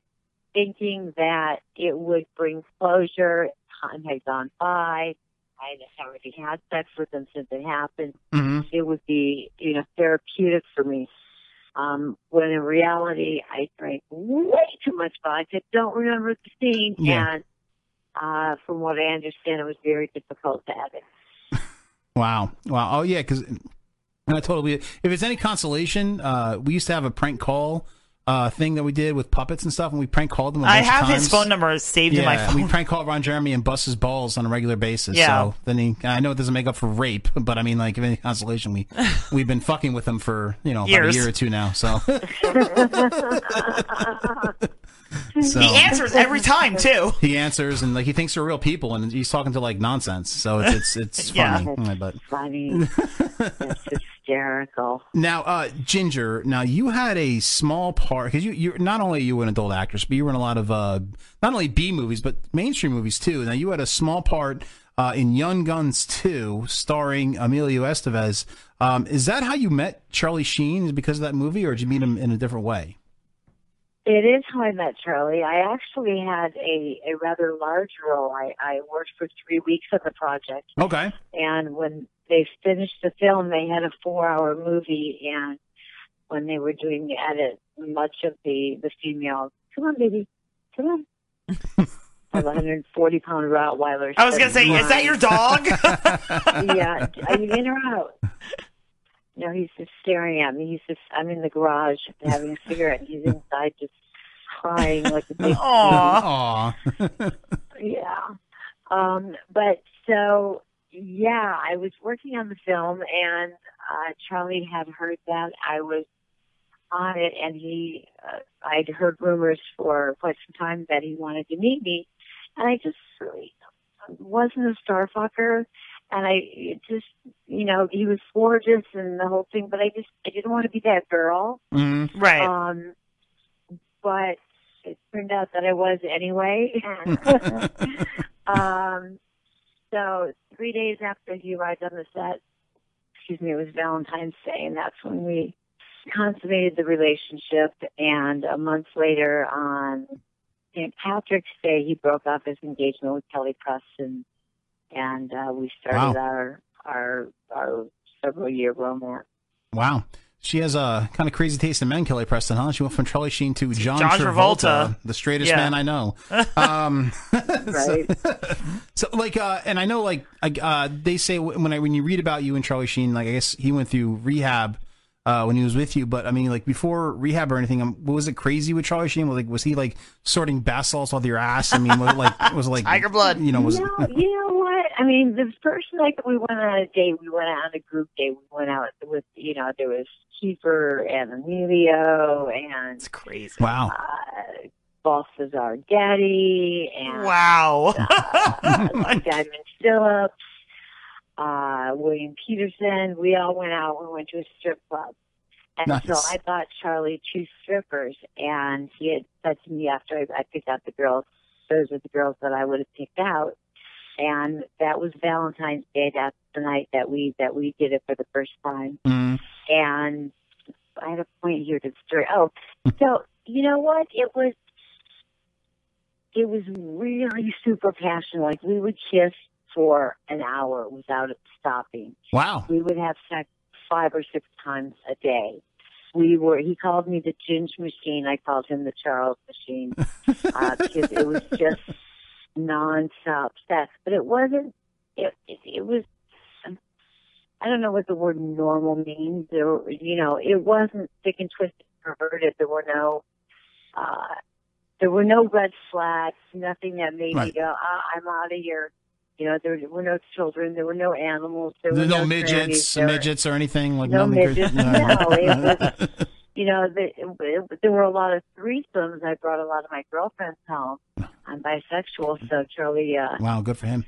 Speaker 24: thinking that it would bring closure. Time had gone by. I had already had sex with him since it happened.
Speaker 16: Mm-hmm.
Speaker 1: Mhm.
Speaker 24: It would be, you know, therapeutic for me. Um, when in reality, I drank way too much vodka. Don't remember the scene.
Speaker 16: Yeah.
Speaker 24: And uh, from what I understand, it was very difficult to have it.
Speaker 16: [LAUGHS] Wow. Wow. Oh yeah, because I totally. If it's any consolation, uh, we used to have a prank call uh, thing that we did with puppets and stuff, and we prank called them. I
Speaker 23: I have his phone number saved
Speaker 16: yeah,
Speaker 23: in my phone.
Speaker 16: We prank call Ron Jeremy and bust his balls on a regular basis.
Speaker 23: Yeah.
Speaker 16: So then he, I know it doesn't make up for rape, but I mean, like, if any consolation, we we've been fucking with him for you know about
Speaker 23: Years.
Speaker 16: a year or two now. So So-
Speaker 23: He answers [LAUGHS] every time too.
Speaker 16: he answers and like he thinks they're real people, and he's talking to like nonsense. So it's it's,
Speaker 23: [LAUGHS]
Speaker 16: it's
Speaker 24: Yeah.
Speaker 16: funny. But
Speaker 24: funny. That's hysterical.
Speaker 16: Now, uh, Ginger. Now you had a small part because you you're not only you were an adult actress, but you were in a lot of uh, not only B movies but mainstream movies too. Now you had a small part uh, in Young Guns two, starring Emilio Estevez. Um, is that how you met Charlie Sheen? Is it because of that movie, or did you meet him in a different way?
Speaker 24: It is how I met Charlie. I actually had a, a rather large role. I, I worked for three weeks on the project.
Speaker 16: Okay.
Speaker 24: And when they finished the film, they had a four hour movie. And when they were doing the edit, much of the, the female, come on, baby, come on. I have a 140 pound Rottweiler.
Speaker 23: I was gonna say,
Speaker 24: sitting
Speaker 23: is that
Speaker 24: behind.
Speaker 23: your dog? [LAUGHS]
Speaker 24: yeah. Are you in or out? No, he's just staring at me. He's just, I'm in the garage having a cigarette. He's inside just crying like a
Speaker 23: [LAUGHS]
Speaker 24: big
Speaker 16: [LAUGHS]
Speaker 23: Oh,
Speaker 16: Aw.
Speaker 24: yeah. Um, but so, yeah, I was working on the film, and uh, Charlie had heard that I was on it, and he, uh, I'd heard rumors for quite some time that he wanted to meet me, and I just really wasn't a star fucker, and I it just, you know, he was gorgeous and the whole thing, but I just, I didn't want to be that girl.
Speaker 16: Mm-hmm.
Speaker 23: Right.
Speaker 24: Um, but it turned out that I was anyway. [LAUGHS] um, so three days after he arrived on the set, excuse me, it was Valentine's Day, and that's when we consummated the relationship. And a month later, on St. Patrick's Day, he broke off his engagement with Kelly Preston, and uh, we started
Speaker 16: Wow.
Speaker 24: our our our several year romance.
Speaker 16: [LAUGHS] Wow. She has a kind of crazy taste in men, Kelly Preston, huh? She went from Charlie Sheen to John,
Speaker 23: John
Speaker 16: Travolta,
Speaker 23: Travolta.
Speaker 16: the straightest
Speaker 23: Yeah.
Speaker 16: man I know. [LAUGHS] Um, right. [LAUGHS] So, so, like, uh, and I know, like, I, uh, they say wh- when I when you read about you and Charlie Sheen, like, I guess he went through rehab uh, when he was with you. But I mean, like before rehab or anything, um, was it crazy with Charlie Sheen? Like, was he like sorting bath salts out of your ass? I mean, was, it, like was it, like
Speaker 23: Tiger blood.
Speaker 16: You know, was
Speaker 24: no, you know what? I mean, the first night that we went on a date, we went out on a group date. We went out with, you know, there was Kiefer and Emilio and it's
Speaker 23: crazy.
Speaker 16: Wow.
Speaker 24: Uh, Balthazar Getty and
Speaker 23: [LAUGHS] wow,
Speaker 24: [LAUGHS] uh, Diamond Phillips, uh, William Peterson. We all went out. We went to a strip club. And so
Speaker 1: Nice.
Speaker 24: I bought Charlie two strippers, and he had said to me after I, I picked out the girls, those are the girls that I would have picked out. And that was Valentine's Day. That's the night that we that we did it for the first time.
Speaker 16: Mm-hmm.
Speaker 24: And I had a point here to the story. Oh, so you know what? It was it was really super passionate. Like we would kiss for an hour without it stopping.
Speaker 16: Wow.
Speaker 24: We would have sex five or six times a day. We were. He called me the Ginge machine. I called him the Charles machine uh,
Speaker 16: [LAUGHS]
Speaker 24: because it was just nonstop sex. But it wasn't. It it, it was. I don't know what the word normal means. There, were- you know, it wasn't thick and twisted, perverted. There were no, uh, there were no red flags. Nothing that made me
Speaker 16: Right.
Speaker 24: go, ah, "I'm out of here." You know, there were no children. There were no animals. There were
Speaker 16: There's no
Speaker 24: trannies,
Speaker 16: midgets,
Speaker 24: there were-
Speaker 16: midgets or anything like
Speaker 24: No
Speaker 16: nothing crazy?
Speaker 24: midgets, [LAUGHS] no, it you know, the, it, there were a lot of threesomes. I brought a lot of my girlfriends home. I'm bisexual, so Charlie
Speaker 16: [LAUGHS]
Speaker 24: uh,
Speaker 16: [LAUGHS] wow, good for him.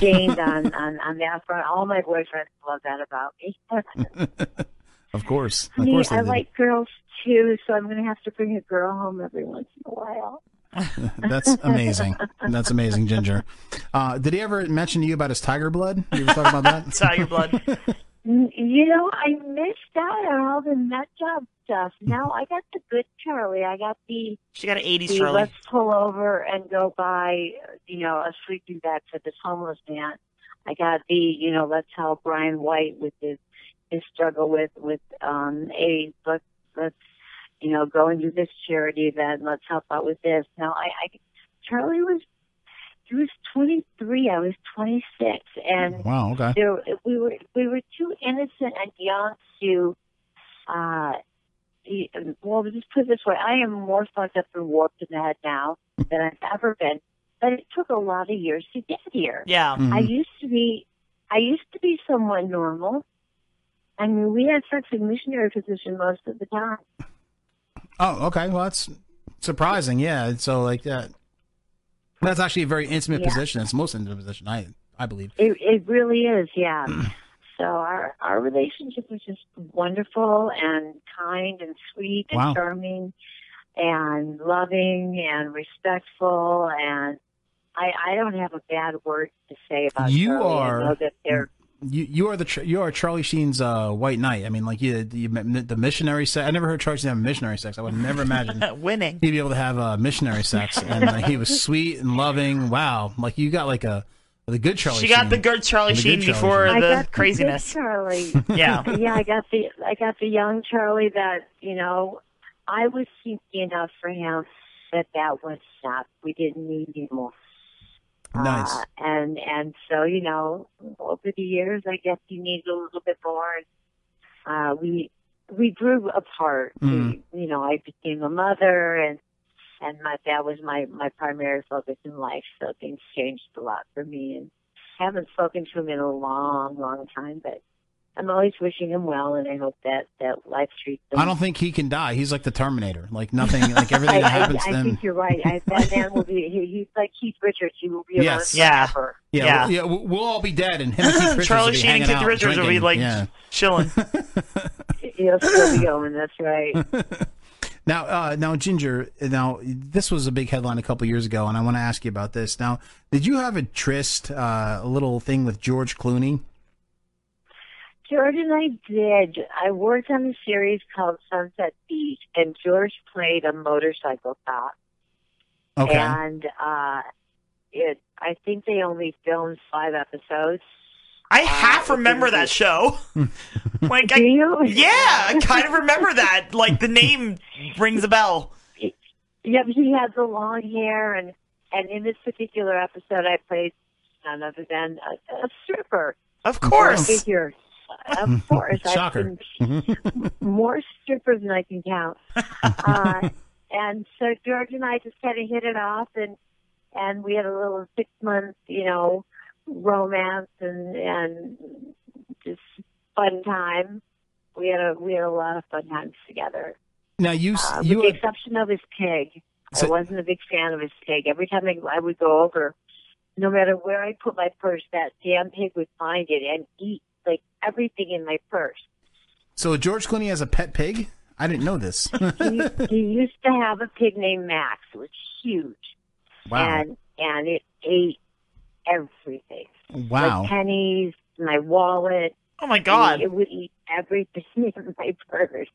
Speaker 24: gained on, on on that front. All my boyfriends love that about me. [LAUGHS]
Speaker 16: Of course, of
Speaker 24: Me,
Speaker 16: course. they
Speaker 24: I
Speaker 16: did.
Speaker 24: like girls too, so I'm going to have to bring a girl home every once in a while.
Speaker 16: That's amazing. That's amazing, Ginger. Uh, did he ever mention to you about his tiger blood? You ever talk about that?
Speaker 23: [LAUGHS] tiger blood.
Speaker 24: N- You know, I missed out on all the nut job stuff.
Speaker 16: Mm.
Speaker 24: Now I got the good Charlie. I got the
Speaker 23: She got an 80s
Speaker 24: the
Speaker 23: Charlie.
Speaker 24: Let's pull over and go buy, you know, a sleeping bag for this homeless man. I got the, you know, let's help Brian White with his his struggle with with um AIDS. Let's let's you know go and do this charity event. Let's help out with this. Now I, I Charlie was he was 23. I was 26, and
Speaker 16: Wow, okay.
Speaker 24: there, we were we were too innocent and young to. Uh, y- well, just put it this way: I am more fucked up and warped in the head now than I've ever been. But it took a lot of years to get here.
Speaker 23: Yeah.
Speaker 16: Mm.
Speaker 24: I
Speaker 23: Mhm.
Speaker 24: used to be, I used to be somewhat normal. I mean, we had sex in missionary position most of the time.
Speaker 16: Oh, okay. Well, that's surprising. Yeah. So like that. That's actually a very intimate
Speaker 24: Yeah.
Speaker 16: position. It's the most intimate position I I believe.
Speaker 24: It it really is, yeah.
Speaker 16: Mm.
Speaker 24: so our our relationship was just wonderful and kind and sweet and
Speaker 16: Wow.
Speaker 24: charming and loving and respectful and I I don't have a bad word to say about
Speaker 16: You
Speaker 24: Charlie.
Speaker 16: are-
Speaker 24: I know that they're
Speaker 16: You you are the Ch- you are Charlie Sheen's uh, white knight. I mean, like you, you met the missionary sex. I never heard Charlie Sheen have missionary sex. I would never
Speaker 23: [LAUGHS]
Speaker 16: imagine
Speaker 23: Uh, winning.
Speaker 16: he'd be able to have uh, missionary sex. And uh, he was sweet and loving. Wow, like you got like a the good Charlie.
Speaker 23: She got
Speaker 16: Sheen.
Speaker 23: the good Charlie
Speaker 16: The
Speaker 23: Sheen
Speaker 16: good
Speaker 23: before
Speaker 16: Sheen.
Speaker 23: the
Speaker 24: I got big
Speaker 16: [LAUGHS]
Speaker 23: craziness.
Speaker 24: Charlie.
Speaker 23: [LAUGHS] Yeah.
Speaker 24: yeah, I got the I got the young Charlie that you know I was kinky enough for him that that was not we didn't need anymore.
Speaker 16: Nice.
Speaker 24: Uh, and and so you know over the years I guess you need a little bit more. Uh, we we grew apart.
Speaker 16: Hmm.
Speaker 10: Mm.
Speaker 24: You know I became a mother and and my that was my my primary focus in life. So things changed a lot for me and I haven't spoken to him in a long long time. But I'm always wishing him well and I hope that that life treats him.
Speaker 16: I don't think he can die. He's like the Terminator. Like nothing.
Speaker 24: [LAUGHS]
Speaker 16: Like everything
Speaker 24: I,
Speaker 16: that happens
Speaker 24: I,
Speaker 16: to
Speaker 24: I
Speaker 16: him.
Speaker 24: think you're right. I, that man will be he, he's like Keith Richards. He
Speaker 16: [LAUGHS]
Speaker 24: will be around
Speaker 16: Yes.
Speaker 23: Yeah.
Speaker 24: forever.
Speaker 16: Yeah,
Speaker 23: Yeah.
Speaker 16: We'll, yeah, we'll- we'll all be dead, and
Speaker 24: [LAUGHS]
Speaker 16: him and Keith Richards
Speaker 23: Charlie
Speaker 16: will be
Speaker 23: Sheen and
Speaker 16: hanging
Speaker 23: Keith
Speaker 16: out
Speaker 23: Richards will be,
Speaker 16: drinking.
Speaker 23: like,
Speaker 16: yeah.
Speaker 23: chilling.
Speaker 16: [LAUGHS]
Speaker 24: He'll still
Speaker 23: [COUGHS]
Speaker 24: be going. That's right.
Speaker 16: Now, uh, now, Ginger. Now, this was a big headline a couple years ago, and I want to ask you about this. Now, did you have a tryst, uh, a little thing with George Clooney?
Speaker 24: Jordan, I did. I worked on a series called Sunset Beach, and George played a motorcycle cop.
Speaker 15: Okay.
Speaker 24: And uh, it, I think they only filmed five episodes. Uh,
Speaker 23: I half remember
Speaker 16: [LAUGHS]
Speaker 23: that show. like, I, yeah,
Speaker 24: [LAUGHS]
Speaker 23: I kind of remember that. Like
Speaker 16: [LAUGHS]
Speaker 23: the name rings a bell.
Speaker 24: Yep, he had the long hair, and and in this particular episode, I played none other than a, a stripper.
Speaker 23: Of course.
Speaker 24: figure. of course. I've
Speaker 16: Shocker.
Speaker 24: been more strippers than I can count. uh, and so George and I just kind of hit it off, and and we had a little six month, you know, romance and and just fun time. We had a we had a lot of fun times together.
Speaker 16: Now you s-
Speaker 24: Uh, with
Speaker 16: you
Speaker 24: the exception of his pig, I wasn't a big fan of his pig. Every time I, I would go over, no matter where I put my purse, that damn pig would find it and eat like everything in my purse.
Speaker 16: so George Clooney has a pet pig. I didn't know this.
Speaker 24: [LAUGHS] he, he used to have a pig named Max, which was huge,
Speaker 16: [LAUGHS] wow.
Speaker 24: and and it ate everything.
Speaker 16: Wow.
Speaker 24: my pennies, my wallet.
Speaker 23: Oh my God.
Speaker 24: It would eat everything [LAUGHS] in my purse.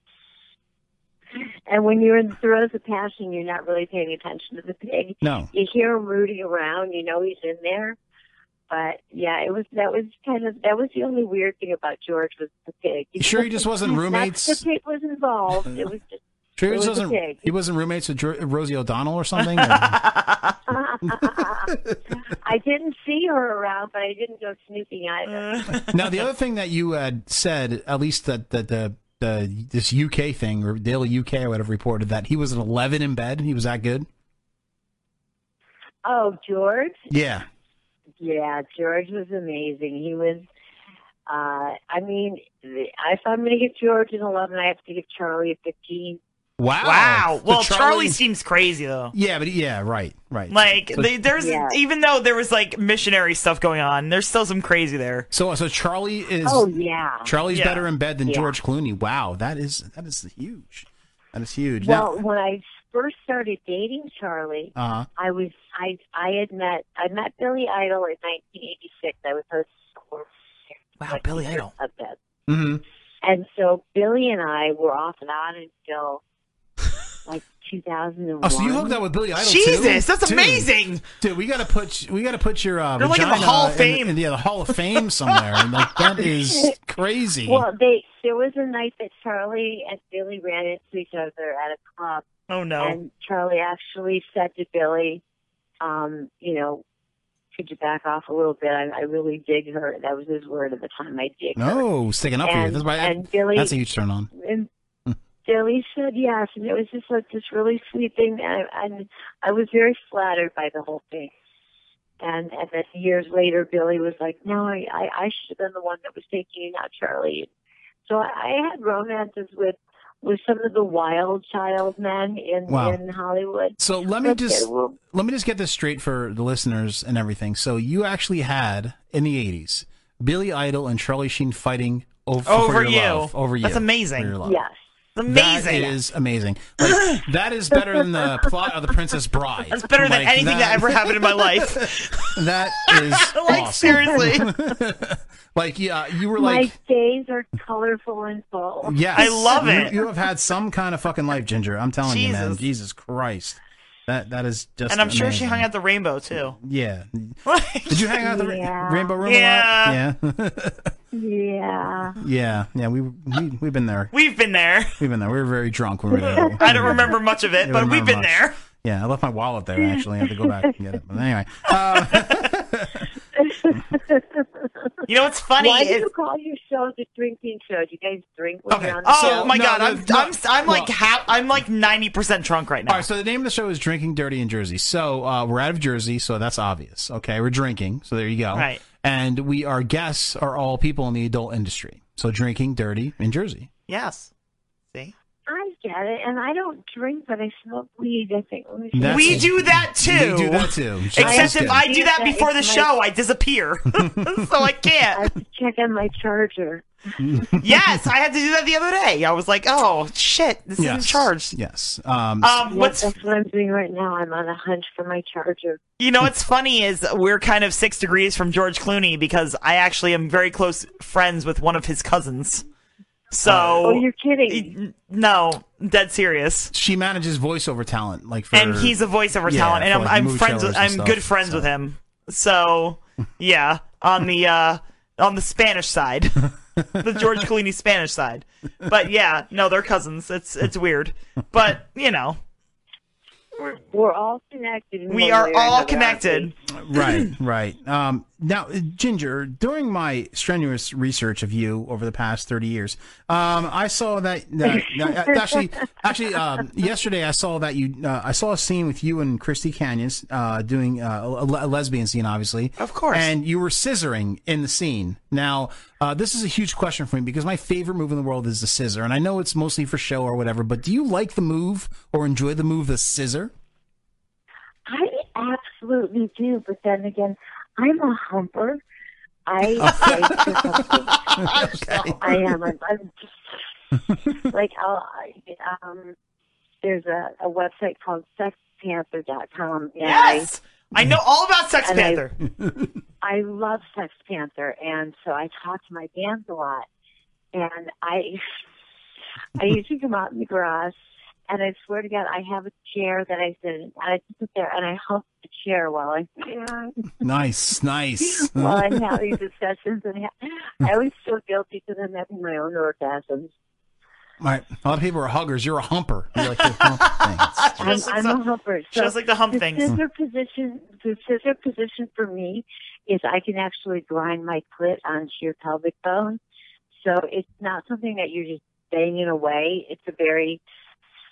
Speaker 24: And when you're in the throes of passion, you're not really paying attention to the pig.
Speaker 16: No.
Speaker 24: You hear him rooting around, you know he's in there. But yeah, it was that was kind of that was the only weird thing about George was the pig.
Speaker 16: You sure he just wasn't
Speaker 24: Not that
Speaker 16: roommates?
Speaker 24: The pig was involved. It was just
Speaker 16: [LAUGHS] Sure,
Speaker 24: it
Speaker 16: he
Speaker 24: was a
Speaker 16: wasn't
Speaker 24: pig.
Speaker 16: he wasn't roommates with Dr- Rosie O'Donnell or something.
Speaker 24: [LAUGHS] I didn't see her around, but I didn't go snooping either.
Speaker 16: now the other thing that you had said, at least that that the the this UK thing or Daily UK I would have reported that he was an eleven in bed. He was that good.
Speaker 24: oh, George.
Speaker 16: Yeah.
Speaker 24: Yeah, George was amazing. He was. Uh, I mean, the- if I'm going to give George an 11, I have to give Charlie a 15.
Speaker 16: Wow.
Speaker 23: Wow.
Speaker 16: So
Speaker 23: Well, Charlie...
Speaker 16: Charlie-
Speaker 23: seems crazy though.
Speaker 16: Yeah, but yeah, right, right.
Speaker 23: Like
Speaker 16: So-
Speaker 23: they, there's
Speaker 24: Yeah.
Speaker 23: even though there was like missionary stuff going on, there's still some crazy there.
Speaker 16: So so Charlie is
Speaker 24: Oh yeah.
Speaker 16: Charlie's
Speaker 23: Yeah.
Speaker 16: better in bed than
Speaker 24: Yeah.
Speaker 16: George Clooney. Wow, that is that is huge. That is huge.
Speaker 24: Well,
Speaker 16: now,
Speaker 24: when I first started dating Charlie,
Speaker 16: Uh-huh.
Speaker 24: I was I I had met I met Billy Idol in 1986. I was hosting for
Speaker 16: wow Billy Idol.
Speaker 24: of that.
Speaker 16: Mhm.
Speaker 24: And so Billy and I were off and on
Speaker 16: [LAUGHS]
Speaker 24: until like 2001.
Speaker 16: Oh, so you hooked up with Billy Idol?
Speaker 24: Jesus,
Speaker 16: too?
Speaker 24: that's
Speaker 16: Dude.
Speaker 24: amazing!
Speaker 16: dude. We gotta put we gotta put your uh,
Speaker 24: You're like in the
Speaker 16: vagina
Speaker 24: Hall of
Speaker 16: in the-
Speaker 24: Fame.
Speaker 16: in the, yeah, the Hall of Fame somewhere, and like
Speaker 24: [LAUGHS]
Speaker 16: that is crazy.
Speaker 24: Well, they there was a night that Charlie and Billy ran into each other at a club.
Speaker 23: Oh no.
Speaker 24: And Charlie actually said to Billy, um, you know, could you back off a little bit? I, I really dig her. That was his word at the time. I dig her. [LAUGHS]
Speaker 16: no, sticking up for you.
Speaker 24: And-
Speaker 16: That's why
Speaker 24: and Billy-
Speaker 16: that's a huge turn on.
Speaker 24: And Billy said yes, and it was just like this really sweet thing. And I, and I was very flattered by the whole thing. And, and then years later, Billy was like, "No, I, I, I should have been the one that was taking you, not Charlie." So I, I had romances with with some of the wild child men in
Speaker 16: Wow.
Speaker 24: in Hollywood.
Speaker 16: So let me
Speaker 24: But they
Speaker 16: just
Speaker 24: were-
Speaker 16: let me just get this straight for the listeners and everything. So you actually had in the eighties Billy Idol and Charlie Sheen fighting over,
Speaker 23: Over
Speaker 16: for your
Speaker 23: you.
Speaker 16: love, over you.
Speaker 23: That's amazing.
Speaker 16: For your love.
Speaker 24: yes,
Speaker 23: It's
Speaker 16: That
Speaker 23: amazing.
Speaker 16: is amazing. Like,
Speaker 23: [GASPS]
Speaker 16: that is better than the plot of the Princess Bride.
Speaker 23: That's better than
Speaker 16: Like,
Speaker 23: anything
Speaker 16: [LAUGHS]
Speaker 23: that... ever happened in my life.
Speaker 16: That is
Speaker 23: [LAUGHS] Like,
Speaker 16: awesome.
Speaker 23: seriously.
Speaker 16: [LAUGHS] like yeah, you were like
Speaker 24: my days are colorful and full.
Speaker 16: Yes. You-
Speaker 23: it.
Speaker 16: You, have had some kind of fucking life, Ginger. I'm telling you, man.
Speaker 23: Jesus.
Speaker 16: Jesus Christ. That that is just
Speaker 23: and I'm sure she
Speaker 16: amazing.
Speaker 23: hung out at the rainbow too. [LAUGHS]
Speaker 16: Yeah. Did you hang out at the
Speaker 24: Yeah.
Speaker 16: ra- Rainbow Room
Speaker 23: Yeah.
Speaker 16: a lot? Yeah. [LAUGHS]
Speaker 24: Yeah.
Speaker 16: yeah. Yeah, we we we've been there.
Speaker 23: We've been there.
Speaker 16: We've been there. We were very drunk when we were there.
Speaker 23: I don't remember much of it,
Speaker 16: Yeah,
Speaker 23: but
Speaker 16: we
Speaker 23: we've been
Speaker 16: remember much.
Speaker 23: there.
Speaker 16: Yeah, I left my wallet there actually. I have to go back and get it. But anyway. Uh,
Speaker 23: [LAUGHS]
Speaker 16: [LAUGHS]
Speaker 24: [LAUGHS]
Speaker 23: You know what's funny?
Speaker 24: Why do
Speaker 23: is-
Speaker 24: you call your show the drinking show? Do you guys drink when you're on the
Speaker 23: oh
Speaker 24: show?
Speaker 23: my
Speaker 16: no,
Speaker 23: god,
Speaker 16: no,
Speaker 23: I'm,
Speaker 16: no.
Speaker 23: I'm I'm like half, I'm like ninety percent drunk right now.
Speaker 16: All right, so the name of the show is Drinking Dirty in Jersey. So uh, we're out of Jersey, so that's obvious. Okay, we're drinking, so there you go.
Speaker 23: Right.
Speaker 16: And we our guests are all people in the adult industry. So drinking dirty in Jersey.
Speaker 23: Yes. See?
Speaker 24: I get it, and I don't drink, but I smoke weed. I think Let me see.
Speaker 16: That's-
Speaker 23: we do that too.
Speaker 16: We do that too.
Speaker 23: Except if I do that
Speaker 24: Yeah,
Speaker 23: before the
Speaker 24: it's my-
Speaker 23: show, I disappear. [LAUGHS] so I can't. I
Speaker 24: have to check on my charger.
Speaker 23: yes, I had to do that the other day. I was like, oh shit, this
Speaker 16: Yes.
Speaker 23: isn't charged.
Speaker 16: Yes. Um,
Speaker 23: Um,
Speaker 24: Yeah,
Speaker 23: what's
Speaker 24: that's what I'm doing right now. I'm on a hunt for my charger.
Speaker 23: you know what's funny is we're kind of six degrees from George Clooney because I actually am very close friends with one of his cousins. So
Speaker 24: Oh, you're kidding.
Speaker 23: no, dead serious.
Speaker 16: she manages voiceover talent, like for,
Speaker 23: and he's a voiceover
Speaker 16: Yeah,
Speaker 23: talent, and
Speaker 16: for,
Speaker 23: I'm,
Speaker 16: like,
Speaker 23: I'm
Speaker 16: movie
Speaker 23: friends.
Speaker 16: trailers
Speaker 23: With,
Speaker 16: and
Speaker 23: I'm
Speaker 16: stuff,
Speaker 23: good friends
Speaker 16: so.
Speaker 23: with him. So yeah, on the uh, on the Spanish side,
Speaker 16: [LAUGHS]
Speaker 23: the George Clooney Spanish side. But yeah, no, they're cousins. It's it's weird, but you know
Speaker 24: We're all connected. in
Speaker 23: we
Speaker 24: one
Speaker 23: are
Speaker 24: way or
Speaker 23: all
Speaker 24: another, aren't
Speaker 23: connected.
Speaker 16: Right, right. Um, now, Ginger, during my strenuous research of you over the past thirty years, um, I saw that, that- that- uh, actually, actually, um, yesterday I saw that you, uh, I saw a scene with you and Christy Canyons uh, doing uh, a, le- a lesbian scene, obviously, of course, and you were scissoring in the scene. Now, uh, this is a huge question for me because my favorite move in the world is the scissor, and I know it's mostly for show or whatever, but do you like the move or enjoy the move, the scissor?
Speaker 24: I absolutely do, but then again, I'm a humper. I like to hump. I am. I'm, I'm [LAUGHS] just like I'll, I, um. There's a, a website called SexPanther.com. And
Speaker 23: Yes! I know all about Sex
Speaker 24: and I-
Speaker 23: Panther.
Speaker 24: I love Sex Panther, and so I talk to my bands a lot. And I, [LAUGHS] I usually come out in the garage, and I swear to God, I have a chair that I sit in, and I sit there and I hump the chair while I,
Speaker 16: Nice,
Speaker 24: [LAUGHS]
Speaker 16: nice.
Speaker 24: while I have
Speaker 23: [LAUGHS]
Speaker 24: these discussions, and ha- I always feel guilty because I'm having my own orgasms.
Speaker 16: All right. A lot of people are huggers. You're a humper. You like to hump things.
Speaker 23: [LAUGHS]
Speaker 24: I'm, I'm a humper. So
Speaker 23: just like the hump
Speaker 24: the
Speaker 23: things.
Speaker 24: Scissor position, the scissor position for me is I can actually grind my clit onto your pelvic bone. So it's not something that you're just banging away. It's a very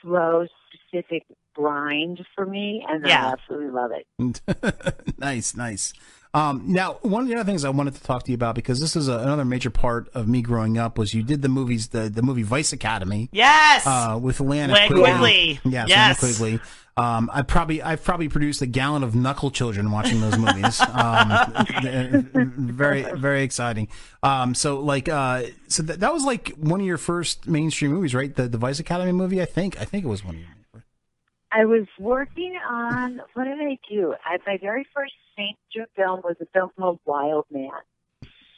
Speaker 24: slow, specific grind for me, and I
Speaker 16: Yeah.
Speaker 24: absolutely love it.
Speaker 16: [LAUGHS] nice, nice. Um, now, one of the other things I wanted to talk to you about because this is a, another major part of me growing up was you did the movies, the the movie Vice Academy.
Speaker 23: Yes!
Speaker 16: uh, with Lana
Speaker 23: Lan
Speaker 16: Quigley.
Speaker 23: Quigley.
Speaker 16: Yes,
Speaker 23: Yes.
Speaker 16: Lana Quigley. Um, I probably I've probably produced a gallon of knuckle children watching those
Speaker 23: [LAUGHS]
Speaker 16: movies. um, th- very very exciting. Um, so like uh, so that that was like one of your first mainstream movies, right? The the Vice Academy movie, I think. I think it was one of your
Speaker 24: I was working on what did I do? I, my very first major film was a film called Wild Man,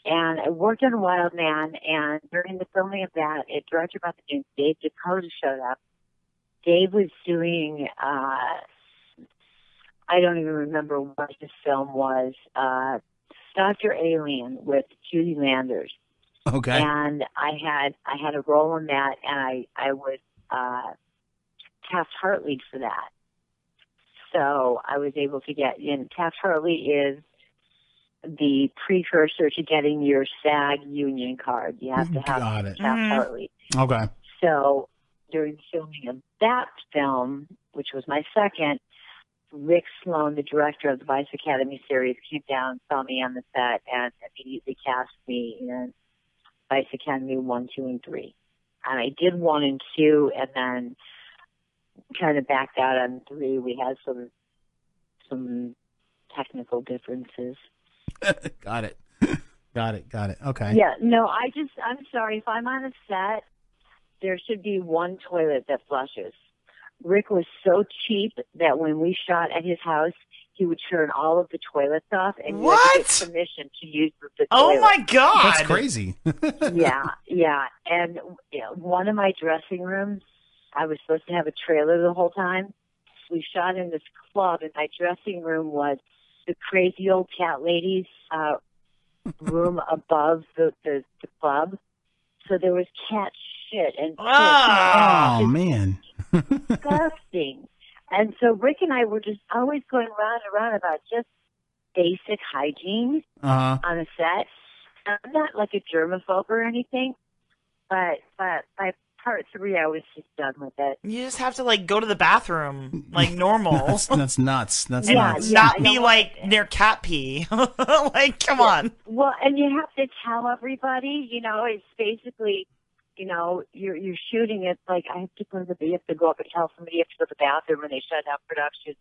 Speaker 24: and I worked on Wild Man. And during the filming of that, a director about the news, Dave Dakota, showed up. Dave was doing uh, I don't even remember what the film was. Uh, Doctor Alien with Judy Landers.
Speaker 16: Okay.
Speaker 24: And I had I had a role in that, and I I was uh, Taft Hartley for that. So I was able to get in. Taft Hartley is the precursor to getting your SAG union card. You have to have
Speaker 16: Got it.
Speaker 24: Taft
Speaker 16: Mhm.
Speaker 24: Hartley.
Speaker 16: Okay. [LAUGHS]
Speaker 24: So during the filming of that film, which was my second, Rick Sloan, the director of the Vice Academy series, came down, saw me on the set, and immediately cast me in Vice Academy 1, 2, and 3. And I did 1 and 2, and then kind of backed out on 3. We had some some technical differences.
Speaker 16: Got it. Got it. Got it. Okay.
Speaker 24: Yeah, no, I just, I'm sorry. If I'm on a set, there should be one toilet that flushes. Rick was so cheap that when we shot at his house, he would turn all of the toilets off and you had to get permission to use the
Speaker 23: Oh
Speaker 24: toilet.
Speaker 23: my God.
Speaker 16: That's crazy.
Speaker 24: yeah, yeah. And yeah, one of my dressing rooms, I was supposed to have a trailer the whole time. We shot in this club, and my dressing room was the crazy old cat lady's uh, room above the, the, the club. So there was cat shit and piss
Speaker 16: Oh, man.
Speaker 24: disgusting. And so Rick and I were just always going round and round about just basic hygiene
Speaker 16: Uh-huh.
Speaker 24: on a set. And I'm not like a germaphobe or anything, but but by part three, I was just done with it.
Speaker 23: You just have to like go to the bathroom like
Speaker 16: [LAUGHS]
Speaker 23: normal.
Speaker 16: That's, that's nuts. That's
Speaker 23: and
Speaker 16: nuts.
Speaker 23: not be like near cat pee. [LAUGHS] like, come on.
Speaker 24: Well, and you have to tell everybody, you know, it's basically, you know, you're you're shooting. It's like I have to go to the, you have to go up and tell somebody you have to go to the bathroom, and they shut down production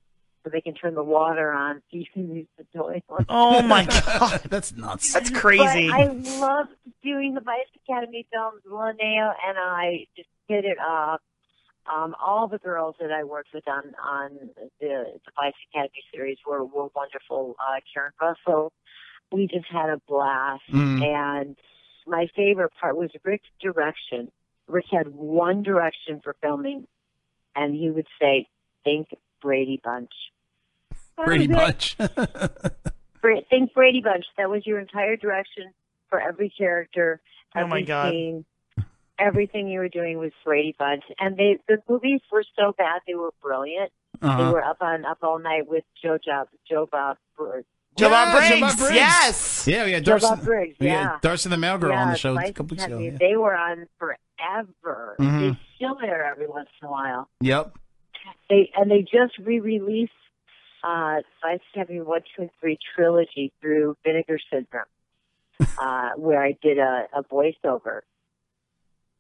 Speaker 24: so they can turn the water on [LAUGHS] so you can use the toilet.
Speaker 23: Oh
Speaker 24: [LAUGHS]
Speaker 23: my god,
Speaker 16: [LAUGHS] that's nuts.
Speaker 23: That's crazy.
Speaker 24: But I loved doing the Vice Academy films. Linnea and I just hit it off. Um, all the girls that I worked with on on the, the Vice Academy series were were wonderful. Uh, Karen Russell, we just had a blast.
Speaker 1: Mm.
Speaker 24: And my favorite part was Rick's direction. Rick had one direction for filming, and he would say, "Think Brady Bunch." That
Speaker 16: Brady
Speaker 24: was it.
Speaker 16: Bunch.
Speaker 24: Bra- think Brady Bunch. That was your entire direction for every character,
Speaker 23: Oh
Speaker 24: every
Speaker 23: my God.
Speaker 24: scene. Everything you were doing was Brady Bunch, and they the movies were so bad they were brilliant.
Speaker 16: Uh-huh.
Speaker 24: They were up on up all night with Joe Job Joe Bob Br-
Speaker 23: Javon
Speaker 16: Yeah,
Speaker 23: Briggs, yes.
Speaker 16: Yeah, we had
Speaker 23: Javon
Speaker 16: Darcy,
Speaker 23: Briggs,
Speaker 16: we
Speaker 23: yeah.
Speaker 16: had Darcy the Mail Girl on
Speaker 24: Yeah,
Speaker 16: the show a
Speaker 24: Vice
Speaker 16: couple weeks ago.
Speaker 24: Academy,
Speaker 16: yeah.
Speaker 24: They were on forever.
Speaker 16: Mhm.
Speaker 24: They still air every once in a while.
Speaker 16: Yep.
Speaker 24: They and they just re-released uh, Vice Academy One, Two, and Three trilogy through Vinegar Syndrome, uh, where I did a, a voiceover.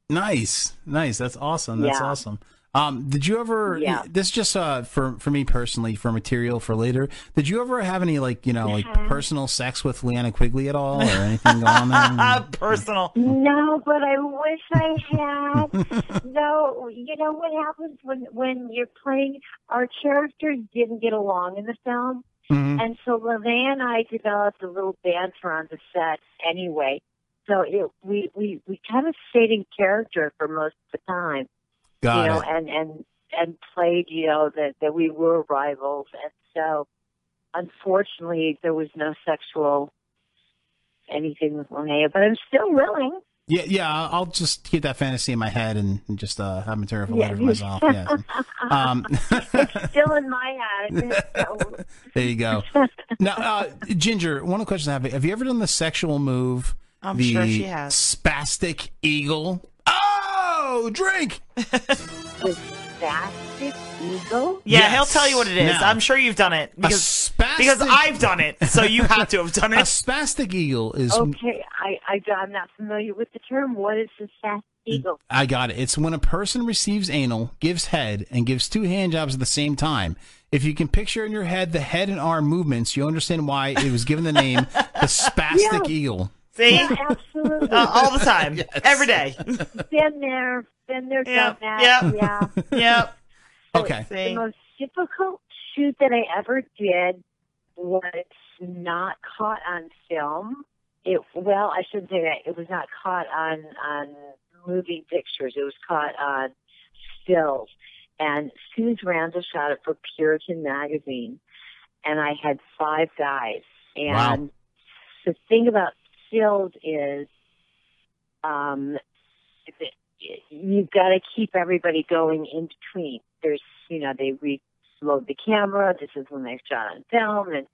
Speaker 16: Nice, nice. That's awesome. That's
Speaker 24: Yeah.
Speaker 16: awesome. Um, did you ever?
Speaker 24: Yeah.
Speaker 16: This is just uh, for for me personally, for material for later. Did you ever have any like you know like
Speaker 24: Mm-hmm.
Speaker 16: personal sex with Leanna Quigley at all or anything going
Speaker 24: [LAUGHS]
Speaker 16: on?
Speaker 23: [LAUGHS] Personal.
Speaker 24: No, but I wish I had. no, you know what happens when when you're playing? Our characters didn't get along in the film,
Speaker 16: Mhm.
Speaker 24: and so Levan and I developed a little banter on the set anyway. So it, we we we kind of stayed in character for most of the time,
Speaker 16: Got
Speaker 24: you know,
Speaker 16: it.
Speaker 24: and and and played, you know, that that we were rivals, and so unfortunately there was no sexual anything with Linnea, but I'm still willing.
Speaker 16: Yeah, yeah. I'll I'll just keep that fantasy in my head and, and just uh, have material for
Speaker 24: Yeah.
Speaker 16: later for myself. Yeah. Um, [LAUGHS]
Speaker 24: [LAUGHS] still in my head. So,
Speaker 16: there you
Speaker 23: [LAUGHS]
Speaker 16: go. Now, uh, Ginger, one of the questions I have: Have you ever done the sexual move?
Speaker 23: I'm
Speaker 16: the
Speaker 23: sure she has.
Speaker 16: Spastic eagle. Oh, drink.
Speaker 24: spastic eagle?
Speaker 23: Yeah,
Speaker 16: Yes.
Speaker 23: he'll tell you what it is.
Speaker 16: Now-
Speaker 23: I'm sure you've done it because because I've done it, so you have to have done it.
Speaker 16: A spastic eagle is.
Speaker 24: okay, I, I I'm not familiar with the term. What is the spastic
Speaker 16: Mm.
Speaker 24: eagle?
Speaker 16: I got it. It's when a person receives anal, gives head, and gives two hand jobs at the same time. If you can picture in your head the head and arm movements, you understand why it was given the name
Speaker 23: [LAUGHS]
Speaker 16: the
Speaker 24: Yeah.
Speaker 16: spastic eagle.
Speaker 23: See,
Speaker 24: absolutely,
Speaker 23: Uh, all the time,
Speaker 16: [LAUGHS]
Speaker 23: every day.
Speaker 24: Been there, been there,
Speaker 23: Yep,
Speaker 24: done
Speaker 23: yep.
Speaker 24: that. Yeah,
Speaker 23: Yep.
Speaker 16: Okay.
Speaker 24: The most difficult shoot that I ever did was not caught on film. It well, I shouldn't say that. It was not caught on on moving pictures. It was caught on stills. And Suze Randall shot it for Puritan magazine, and I had five guys. And
Speaker 1: Wow.
Speaker 24: the thing about stills is, um, you've got to keep everybody going in between. There's, you know, they reload the camera. This is when they shot on film, and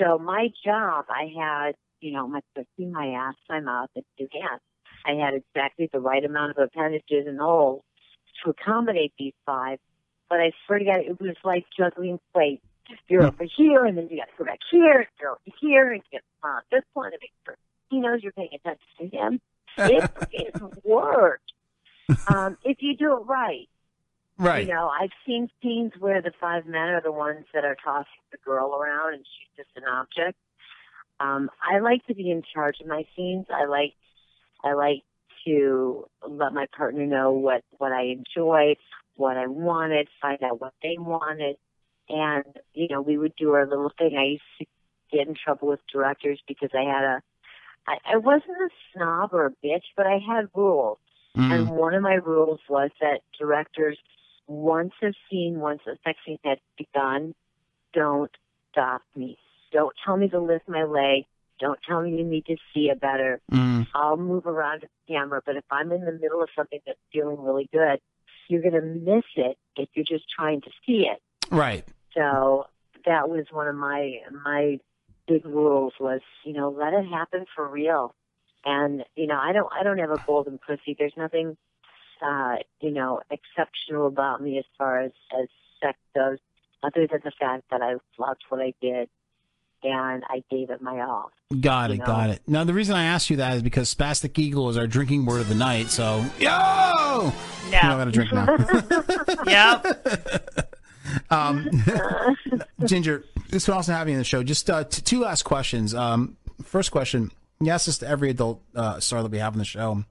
Speaker 24: so my job, I had, you know, my pussy, my ass, my mouth, and two hands. I had exactly the right amount of appendages and holes to accommodate these five. But I swear to God, it was like juggling plates. You're over here, and then you got to go back here, and you're over here, and you got to smile this one to make sure he knows you're paying attention to him. It, it's work. Um, if you do it right.
Speaker 16: Right.
Speaker 24: You know, I've seen scenes where the five men are the ones that are tossing the girl around and she's just an object. Um, I like to be in charge of my scenes. I like I like to let my partner know what what I enjoyed, what I wanted, find out what they wanted, and you know we would do our little thing. I used to get in trouble with directors because I had a I, I wasn't a snob or a bitch, but I had rules, and one of my rules was that directors once a scene, once a sex scene had begun, don't stop me. Don't tell me to lift my leg. Don't tell me you need to see it better.
Speaker 16: Mm.
Speaker 24: I'll move around the camera, but if I'm in the middle of something that's feeling really good, you're going to miss it if you're just trying to see it.
Speaker 16: Right.
Speaker 24: So that was one of my my big rules was you know let it happen for real, and you know I don't I don't have a golden pussy. There's nothing uh, you know exceptional about me as far as as sex goes, other than the fact that I loved what I did and I gave it my all.
Speaker 16: Got it, got it. Now the reason I asked you that is because spastic eagle is our drinking word of the night. So yo,
Speaker 23: yeah,
Speaker 16: I gotta drink now.
Speaker 23: [LAUGHS] yep.
Speaker 16: Um, Ginger, it's been awesome having you on the show. Just uh, t- two last questions. Um, first question: You ask this to every adult uh, star that we have on the show.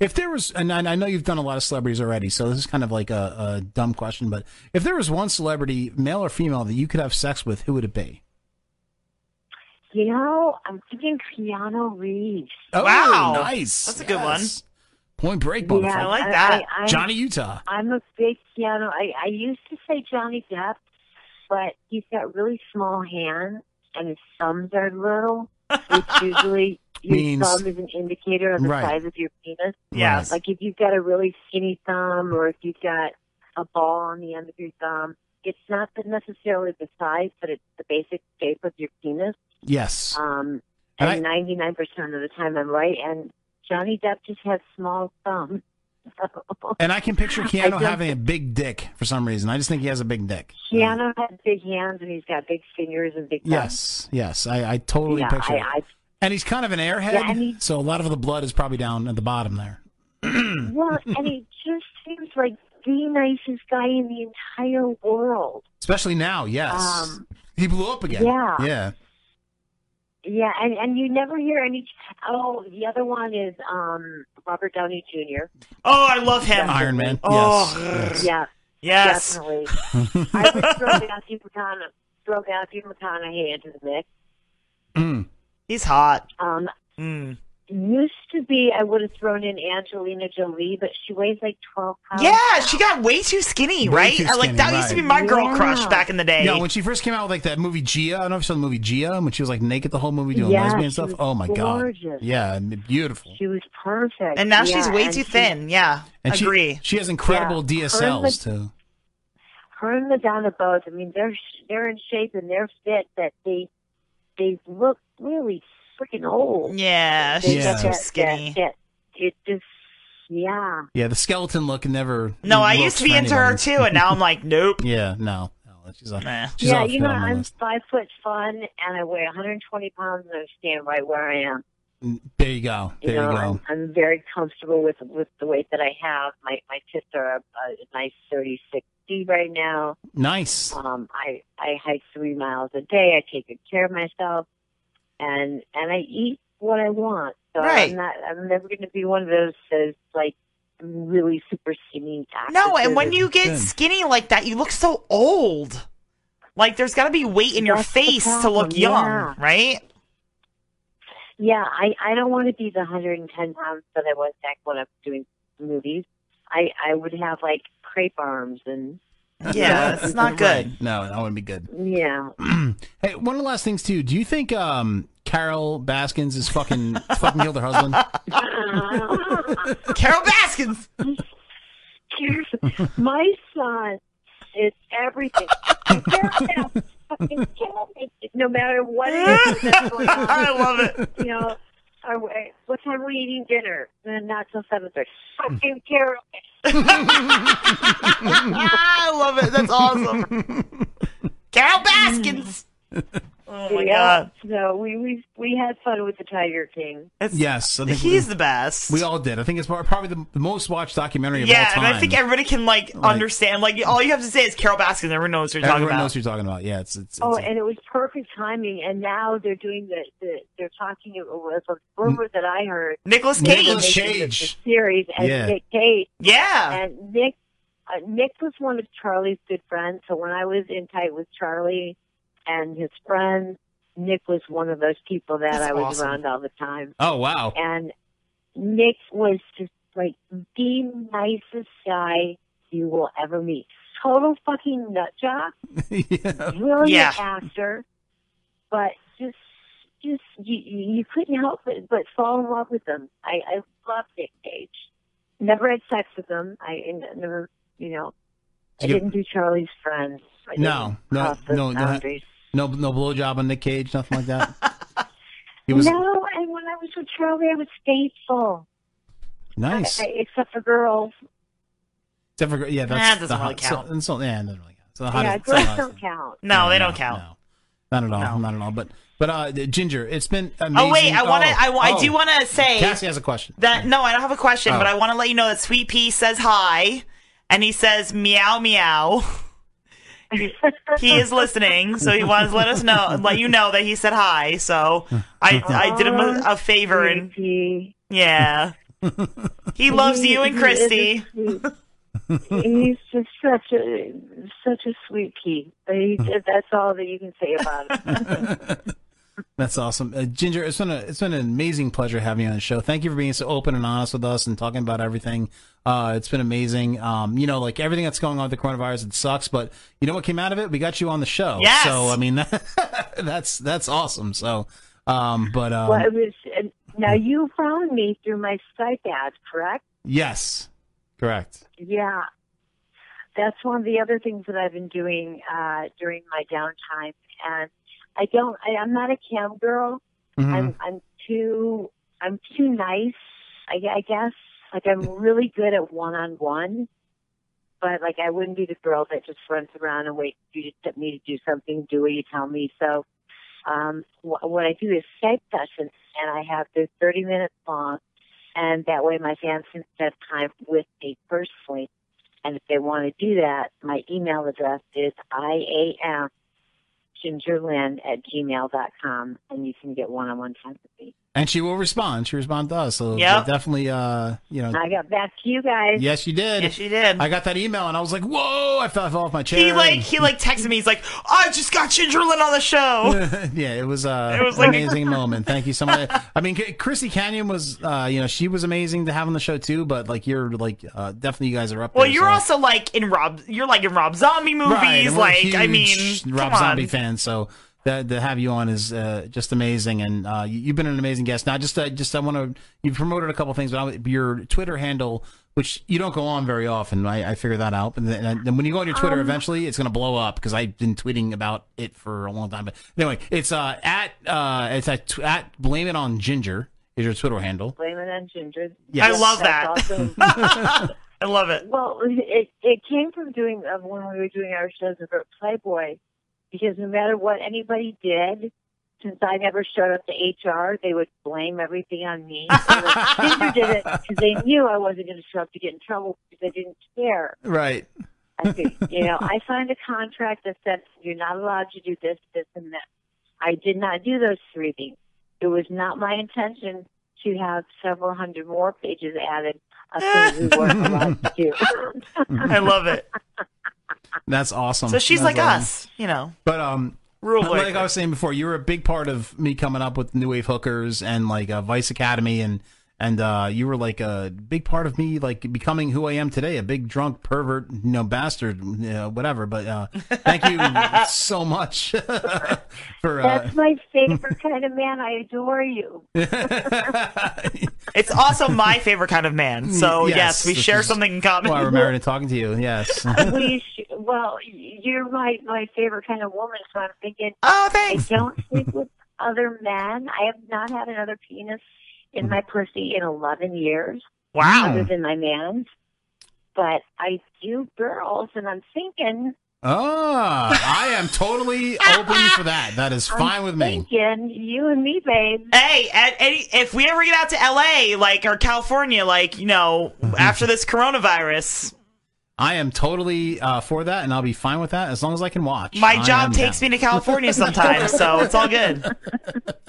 Speaker 16: If there was, and I I know you've done a lot of celebrities already, so this is kind of like a, a dumb question, but if there was one celebrity, male or female, that you could have sex with, who would it be?
Speaker 24: You know, I'm thinking Keanu Reeves.
Speaker 16: Oh, Wow. nice.
Speaker 23: That's a good one.
Speaker 16: Yes. Point Break, motherfucker.
Speaker 24: Yeah, I like that. I- I-
Speaker 16: Johnny Utah.
Speaker 24: I'm a big Keanu. I, I used to say Johnny Depp, but he's got really small hands and his thumbs are little,
Speaker 16: [LAUGHS]
Speaker 24: which usually your
Speaker 16: Means-
Speaker 24: thumb is an indicator of the
Speaker 16: Right.
Speaker 24: size of your penis.
Speaker 16: Yes.
Speaker 24: Like if you've got a really skinny thumb or if you've got a ball on the end of your thumb, it's not the necessarily the size, but it's the basic shape of your penis.
Speaker 16: Yes.
Speaker 24: Um,
Speaker 16: And
Speaker 24: and ninety nine percent of the time I'm right. And Johnny Depp just has small [LAUGHS] thumbs.
Speaker 16: And I can picture
Speaker 24: I
Speaker 16: Keanu
Speaker 24: don't-
Speaker 16: having a big dick for some reason. I just think he has a big dick.
Speaker 24: Keanu has big hands and he's got big fingers and big. thumbs.
Speaker 16: Yes, yes, I, I totally
Speaker 24: Yeah,
Speaker 16: picture.
Speaker 24: I-
Speaker 16: it.
Speaker 24: I-
Speaker 16: and he's kind of an airhead,
Speaker 24: Yeah, and
Speaker 16: so a lot of the blood is probably down at the bottom there. Hmm. [LAUGHS]
Speaker 24: Well, and he just seems like the nicest guy in the entire world.
Speaker 16: Especially now, yes,
Speaker 24: Um,
Speaker 16: he blew up again.
Speaker 24: yeah.
Speaker 16: yeah.
Speaker 24: Yeah, and and you never hear any. Oh, the other one is um Robert Downey Jr.
Speaker 23: Oh, I love him.
Speaker 16: Iron Man.
Speaker 23: Oh,
Speaker 16: yes.
Speaker 24: Yeah.
Speaker 23: Yes.
Speaker 24: Definitely. I would throw Matthew McConaughey, throw Matthew McConaughey into the mix.
Speaker 23: He's hot.
Speaker 24: Um,
Speaker 23: Mm.
Speaker 24: used to be I would have thrown in Angelina Jolie, but she weighs like twelve pounds.
Speaker 23: Yeah, she got way too skinny,
Speaker 16: Way
Speaker 23: right?
Speaker 16: too
Speaker 23: Uh, like
Speaker 16: skinny,
Speaker 23: that used to be my
Speaker 16: right.
Speaker 23: girl crush
Speaker 16: Yeah.
Speaker 23: back in the day.
Speaker 16: Yeah, when she first came out with like that movie Gia, I don't know if you saw the movie Gia when she was like naked the whole movie doing
Speaker 23: Yeah,
Speaker 16: lesbian
Speaker 23: she
Speaker 16: stuff.
Speaker 23: was
Speaker 16: Oh my god,
Speaker 23: gorgeous.
Speaker 16: yeah, I mean, beautiful.
Speaker 24: She was perfect.
Speaker 23: and now
Speaker 24: Yeah,
Speaker 23: she's way
Speaker 24: and
Speaker 23: too
Speaker 24: she-
Speaker 23: thin. Yeah,
Speaker 16: And she-
Speaker 23: agree.
Speaker 16: She, has incredible
Speaker 24: Yeah.
Speaker 16: DSLs
Speaker 24: Her and
Speaker 16: too.
Speaker 24: Her and Madonna both. I mean, they're sh- they're in shape and they're fit, but they they look really freaking old.
Speaker 23: Yeah,
Speaker 24: They
Speaker 16: she's
Speaker 24: got
Speaker 16: too
Speaker 24: that- that
Speaker 23: skinny.
Speaker 24: fit. It just yeah.
Speaker 16: Yeah, the skeleton look never.
Speaker 23: No, I
Speaker 16: works
Speaker 23: used to
Speaker 16: for
Speaker 23: be into her
Speaker 16: anybody.
Speaker 23: too, and now I'm
Speaker 16: [LAUGHS]
Speaker 23: like, nope.
Speaker 16: Yeah, no, no she's off. She's
Speaker 24: yeah,
Speaker 16: off
Speaker 24: you know,
Speaker 16: now on my
Speaker 24: I'm
Speaker 16: list.
Speaker 24: five foot fun and I weigh 120 pounds and I stand right where I am.
Speaker 16: There you go.
Speaker 24: You
Speaker 16: There
Speaker 24: know,
Speaker 16: you go.
Speaker 24: I'm, I'm very comfortable with with the weight that I have. My my tits are a, a nice 3060 right now.
Speaker 16: Nice.
Speaker 24: Um, I I hike three miles a day. I take good care of myself, and and I eat what I want. So
Speaker 23: Right.
Speaker 24: I'm not. I'm never going to be one of those that's like really super skinny.
Speaker 23: No, and when
Speaker 24: actresses.
Speaker 23: you get skinny like that, you look so old. Like there's got to be weight in your
Speaker 24: That's the
Speaker 23: face to
Speaker 24: problem,
Speaker 23: look young,
Speaker 24: yeah.
Speaker 23: right?
Speaker 24: Yeah, I, I don't want to be the 110 pounds that I was back when I was doing movies. I, I would have like crepe arms and
Speaker 16: Right. No, that wouldn't be good. [CLEARS THROAT]
Speaker 24: Yeah.
Speaker 16: Hey, one of the last things too. Do you think um, Carol Baskins is
Speaker 23: [LAUGHS]
Speaker 16: fucking fucking killed her husband?
Speaker 24: [LAUGHS]
Speaker 23: Carol
Speaker 16: [LAUGHS]
Speaker 23: Baskins. [LAUGHS]
Speaker 24: My son is everything. no matter what it is
Speaker 23: [LAUGHS]
Speaker 24: that's going on.
Speaker 23: I love it.
Speaker 24: You know, are we, what time are we eating dinner? Uh, Not till seven thirty. Fucking Carol.
Speaker 23: I love it. That's awesome. Carol
Speaker 16: [LAUGHS]
Speaker 23: Baskins. [LAUGHS] Oh my god.
Speaker 24: So we we we had fun with the Tiger King.
Speaker 16: yes, I think
Speaker 23: he's
Speaker 16: we-
Speaker 23: the best.
Speaker 16: We all did. I think it's pro- probably the, the most watched documentary of all
Speaker 23: Yeah,
Speaker 16: time.
Speaker 23: and I think everybody can like, understand. Like all you have to say is Carol Baskins. Everyone knows what you're
Speaker 16: everyone
Speaker 23: talking about.
Speaker 16: knows who you're talking about. Yeah, it's it's.
Speaker 24: Oh, and it was perfect timing. And now they're doing the, the they're talking. It was a rumor that I heard.
Speaker 23: Nicolas
Speaker 24: They're
Speaker 23: Cage. Nicolas
Speaker 24: making the-
Speaker 23: Cage.
Speaker 24: the series and
Speaker 23: Yeah.
Speaker 24: Nick Cage.
Speaker 23: Yeah.
Speaker 24: And Nick uh, Nick was one of Charlie's good friends. So when I was in tight with Charlie and his friends, Nick was one of those people that
Speaker 16: That's
Speaker 24: I was
Speaker 16: awesome.
Speaker 24: around all the time.
Speaker 16: Oh, wow.
Speaker 24: And Nick was just like the nicest guy you will ever meet. Total fucking nut job
Speaker 16: [LAUGHS]
Speaker 24: brilliant
Speaker 6: Yeah.
Speaker 24: actor, but just just you, you you couldn't help it but fall in love with him. I I love Nick Cage. Never had sex with him. I I never you know I
Speaker 16: Did you-
Speaker 24: didn't do Charlie's friends. I
Speaker 16: no,
Speaker 24: didn't
Speaker 16: no,
Speaker 24: cross
Speaker 16: no,
Speaker 24: those
Speaker 16: no,
Speaker 24: boundaries.
Speaker 16: no, no blowjob on Nick Cage, nothing like that. He
Speaker 24: no.
Speaker 16: was
Speaker 24: And when I was with Charlie, I was faithful,
Speaker 16: nice.
Speaker 24: I, except for girls.
Speaker 16: Except for yeah, that's
Speaker 24: Nah, it doesn't
Speaker 16: the
Speaker 24: really
Speaker 16: hot- so-
Speaker 24: count.
Speaker 16: and so- yeah, it doesn't really count. So the
Speaker 24: yeah,
Speaker 16: hottest-
Speaker 24: girls
Speaker 16: so hottest-
Speaker 24: don't count.
Speaker 23: No, they don't count.
Speaker 16: Not at all. Not at all. But but uh, Ginger, it's been amazing.
Speaker 23: Oh wait, I want to.
Speaker 16: Oh,
Speaker 23: I, wa- I do
Speaker 16: oh.
Speaker 23: want to say
Speaker 16: Cassie has a question.
Speaker 23: that. No, I don't have a question,
Speaker 16: Oh.
Speaker 23: but I want to let you know that Sweet Pea says hi, and he says meow meow. He- he
Speaker 24: [LAUGHS]
Speaker 23: is listening, so he wants to let us know, let you know that he said hi. So I, I did him a, a favor, and yeah, he loves you and
Speaker 24: He- he is a
Speaker 23: Christy.
Speaker 24: sweet-
Speaker 23: [LAUGHS]
Speaker 24: He's just such a such a sweet pea. He,
Speaker 23: Hmm.
Speaker 24: that's all that you can say about
Speaker 23: [LAUGHS]
Speaker 24: him.
Speaker 16: That's awesome, uh, Ginger. It's been a it's been an amazing pleasure having you on the show. Thank you for being so open and honest with us and talking about everything. Uh, it's been amazing. Um, you know, like everything that's going on with the coronavirus, it sucks, but you know what came out of it? We got you on the show.
Speaker 24: Yes!
Speaker 16: So I mean, [LAUGHS] that's that's awesome. So, um, but um,
Speaker 24: well, it was. And now
Speaker 23: hmm.
Speaker 24: you found me through my Skype ad, correct?
Speaker 16: yes, correct.
Speaker 24: Yeah. that's one of the other things that I've been doing uh, during my downtime. And I don't, I, I'm not a cam girl.
Speaker 16: Mm-hmm.
Speaker 24: I'm, I'm too, I'm too nice. I, gue- I guess like I'm really good at one on one, but like I wouldn't be the girl that just runs around and waits for you to, me to do something. Do what you tell me. So um, wh- what I do is Skype sessions, and I have they're 30 minutes long, and that way my fans can spend time with me personally. And if they want to do that, my email address is iam gingerlynn at gmail dot com, and you can get one on one time with me.
Speaker 16: And she will respond. She responded to us. So
Speaker 24: Yep.
Speaker 16: definitely, uh, you know.
Speaker 24: I got back to you guys.
Speaker 16: Yes, you did. Yes,
Speaker 23: she did.
Speaker 16: I got that email and I was like, whoa, I fell, I fell off my chair.
Speaker 23: He like he like texted me. He's like, I just got Gingerlin on the show.
Speaker 16: [LAUGHS] [LAUGHS] yeah, it was uh,
Speaker 23: It was
Speaker 16: an
Speaker 23: like-
Speaker 16: amazing moment. Thank you so much. I mean, K- Chrissy Canyon was, uh, you know, she was amazing to have on the show too. But like, you're like, uh, definitely, you guys are up.
Speaker 23: well,
Speaker 16: there,
Speaker 23: you're
Speaker 16: so.
Speaker 23: also like in Rob. You're like in Rob Zombie movies.
Speaker 16: Right, and we're
Speaker 23: like I mean,
Speaker 16: huge Rob
Speaker 23: come
Speaker 16: Zombie
Speaker 23: on.
Speaker 16: fan, so that to have you on is uh, just amazing, and uh, you, you've been an amazing guest. Now, just uh, just I want to you promoted a couple things, but I, your Twitter handle, which you don't go on very often, I, I figure that out. And then, and then when you go on your Twitter,
Speaker 1: Um.
Speaker 16: eventually it's going to blow up because I've been tweeting about it for a long time. But anyway, it's uh, at uh, it's at, tw- at blame it on ginger is your Twitter handle.
Speaker 24: Blame it on Ginger.
Speaker 16: Yes. I love
Speaker 24: That's
Speaker 16: [LAUGHS] that.
Speaker 24: awesome.
Speaker 23: [LAUGHS] I love it.
Speaker 24: Well, it it came from doing uh, when we were doing our shows over at Playboy, because no matter what anybody did, since I never showed up to HR, they would blame everything on
Speaker 16: [LAUGHS]
Speaker 24: me. They would- Ginger did it because they knew I wasn't going to show up to get in trouble because I didn't care.
Speaker 16: Right.
Speaker 24: I said, you know, I signed a contract that said you're not allowed to do this, this, and that. I did not do those three things. It was not my intention to have several hundred more pages added of things we weren't allowed to do.
Speaker 23: I love it.
Speaker 16: That's awesome.
Speaker 23: So she's
Speaker 16: That's
Speaker 23: like
Speaker 16: awesome.
Speaker 23: us, you know.
Speaker 16: But um,
Speaker 23: Rule
Speaker 16: like I was saying before, you were a big part of me coming up with New Wave Hookers and like uh, Vice Academy, and and uh, you were like a big part of me like becoming who I am today—a big drunk pervert, you know, bastard, you know, whatever. But uh, thank
Speaker 23: [LAUGHS]
Speaker 16: you so much [LAUGHS] for uh,
Speaker 24: That's my favorite kind of man. I adore you.
Speaker 23: It's also my favorite kind
Speaker 16: [LAUGHS]
Speaker 23: of man. So yes, we
Speaker 16: this
Speaker 23: share
Speaker 16: is
Speaker 23: something in common.
Speaker 16: Why we're
Speaker 23: [LAUGHS]
Speaker 16: married and talking to you? Yes.
Speaker 24: We sh- well, you're my my favorite kind of woman. So I'm thinking. Oh, thanks. I don't sleep with other men. I have not had another penis in my pussy in 11 years.
Speaker 23: Wow.
Speaker 16: Mm.
Speaker 24: Other than my man's, but I do girls, and I'm thinking.
Speaker 16: Ah, I am totally open for that. That is fine with me.
Speaker 24: Thinking you and me, babe.
Speaker 23: Hey, at any, if we ever get out to LA, like or California, like
Speaker 16: [LAUGHS]
Speaker 23: you know, after this coronavirus,
Speaker 16: I am totally uh, for that, and I'll be fine with that as long as I can watch.
Speaker 23: my
Speaker 16: I am
Speaker 23: job takes
Speaker 16: down.
Speaker 23: me to California sometimes, so it's all good.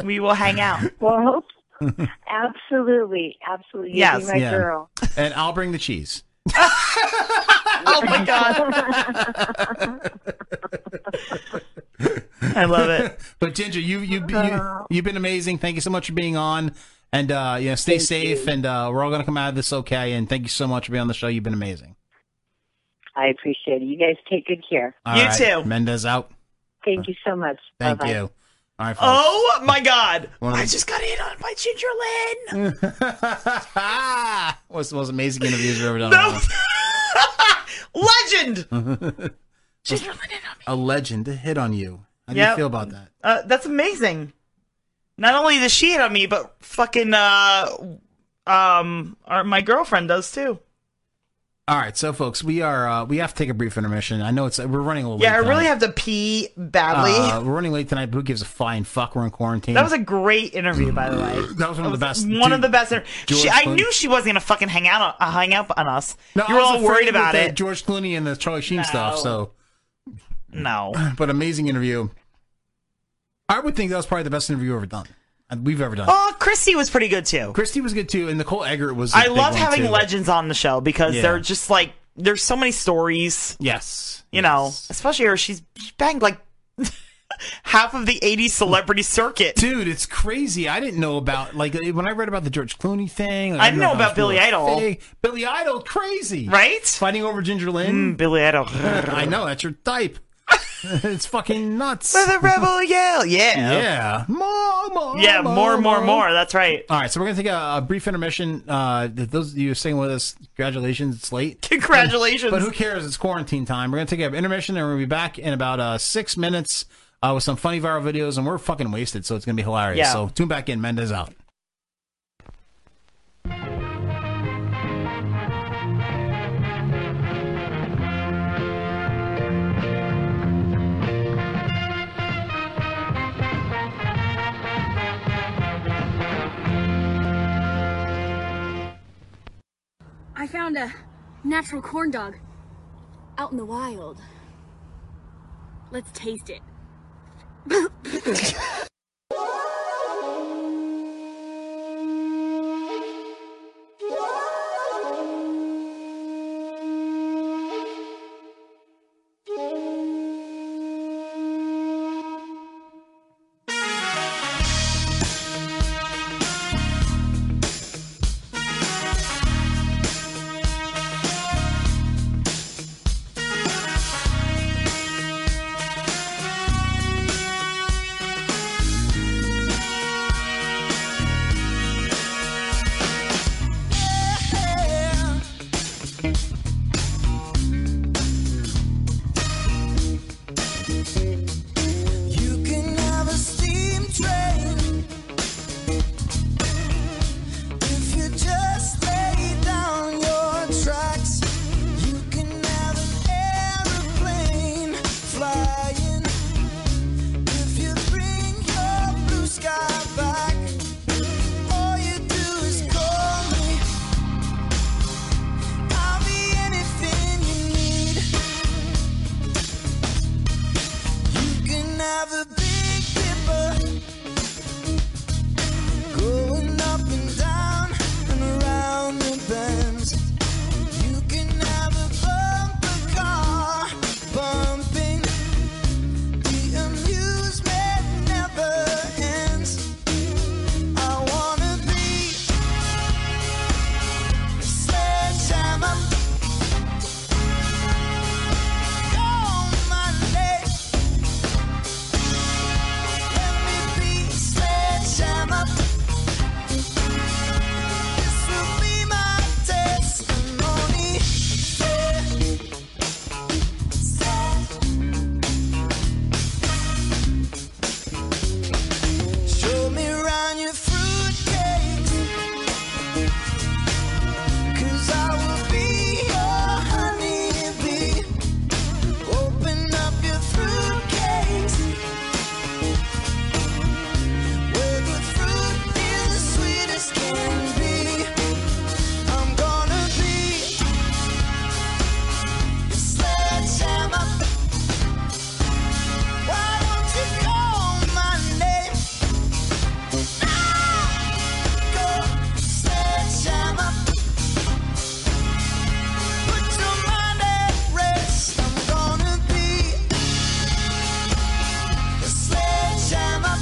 Speaker 23: We will hang out.
Speaker 24: Well,
Speaker 16: [LAUGHS]
Speaker 24: hope. Absolutely, absolutely. You'll be my
Speaker 16: Yeah.
Speaker 24: girl.
Speaker 16: And I'll bring the cheese.
Speaker 23: Oh my god. I
Speaker 16: [LAUGHS]
Speaker 23: love it.
Speaker 16: but Ginger, you you you you've been amazing. Thank you so much for being on, and uh, you know, stay safe. And uh, we're all gonna come out of this okay. And thank you so much for being on the show. You've been amazing.
Speaker 24: I appreciate it. You guys take good care.
Speaker 16: All right, Mendez out.
Speaker 24: Thank you so much.
Speaker 16: Thank
Speaker 24: Bye-bye.
Speaker 16: you. All right. Folks.
Speaker 23: Oh my god.
Speaker 16: One of
Speaker 23: I
Speaker 16: the-
Speaker 23: just got hit on by Ginger Lynn. Oh.
Speaker 16: [LAUGHS] What's the most amazing interviews we've ever done?
Speaker 23: [LAUGHS] Legend.
Speaker 16: Legend.
Speaker 23: Ginger
Speaker 16: a legend to hit on you. How do you
Speaker 23: Yep.
Speaker 16: feel about that?
Speaker 23: Uh, that's amazing. Not only does she hit on me, but fucking uh, um, our, my girlfriend does too.
Speaker 16: All right, so folks, we are uh, we have to take a brief intermission. I know it's we're running a little.
Speaker 23: Yeah, I
Speaker 16: late
Speaker 23: really
Speaker 16: tonight.
Speaker 23: have to pee badly.
Speaker 16: Uh, we're running late tonight. but Who gives a flying fuck? We're in quarantine.
Speaker 23: [LAUGHS] that was a great interview, by the way.
Speaker 16: That was one of the best.
Speaker 23: One of
Speaker 16: dude.
Speaker 23: the best. Inter-
Speaker 16: George
Speaker 23: she, I
Speaker 16: Clooney.
Speaker 23: knew she wasn't gonna fucking hang out, uh, hang up on us.
Speaker 16: No,
Speaker 23: you were
Speaker 16: I was
Speaker 23: all worried
Speaker 16: afraid with
Speaker 23: about
Speaker 16: the
Speaker 23: it.
Speaker 16: George Clooney and the Charlie Sheen stuff. So
Speaker 23: no,
Speaker 16: but amazing interview. I would think that was probably the best interview ever done. uh, We've ever done.
Speaker 23: Oh, Christy was pretty good too.
Speaker 16: Christy was good too, and Nicole Eggert was. a
Speaker 23: I
Speaker 16: big
Speaker 23: love
Speaker 16: one,
Speaker 23: having
Speaker 16: too.
Speaker 23: legends on the show because
Speaker 16: Yeah.
Speaker 23: they're just like there's so many stories.
Speaker 16: Yes,
Speaker 23: you know, especially her. She's she banged like [LAUGHS] half of the '80s celebrity circuit.
Speaker 16: Dude, it's crazy. I didn't know about like when I read about the George Clooney thing. like,
Speaker 23: I didn't know
Speaker 16: that
Speaker 23: about
Speaker 16: was
Speaker 23: Billy
Speaker 16: really
Speaker 23: Idol.
Speaker 16: fake. Billy Idol, crazy,
Speaker 23: right? Mm,
Speaker 16: Fighting over Ginger Lynn.
Speaker 23: Billy Idol. [LAUGHS]
Speaker 16: I know that's your type. it's fucking nuts.
Speaker 23: With a rebel yell, yeah.
Speaker 16: Yeah. More, more.
Speaker 23: Yeah, more, more, more. That's right.
Speaker 16: All right, so we're gonna take a, a brief intermission. Uh, th- those of you staying with us, congratulations! It's late.
Speaker 23: [LAUGHS] Congratulations.
Speaker 16: But who cares? It's quarantine time. We're gonna take an intermission, and we'll be back in about uh, six minutes uh, with some funny viral videos, and we're fucking wasted, so it's gonna be hilarious.
Speaker 23: Yeah.
Speaker 16: So tune back in. Mendez out.
Speaker 1: I found a natural corn dog out in the wild. Let's taste it.
Speaker 10: You can have a steam train if you just lay down your tracks. You can have an airplane flying if you bring your blue sky back. All you do is call me. I'll be anything you need. You can have the big dipper going up and down and around the bends. You can have a bumper car bumping. The amusement never ends. I wanna be a sledgehammer. On my leg. Open up your fruitcakes. Where the fruit is sweet as can be, I'm gonna be a sledgehammer. Why don't you call my name? Ah! Go sledgehammer. Put your mind at rest. I'm gonna be a sledgehammer.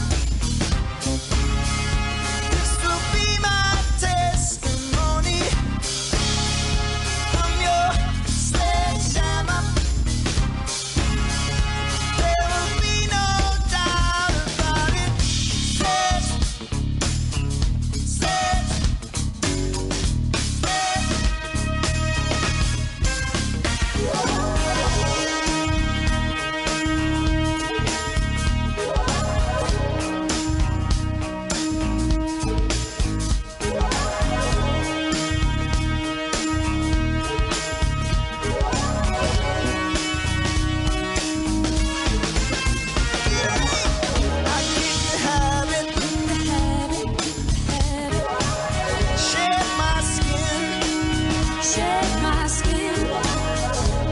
Speaker 10: This will be my testimony. I'm your sledgehammer. There will be no doubt about it. Sledge, sledge,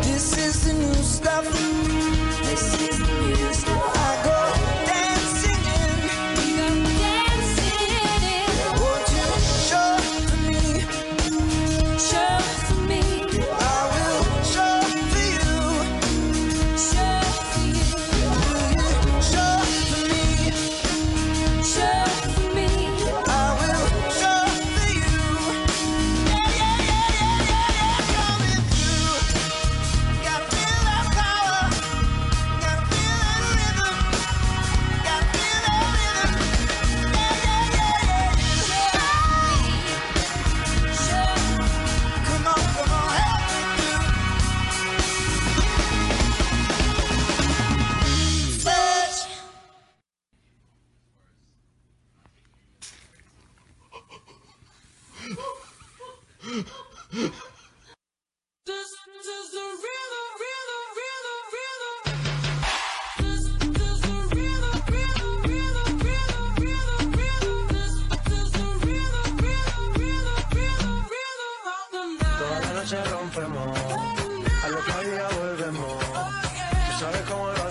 Speaker 10: This is the new stuff. This is the new stuff. I go dancing in. We go dancing in. Won't you show for me? Show for me. I will show for you. Show for you. Will you show for me? Show for me. I will show for you. Yeah, yeah, yeah, yeah, yeah, yeah. Coming through. Got feel that power. Got feel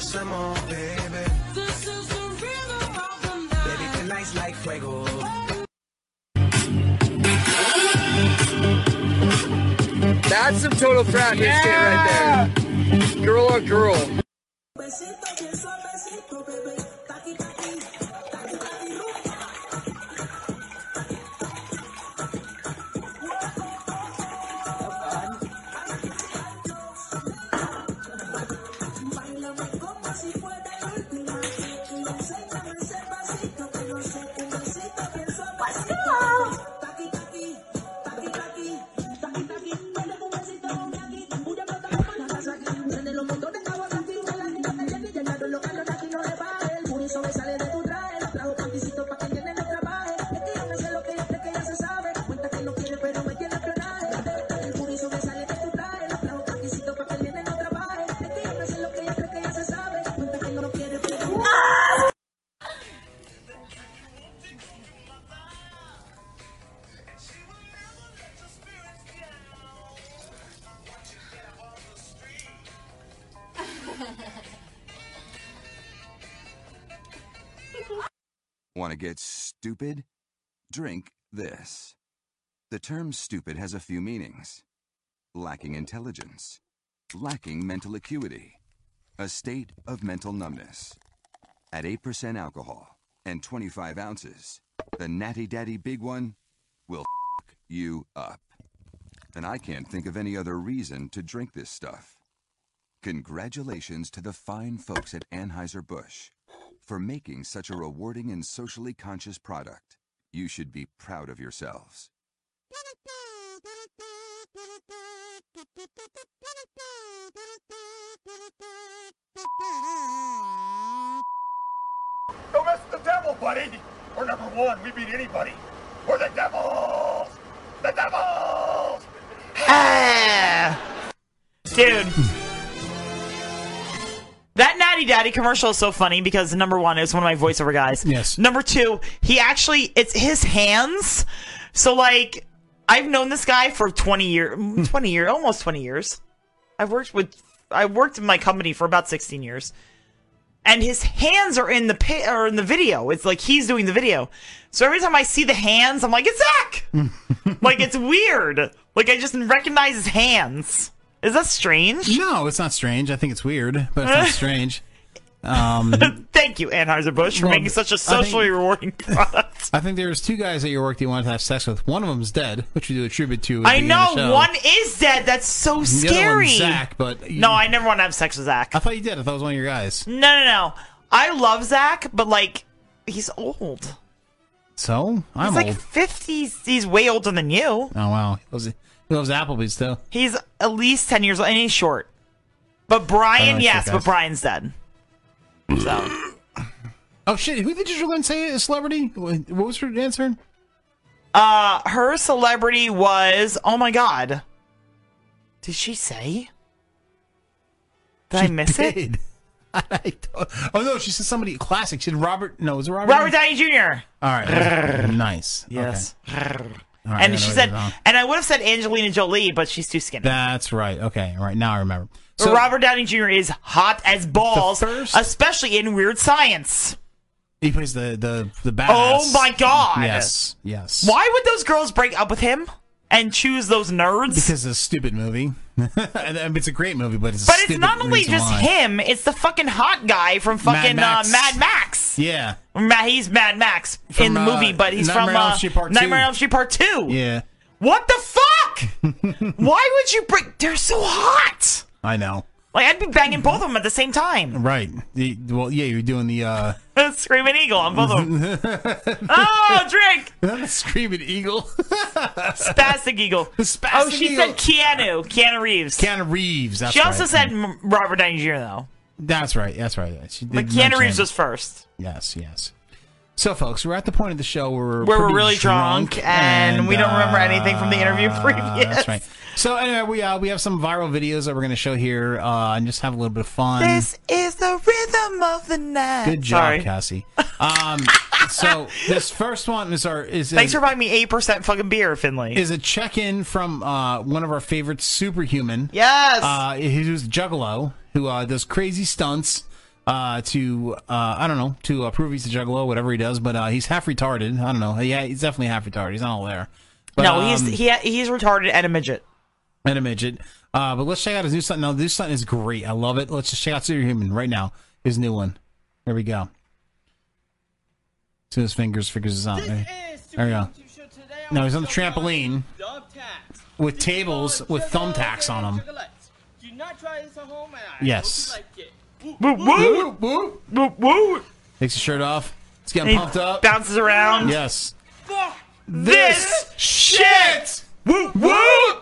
Speaker 15: some more, baby. This is the rhythm of the night. Baby, tonight's like fuego.
Speaker 30: That's some total fraternity shit right there. Girl on girl.
Speaker 13: Ah.
Speaker 31: Want to get stupid? Drink this. The term stupid has a few meanings lacking intelligence, lacking mental acuity, a state of mental numbness. At 8% alcohol and 25 ounces, the natty daddy big one will f you up. And I can't think of any other reason to drink this stuff. Congratulations to the fine folks at Anheuser-Busch for making such a rewarding and socially conscious product. You should be proud of yourselves.
Speaker 19: Don't mess with the devil, buddy. We're number one. We beat anybody. We're the devils. The devils.
Speaker 23: Ah. Dude. That Natty Daddy commercial is so funny because number one, is one of my voiceover guys. Yes. Number two, he actually, it's his hands. So, like, I've known this guy for 20 years, 20 years, almost 20 years. I've worked with, I worked in my company for about 16 years. And his hands are in the pi- are in the video. It's like he's doing the video. So every time I see the hands, I'm like, it's
Speaker 16: [LAUGHS]
Speaker 23: Zach. like it's weird. Like I just recognize his hands. Is that strange?
Speaker 16: No, it's not strange. I think it's weird, but it's not strange. Um,
Speaker 23: [LAUGHS] Thank you, Anheuser Busch, for
Speaker 16: Well,
Speaker 23: making such
Speaker 16: I
Speaker 23: a socially
Speaker 16: think- [LAUGHS]
Speaker 23: rewarding product.
Speaker 16: I think there was two guys at your work that you wanted to have sex with. One of them's dead, which you do a tribute to. at the
Speaker 23: I
Speaker 16: beginning of
Speaker 23: know
Speaker 16: the show.
Speaker 23: one is dead. That's so
Speaker 16: The other
Speaker 23: scary.
Speaker 16: one's Zach, but
Speaker 23: no, I never want to have sex with Zach.
Speaker 16: I thought you did. I thought it was one of your guys.
Speaker 23: No, no, no. I love Zach, but like, he's old.
Speaker 16: So I'm
Speaker 23: he's like
Speaker 16: old.
Speaker 23: fifties. He's way older than you.
Speaker 16: Oh wow, he loves, he loves Applebee's too.
Speaker 23: He's at least ten years old, and he's short. But Brian,
Speaker 16: like short
Speaker 23: yes,
Speaker 16: Oh, guys.
Speaker 23: but Brian's dead. So
Speaker 16: Oh shit, who did you just go and say a celebrity? What was her answer?
Speaker 23: Uh, her celebrity was. Oh my god. Did she say? Did I miss it?
Speaker 16: [LAUGHS] Oh no, she said somebody classic. She said Robert. No, it was Robert.
Speaker 23: [LAUGHS] Robert Downey Jr.
Speaker 16: All right, [LAUGHS] nice.
Speaker 23: Yes. Okay.
Speaker 16: All right, I
Speaker 23: and she
Speaker 16: know
Speaker 23: said,
Speaker 16: it is. Oh,
Speaker 23: and I would have said Angelina Jolie, but she's too skinny.
Speaker 16: That's right. Okay, all right. Now I remember.
Speaker 23: But Robert Downey Jr. is hot as balls, especially in Weird Science.
Speaker 16: He plays the the the badass.
Speaker 23: Oh my god!
Speaker 16: Yes, yes.
Speaker 23: Why would those girls break up with him and choose those nerds?
Speaker 16: Because it's a stupid movie. [LAUGHS] And, um, it's a great movie, but it's. a
Speaker 23: But it's
Speaker 16: stupid
Speaker 23: not only
Speaker 16: reason
Speaker 23: just
Speaker 16: why.
Speaker 23: him; it's the fucking hot guy from fucking
Speaker 16: Max.
Speaker 23: Uh, Mad Max.
Speaker 16: Yeah,
Speaker 23: Ma- he's Mad Max
Speaker 16: From,
Speaker 23: in the
Speaker 16: uh,
Speaker 23: movie, but he's
Speaker 16: Nightmare
Speaker 23: from
Speaker 16: on
Speaker 23: uh,
Speaker 16: Elm Street Part Two.
Speaker 23: Nightmare on Elm Street Part Two.
Speaker 16: yeah.
Speaker 23: What
Speaker 16: [LAUGHS]
Speaker 23: the fuck? Why would you break? They're so hot.
Speaker 16: I know.
Speaker 23: Like I'd be banging both of them at the same time. [LAUGHS]
Speaker 16: Right. The- well, yeah, you're doing the uh, [LAUGHS]
Speaker 23: Screaming eagle on both of them. oh, drink.
Speaker 16: screaming eagle. [LAUGHS]
Speaker 23: Spastic eagle. oh, she
Speaker 16: eagle.
Speaker 23: said Keanu. Keanu Reeves.
Speaker 16: Keanu Reeves. That's
Speaker 23: she also
Speaker 16: right.
Speaker 23: said M- Robert Downey Jr. though.
Speaker 16: That's right. That's right. She did
Speaker 23: But Keanu Reeves
Speaker 16: mention-
Speaker 23: was first.
Speaker 16: Yes. Yes. So, folks, we're at the point of the show where we're,
Speaker 23: Where we're
Speaker 16: pretty
Speaker 23: really drunk, and, we don't remember anything from the interview [LAUGHS]
Speaker 16: uh,
Speaker 23: previous.
Speaker 16: That's right. So anyway, we uh, we have some viral videos that we're going to show here uh, and just have a little bit of fun.
Speaker 23: This is the rhythm of the night.
Speaker 16: Good job,
Speaker 23: Sorry. [LAUGHS]
Speaker 16: Cassie. Um, so this first one is our is
Speaker 23: Thanks
Speaker 16: a,
Speaker 23: for buying me eight percent fucking beer, Finley.
Speaker 16: is a check in from uh, one of our favorites, Superhuman.
Speaker 23: Yes.
Speaker 16: Uh, who's a Juggalo who uh, does crazy uh, stunts. uh, to uh, I don't know to uh, prove he's a juggalo, whatever he does. But uh, he's half retarded. I don't know. Yeah, he's definitely half retarded. He's not all there. But,
Speaker 23: no, he's
Speaker 16: um,
Speaker 23: he he's retarded and a midget.
Speaker 16: and a midget. Uh, but let's check out his new son. No, this son is great. I love it. Let's just check out Superhuman right now. His new one. Here we go. So his fingers figures this out. There, eh? there we go. Now he's on the trampoline with tables with thumbtacks on them.
Speaker 4: Do not try this at home, and I
Speaker 16: Yes.
Speaker 4: hope you like it.
Speaker 16: Woo, woo,
Speaker 23: woo, woo, woo.
Speaker 16: Takes his shirt off. It's getting
Speaker 23: He
Speaker 16: pumped up.
Speaker 23: Bounces around.
Speaker 16: Yes.
Speaker 4: Fuck
Speaker 16: This shit.
Speaker 23: Woo woo.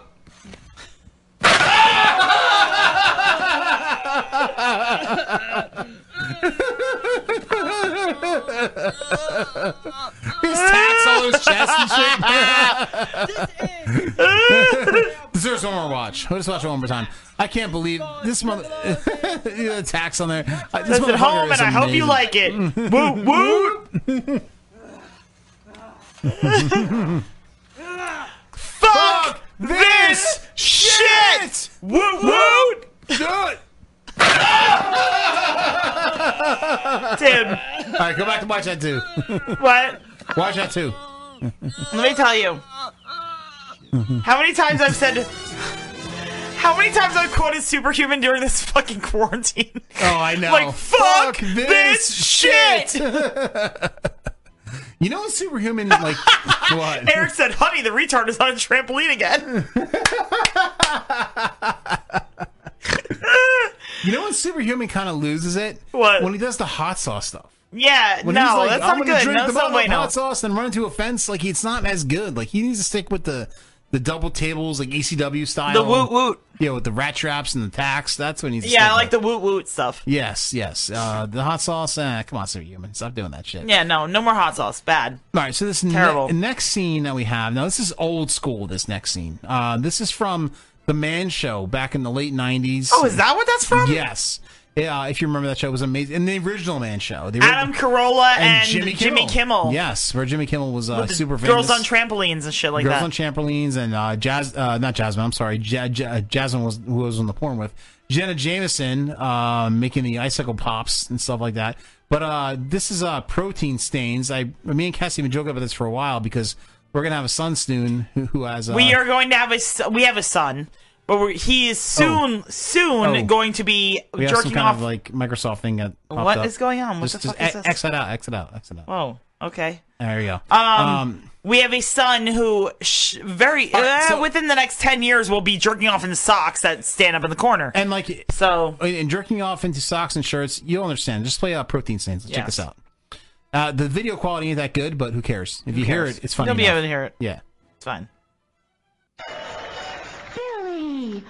Speaker 16: His tats all over his chest and shit. Deserves one more watch. Let's watch it one more time. I can't believe this mother. [LAUGHS] the tax on there. Uh, This
Speaker 23: Says at home,
Speaker 16: motherfucker is
Speaker 23: and I hope you
Speaker 16: amazing.
Speaker 23: like
Speaker 16: [LAUGHS]
Speaker 23: it. woo woo.
Speaker 16: Fuck this shit.
Speaker 23: Woo woo.
Speaker 16: Good.
Speaker 23: Dude.
Speaker 16: All right, go back to watch that too.
Speaker 23: What?
Speaker 16: Watch that too.
Speaker 23: Let me tell you. How many times I've said. How many times I've quoted Superhuman during this fucking quarantine? [LAUGHS]
Speaker 16: Oh, I know.
Speaker 23: Like, fuck, this, shit!
Speaker 16: [LAUGHS] You know what superhuman like [LAUGHS] what?
Speaker 23: Eric said, honey, the retard is on a trampoline again.
Speaker 16: You know when superhuman kind of loses it?
Speaker 23: What?
Speaker 16: When he does the hot sauce stuff.
Speaker 23: Yeah,
Speaker 16: When he's
Speaker 23: no,
Speaker 16: like,
Speaker 23: that's
Speaker 16: I'm
Speaker 23: not
Speaker 16: gonna
Speaker 23: good.
Speaker 16: drink the
Speaker 23: No, that's not
Speaker 16: bottle of
Speaker 23: bueno.
Speaker 16: hot sauce and run into a fence. Like it's not as good. Like he needs to stick with the the double tables, like ECW style.
Speaker 23: The woot woot.
Speaker 16: Yeah, with the rat traps and the tacks. That's when he's.
Speaker 23: Yeah, I like the woot woot stuff.
Speaker 16: Yes, yes. Uh, the hot sauce. Uh, come on, superhuman. Stop doing that shit.
Speaker 23: Yeah, no, no more hot sauce. Bad.
Speaker 16: All right, so this ne-
Speaker 23: Terrible.
Speaker 16: next scene that we have now, this is old school. This next scene, uh, this is from the Man Show back in the late '90s.
Speaker 23: Oh, is that what that's from?
Speaker 16: Yes, yeah. If you remember that show, it was amazing. And the original Man Show, the
Speaker 23: Adam
Speaker 16: ori-
Speaker 23: Carolla and, Jimmy Kimmel.
Speaker 16: Yes, where Jimmy Kimmel was uh,
Speaker 23: With the
Speaker 16: super famous.
Speaker 23: Girls on trampolines and shit like
Speaker 16: Girls
Speaker 23: that.
Speaker 16: on trampolines and uh, Jazz, uh, not Jasmine. I'm sorry, ja- ja- Jasmine was who I was on the porn with Jenna Jameson, uh, making the icicle pops and stuff like that. But uh, this is uh, protein stains. I, me and Cassie have been joking about this for a while because we're gonna have a son soon who, who has. Uh,
Speaker 23: we are going to have a s- we have a son, but we're, he is soon soon
Speaker 16: Oh.
Speaker 23: going to be
Speaker 16: we have some
Speaker 23: jerking
Speaker 16: kind
Speaker 23: off.
Speaker 16: of like Microsoft thing. That popped
Speaker 23: What
Speaker 16: up.
Speaker 23: is going on? What
Speaker 16: Just-
Speaker 23: the fuck
Speaker 16: just
Speaker 23: is
Speaker 16: e-
Speaker 23: this?
Speaker 16: Exit out. Exit out. Exit out.
Speaker 23: oh, okay.
Speaker 16: There you go.
Speaker 23: Um, we have a son who sh- very uh, within the next ten years will be jerking off in socks that stand up in the corner.
Speaker 16: And like
Speaker 23: so,
Speaker 16: uh, and jerking off into socks and shirts, you'll understand. Just play out protein stains. Check
Speaker 23: Yes.
Speaker 16: this out. Uh, the video quality ain't that good, but who cares? If you hear
Speaker 23: cares?
Speaker 16: it, it's funny.
Speaker 23: You'll be
Speaker 16: enough.
Speaker 23: able to hear it.
Speaker 16: Yeah.
Speaker 23: It's fine.
Speaker 13: Billy!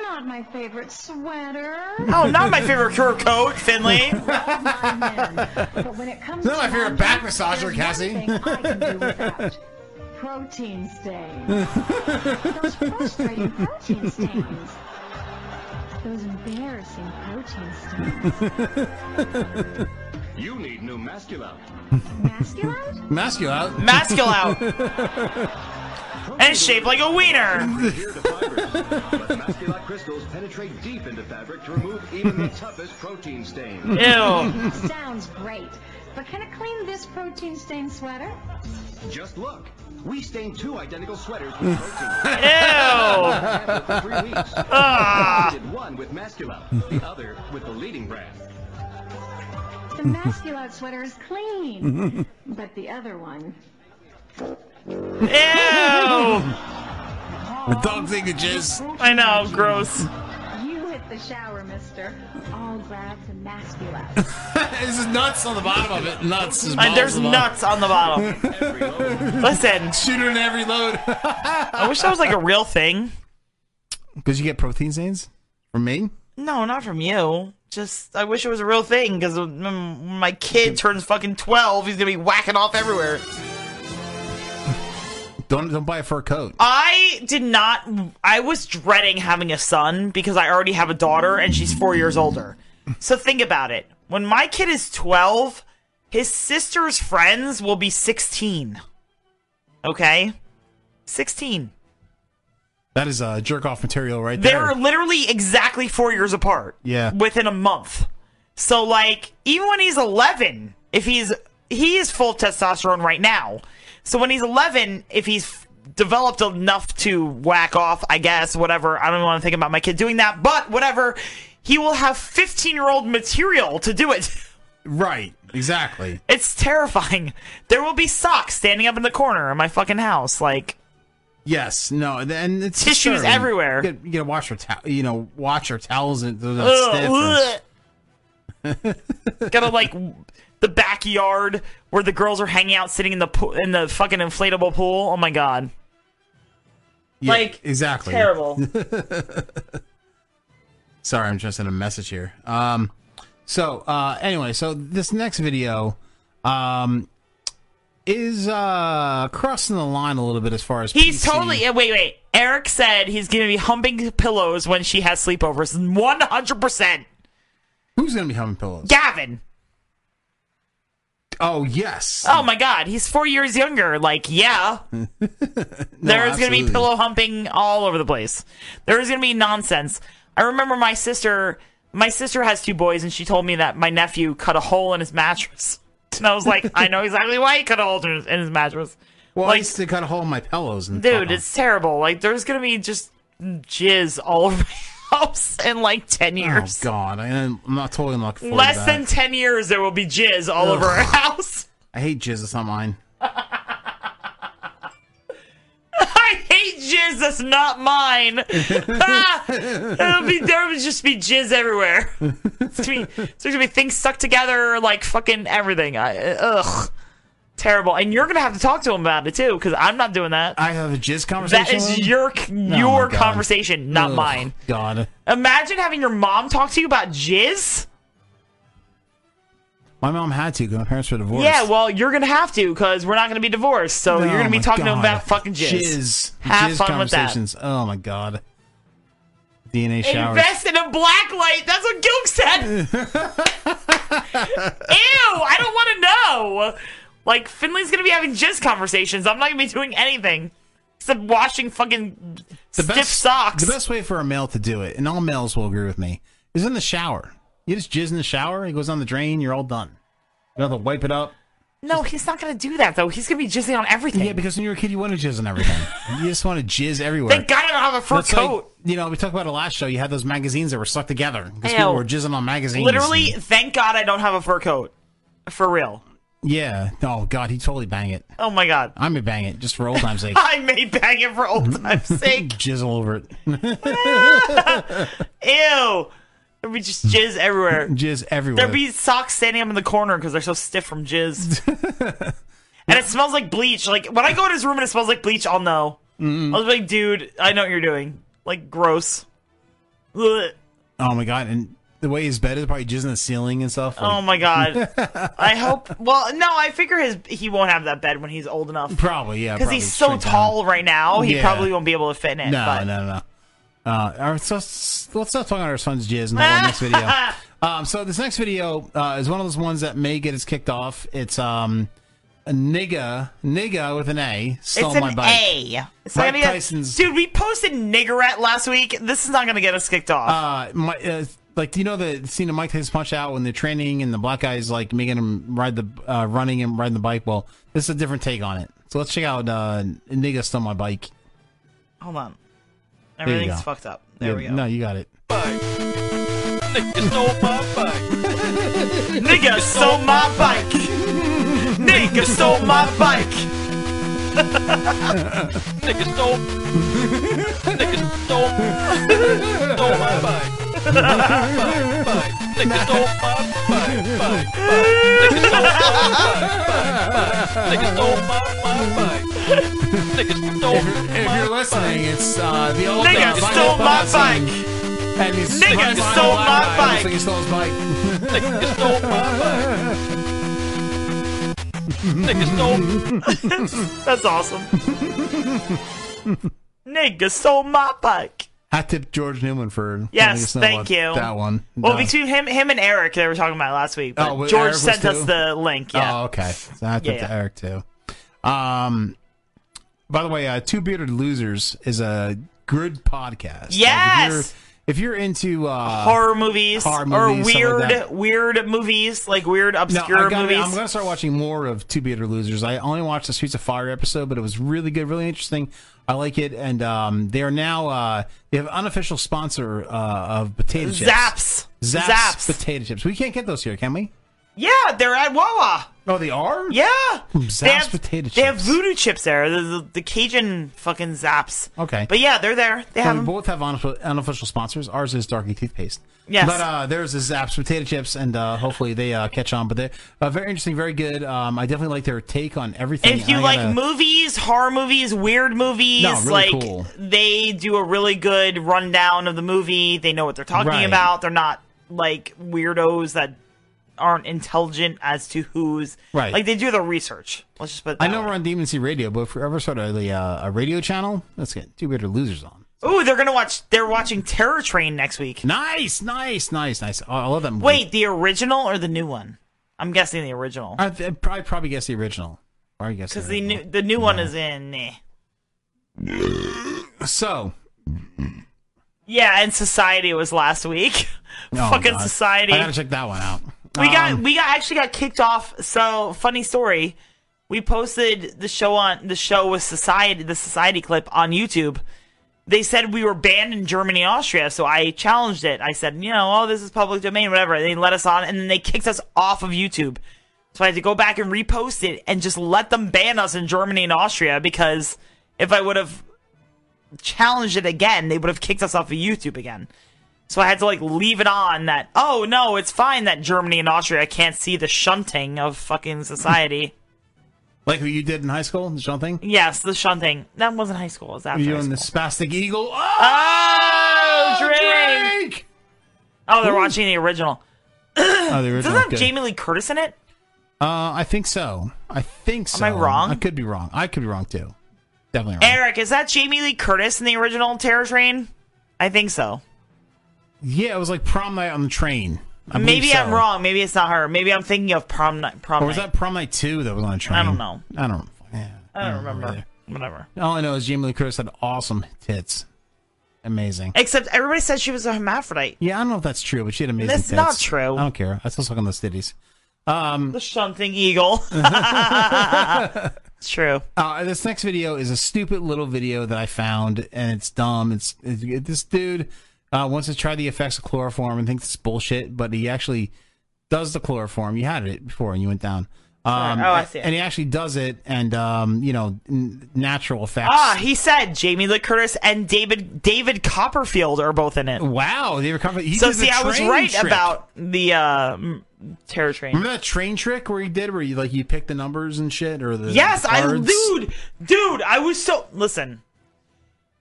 Speaker 13: Not my favorite sweater.
Speaker 16: [LAUGHS]
Speaker 23: Oh, not my favorite fur coat, Finley.
Speaker 13: But when it comes
Speaker 16: It's not
Speaker 13: to
Speaker 16: my favorite
Speaker 13: laundry,
Speaker 16: back massager, Cassie. [LAUGHS]
Speaker 13: protein stains. Those
Speaker 16: [LAUGHS]
Speaker 13: frustrating protein [LAUGHS] stains. Those embarrassing protein stains.
Speaker 14: You need new masculine.
Speaker 13: Masculine?
Speaker 16: Masculine out.
Speaker 23: Masculine out. and it's shaped like a wiener.
Speaker 14: Masculine crystals penetrate deep into fabric to remove even the toughest protein stains.
Speaker 13: Sounds great. But can I clean this protein stained sweater?
Speaker 14: Just look. We stained two identical sweaters with protein.
Speaker 23: [LAUGHS]
Speaker 13: Ew.
Speaker 14: For three weeks.
Speaker 13: Ah.
Speaker 14: We did one with Mascula, the other with the leading brand.
Speaker 16: [LAUGHS]
Speaker 13: The masculine sweater is clean, but the other one.
Speaker 16: The dog thing that jizz.
Speaker 23: I know, gross.
Speaker 13: You hit the shower, mister. All grabbed and masculine.
Speaker 16: [LAUGHS] this is nuts on the bottom of it. Nuts. is
Speaker 23: And there's nuts on the bottom. Listen,
Speaker 16: shooter in every load. [LAUGHS]
Speaker 23: I wish that was like a real thing.
Speaker 16: Because you get protein stains from me.
Speaker 23: No, not from you. Just I wish it was a real thing because when my kid turns fucking twelve, he's gonna be whacking off everywhere.
Speaker 16: Don't don't buy a fur coat.
Speaker 23: I did not. I was dreading having a son because I already have a daughter and she's four years older. So think about it. When my kid is 12, his sister's friends will be 16. Okay? 16.
Speaker 16: That is uh, jerk off material right there.
Speaker 23: They're literally exactly four years apart
Speaker 16: Yeah.
Speaker 23: within a month. So like even when he's 11, if he's he is full testosterone right now. So when he's 11, if he's developed enough to whack off, I guess, whatever. I don't want to think about my kid doing that, but whatever. He will have 15-year-old material to do it. [LAUGHS]
Speaker 16: Right. Exactly.
Speaker 23: It's terrifying. There will be socks standing up in the corner in my fucking house like
Speaker 16: Yes, no, th- and it's
Speaker 23: Tissues
Speaker 16: disturbing.
Speaker 23: everywhere.
Speaker 16: You get, you get a washer towel, you know, wash your towels and they're not
Speaker 23: Ugh,
Speaker 16: stiff.
Speaker 23: ugh. gotta like the backyard where the girls are hanging out, sitting in the pool, in the fucking inflatable pool. Oh my god,
Speaker 16: Yeah,
Speaker 23: like,
Speaker 16: exactly
Speaker 23: terrible.
Speaker 16: Sorry, I'm just in a message here. Um, so uh, anyway, so this next video, um, is uh crossing the line a little bit as far as
Speaker 23: he's
Speaker 16: PC.
Speaker 23: totally. eh, Wait, wait. Eric said he's gonna be humping pillows when she has sleepovers. One hundred percent,
Speaker 16: Who's gonna be humming pillows?
Speaker 23: Gavin.
Speaker 16: Oh yes.
Speaker 23: Oh my god, he's four years younger. Like,
Speaker 16: [LAUGHS]
Speaker 23: yeah, there's gonna be
Speaker 16: absolutely.
Speaker 23: pillow humping all over the place. There's gonna be nonsense. I remember my sister. My sister has two boys, and she told me that my nephew cut a hole in his mattress. [LAUGHS] And I was like, I know exactly why he cut a hole in his- in his mattress.
Speaker 16: Well, I
Speaker 23: like,
Speaker 16: used to cut a hole in my pillows and
Speaker 23: dude, it's terrible. Like, there's gonna be just jizz all [LAUGHS] over my house in like ten
Speaker 16: Oh
Speaker 23: years.
Speaker 16: god, I- I'm not totally not forward to
Speaker 23: Less
Speaker 16: that.
Speaker 23: than ten years, there will be jizz all over our [LAUGHS]
Speaker 16: Ugh.
Speaker 23: house.
Speaker 16: I hate jizz. It's not mine.
Speaker 23: [LAUGHS] I hate jizz. That's not mine. Ah, it'll be there. Will just be jizz everywhere. It's gonna be, it's gonna be things stuck together, like fucking everything. I, ugh, terrible. And you're gonna have to talk to him about it too, because I'm not doing that.
Speaker 16: I have a jizz conversation.
Speaker 23: That is
Speaker 16: with him?
Speaker 23: your
Speaker 16: Oh, my
Speaker 23: your
Speaker 16: God.
Speaker 23: conversation, not
Speaker 16: Ugh,
Speaker 23: mine.
Speaker 16: God,
Speaker 23: Imagine having your mom talk to you about jizz.
Speaker 16: my mom had to because my parents were divorced.
Speaker 23: Yeah, well, you're gonna have to because we're not gonna be divorced. So
Speaker 16: Oh,
Speaker 23: you're gonna be
Speaker 16: my
Speaker 23: talking to him
Speaker 16: God.
Speaker 23: about fucking
Speaker 16: Jizz.
Speaker 23: jizz. Have
Speaker 16: Jizz
Speaker 23: fun with that.
Speaker 16: conversations. Oh my god. DNA showers.
Speaker 23: Invest in a black light. That's what
Speaker 16: [LAUGHS]
Speaker 23: Gook said. Ew, I don't want to know. Like Finley's gonna be having jizz conversations. I'm not gonna be doing anything except washing fucking stiff socks.
Speaker 16: The best way for a male to do it, and all males will agree with me, is in the shower. You just jizz in the shower. It goes on the drain. You're all done. You don't have to wipe it up.
Speaker 23: no, he's not gonna do that though. He's gonna be jizzing on everything.
Speaker 16: Yeah, because when you were a kid, you wanted jizz on everything. [LAUGHS] you just wanted jizz everywhere.
Speaker 23: Thank God I don't have a fur
Speaker 16: That's like-
Speaker 23: coat.
Speaker 16: you know, we talked about it last show. You had those magazines that were stuck together because
Speaker 23: Ew.
Speaker 16: people were jizzing on magazines.
Speaker 23: Literally, thank God I don't have a fur coat. For real.
Speaker 16: Yeah. Oh God, he totally bang it.
Speaker 23: Oh my God. [LAUGHS]
Speaker 16: I may bang it just for old times' sake.
Speaker 23: I may bang it for old
Speaker 16: [LAUGHS]
Speaker 23: time's sake.
Speaker 16: jizz all over it.
Speaker 23: Ew. There'd be just jizz everywhere.
Speaker 16: Jizz everywhere.
Speaker 23: There'd be socks standing up in the corner because they're so stiff
Speaker 16: [LAUGHS]
Speaker 23: from jizz. and it smells like bleach. Like when I go in his room and it smells like bleach, I'll know. I'll be like, dude, I know what you're doing. Like gross. Ugh.
Speaker 16: oh my God! And the way his bed is probably jizz in the ceiling and stuff.
Speaker 23: Oh
Speaker 16: like- [LAUGHS]
Speaker 23: my god. I hope. Well, no, I figure his he won't have that bed when he's old enough.
Speaker 16: Probably, yeah.
Speaker 23: Because
Speaker 16: probably
Speaker 23: he's so
Speaker 16: shrink down.
Speaker 23: tall right now, he
Speaker 16: Yeah.
Speaker 23: probably won't be able to fit in. it,
Speaker 16: No,
Speaker 23: but.
Speaker 16: no, no. Uh, all right, so let's let's stop talking about our son's jizz and hold on to the next
Speaker 23: [LAUGHS]
Speaker 16: video. Um, so this next video uh, is one of those ones that may get us kicked off. It's um, a nigga, nigga with an A stole
Speaker 23: it's an
Speaker 16: my bike.
Speaker 23: A. It's not
Speaker 16: Mike
Speaker 23: gonna get-
Speaker 16: Tyson's-
Speaker 23: Dude, we posted niggerette last week. This is not going to get us kicked off.
Speaker 16: Uh, my, uh, like, do you know the scene of Mike Tyson Punch Out when they're training and the black guy's like making him ride the uh, running and riding the bike? Well, this is a different take on it. So let's check out uh, nigga stole my bike.
Speaker 23: Hold on.
Speaker 16: There you
Speaker 23: Everything's
Speaker 16: go.
Speaker 23: fucked up. There
Speaker 16: Yeah,
Speaker 23: we go.
Speaker 16: No, you got it.
Speaker 23: Nigga stole my bike. Nigga stole my bike. Nigga stole my bike. Nigga stole. Nigga stole. Stole my bike. Nigga stole my bike. Nigga stole my bike. Nigga stole my bike.
Speaker 16: If you're listening, it's uh, the old
Speaker 23: Nigga
Speaker 16: uh, Vinyl
Speaker 23: stole my
Speaker 16: Buzz
Speaker 23: bike.
Speaker 16: and- And he's
Speaker 23: Nigga
Speaker 16: running by
Speaker 23: stole
Speaker 16: the black
Speaker 23: my
Speaker 16: guy, looks
Speaker 23: bike.
Speaker 16: like he stole his bike.
Speaker 23: Nigga stole my bike. Nigga stole.
Speaker 16: [LAUGHS]
Speaker 23: That's awesome. Nigga stole my bike.
Speaker 16: Hat tip George Newman for letting
Speaker 23: Yes,
Speaker 16: us know
Speaker 23: thank
Speaker 16: what-
Speaker 23: you.
Speaker 16: That one.
Speaker 23: Well,
Speaker 16: Uh,
Speaker 23: between him, him and Eric, they were talking about it last week. But
Speaker 16: Oh, well,
Speaker 23: George
Speaker 16: Eric was
Speaker 23: sent us
Speaker 16: too?
Speaker 23: the link. Yeah.
Speaker 16: Oh, okay. So I
Speaker 23: Yeah,
Speaker 16: took
Speaker 23: yeah.
Speaker 16: to Eric too. Um, by the way, uh, Two Bearded Losers is a good podcast. Like, if
Speaker 23: Yes!
Speaker 16: you're- if, if you're into uh,
Speaker 23: horror movies,
Speaker 16: horror
Speaker 23: or
Speaker 16: movies, stuff like
Speaker 23: weird,
Speaker 16: that.
Speaker 23: weird movies, like weird
Speaker 16: No,
Speaker 23: obscure
Speaker 16: I gotta-
Speaker 23: movies.
Speaker 16: I'm going to start watching more of Two Beater Losers. I only watched the Streets of Fire episode, but it was really good, really interesting. I like it, and um, they are now uh, they have unofficial sponsor uh, of potato chips.
Speaker 23: Zaps.
Speaker 16: Zaps,
Speaker 23: Zaps.
Speaker 16: potato chips. We can't get those here, can we?
Speaker 23: yeah, they're at Wawa.
Speaker 16: Oh, they are.
Speaker 23: Yeah,
Speaker 16: Zaps
Speaker 23: they have
Speaker 16: potato chips.
Speaker 23: They have voodoo chips there. The, the, the Cajun fucking zaps.
Speaker 16: Okay,
Speaker 23: But yeah, they're there. They
Speaker 16: So
Speaker 23: have
Speaker 16: we
Speaker 23: 'em.
Speaker 16: both have unof- unofficial sponsors. Ours is Darky Toothpaste.
Speaker 23: Yes.
Speaker 16: But uh, there's the Zaps potato chips, and uh, hopefully they uh, catch on. But they're uh, very interesting, very good. Um, I definitely like their take on everything.
Speaker 23: If you
Speaker 16: I uh,
Speaker 23: like
Speaker 16: gotta-
Speaker 23: movies, horror movies, weird movies,
Speaker 16: No, really
Speaker 23: like
Speaker 16: cool.
Speaker 23: they do a really good rundown of the movie. They know what they're talking
Speaker 16: Right.
Speaker 23: about. They're not like weirdos that aren't intelligent as to who's
Speaker 16: Right.
Speaker 23: Like they do the research. Let's just put it
Speaker 16: I
Speaker 23: that
Speaker 16: know we're on Demon Sea Radio, but if we ever start a, uh, a radio channel, let's get two better losers on.
Speaker 23: Ooh, they're gonna watch. They're watching Terror Train next week.
Speaker 16: Nice, nice, nice, nice. I I love that movie.
Speaker 23: Wait, the original or the new one? I'm guessing the original
Speaker 16: I, I'd probably probably guess the original. Probably guess
Speaker 23: because
Speaker 16: the
Speaker 23: the new the new one is in. eh.
Speaker 16: So
Speaker 23: Yeah, and Society was last week. [LAUGHS]
Speaker 16: oh,
Speaker 23: Fucking
Speaker 16: God.
Speaker 23: Society.
Speaker 16: I gotta check that one out.
Speaker 23: We got
Speaker 16: Um,
Speaker 23: we got actually got kicked off. So funny story. We posted the show on the show with society the society clip on YouTube. They said we were banned in Germany and Austria, so I challenged it. I said, you know, oh, this is public domain, whatever. And they let us on, and then they kicked us off of YouTube. So I had to go back and repost it and just let them ban us in Germany and Austria because if I would have challenged it again, they would have kicked us off of YouTube again. So I had to like leave it on that. Oh no, it's fine that Germany and Austria can't see the shunting of fucking society. [LAUGHS]
Speaker 16: like who you did in high school, the Sean thing.
Speaker 23: yes, the shunting. That wasn't high school. It was after.
Speaker 16: you
Speaker 23: high
Speaker 16: and the spastic eagle. Oh,
Speaker 23: Ah! Oh, drink! Oh, they're
Speaker 16: Ooh.
Speaker 23: watching the original.
Speaker 16: oh, the
Speaker 23: Doesn't
Speaker 16: original.
Speaker 23: have
Speaker 16: good.
Speaker 23: Jamie Lee Curtis in it?
Speaker 16: Uh, I think so. I think so.
Speaker 23: Am I wrong?
Speaker 16: I could be wrong. I could be wrong too. Definitely wrong.
Speaker 23: Eric, is that Jamie Lee Curtis in the original Terror Train? I think so.
Speaker 16: Yeah, it was like prom night on the train. I believe
Speaker 23: Maybe I'm
Speaker 16: so.
Speaker 23: wrong. Maybe it's not her. Maybe I'm thinking of prom night. Prom
Speaker 16: Or was
Speaker 23: night.
Speaker 16: that prom night two that was on a train?
Speaker 23: I don't know.
Speaker 16: I don't. Yeah.
Speaker 23: I don't remember. Whatever.
Speaker 16: All I know is Jamie Lee Curtis had awesome tits. Amazing.
Speaker 23: Except everybody said she was a hermaphrodite.
Speaker 16: Yeah, I don't know if that's true, but she had amazing
Speaker 23: That's
Speaker 16: tits.
Speaker 23: not true.
Speaker 16: I don't care. I still suck on those titties. Um,
Speaker 23: The
Speaker 16: [LAUGHS]
Speaker 23: shunting eagle. [LAUGHS] it's true.
Speaker 16: Uh, this next video is a stupid little video that I found, and it's dumb. It's, it- this dude uh, wants to try the effects of chloroform and thinks it's bullshit, but he actually does the chloroform. You had it before, and you went down. Um,
Speaker 23: Sorry. Oh, I see it.
Speaker 16: And he actually does it, and um, you know, n- natural effects.
Speaker 23: Ah, he said Jamie Lee Curtis and David David Copperfield are both in it.
Speaker 16: Wow, they were covered. He
Speaker 23: so
Speaker 16: did the
Speaker 23: see, I was
Speaker 16: train
Speaker 23: right
Speaker 16: trick.
Speaker 23: about the uh, m- terror train.
Speaker 16: Remember that train trick where he did, where you like you pick the numbers and shit, or the
Speaker 23: Yes, I
Speaker 16: cards?
Speaker 23: dude, dude, I was so listen.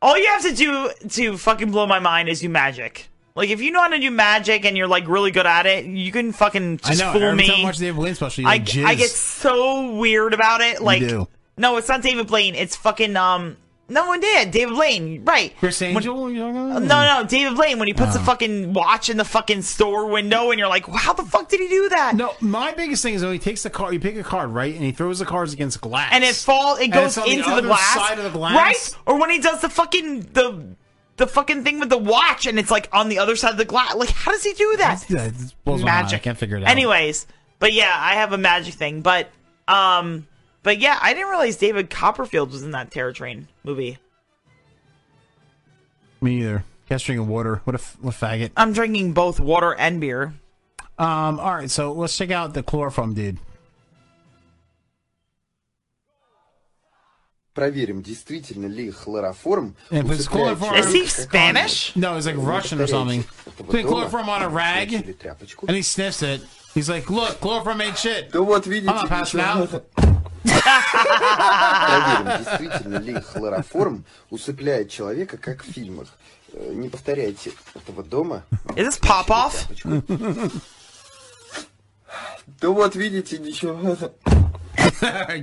Speaker 23: All you have to do to fucking blow my mind is do magic. Like if you know how to do magic and you're like really good at it, you can fucking
Speaker 16: I
Speaker 23: just
Speaker 16: know.
Speaker 23: fool
Speaker 16: every
Speaker 23: me.
Speaker 16: time I watch the David Blaine special, you
Speaker 23: I,
Speaker 16: like,
Speaker 23: I
Speaker 16: jizz.
Speaker 23: get so weird about it. Like,
Speaker 16: do.
Speaker 23: no, it's not David Blaine. It's fucking um. No one did. David Blaine, right?
Speaker 16: Chris Angel. you talking
Speaker 23: No,
Speaker 16: about?
Speaker 23: no, David Blaine when he puts
Speaker 16: Oh.
Speaker 23: the fucking watch in the fucking store window, and you're like, "How the fuck did he do that?"
Speaker 16: No, my biggest thing is when he takes the card, you pick a card, right, and he throws the cards against glass,
Speaker 23: and it falls. It
Speaker 16: And
Speaker 23: goes
Speaker 16: it's on the
Speaker 23: into the,
Speaker 16: other
Speaker 23: glass,
Speaker 16: side of the glass.
Speaker 23: right? Or when he does the fucking the the fucking thing with the watch, and it's like on the other side of the glass. Like, how does he do that?
Speaker 16: Yeah, it just blows my mind. I
Speaker 23: magic.
Speaker 16: can't figure it out.
Speaker 23: Anyways, but yeah, I have a magic thing, but um, but yeah, I didn't realize David Copperfield was in that Terror Train movie.
Speaker 16: me either. Casting and water. What a f- what a faggot.
Speaker 23: I'm drinking both water and beer.
Speaker 16: Um. All right, so let's check out the chloroform dude.
Speaker 8: Проверим, действительно ли хлороформ
Speaker 16: And puts
Speaker 8: усыпляет
Speaker 16: chloroform.
Speaker 8: человека как он.
Speaker 16: No, it's like Russian or something. Putting
Speaker 8: дома
Speaker 16: chloroform on a rag, and he sniffs it. He's like, "Look, chloroform ain't shit." I'm not passing out. [LAUGHS]
Speaker 8: Проверим, действительно ли хлороформ усыпляет человека, как в фильмах. Э, Не повторяйте этого дома.
Speaker 23: Is this pop off?
Speaker 8: Да вот, видите, ничего.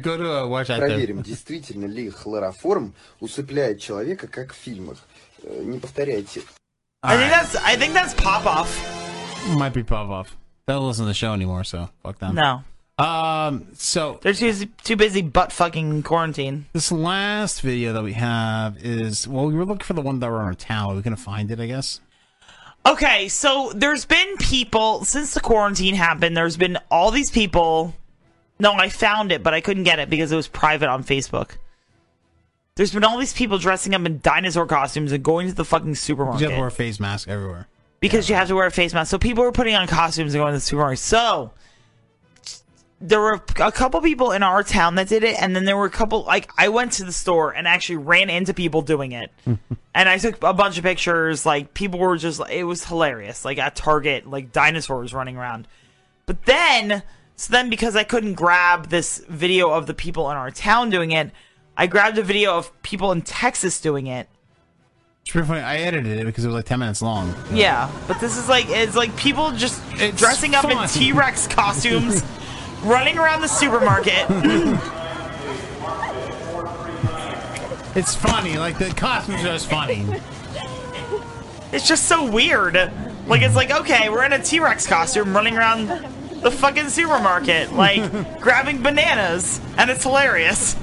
Speaker 16: Go to uh, watch out
Speaker 8: Проверим,
Speaker 16: there.
Speaker 8: действительно ли хлороформ усыпляет человека, как в фильмах. Э, Не повторяйте
Speaker 23: I think that's I think that's pop off.
Speaker 16: Might be pop off. They don't listen to the show anymore, so fuck them.
Speaker 23: No.
Speaker 16: Um. So
Speaker 23: they're too too busy butt fucking quarantine.
Speaker 16: This last video that we have is well, we were looking for the one that were on our towel. We couldn't find it, I guess.
Speaker 23: Okay, so there's been people since the quarantine happened. There's been all these people. No, I found it, but I couldn't get it because it was private on Facebook. There's been all these people dressing up in dinosaur costumes and going to the fucking supermarket
Speaker 16: You have to wear a face mask everywhere.
Speaker 23: because you have to wear a face mask. So people were putting on costumes and going to the supermarket. So there were a couple people in our town that did it, and then there were a couple. Like I went to the store and actually ran into people doing it, and I took a bunch of pictures. Like people were just, it was hilarious. Like at Target, like dinosaurs running around. But then, so then because I couldn't grab this video of the people in our town doing it, I grabbed a video of people in Texas doing it.
Speaker 16: It's pretty funny. I edited it because it was like ten minutes long.
Speaker 23: Yeah, but this is like it's like people just dressing up
Speaker 16: fun.
Speaker 23: in T Rex costumes, running around the supermarket.
Speaker 16: It's funny. Like the costumes are just funny. [LAUGHS]
Speaker 23: it's just so weird. Like it's like okay, we're in a T Rex costume, running around the fucking supermarket, like grabbing bananas, and it's hilarious.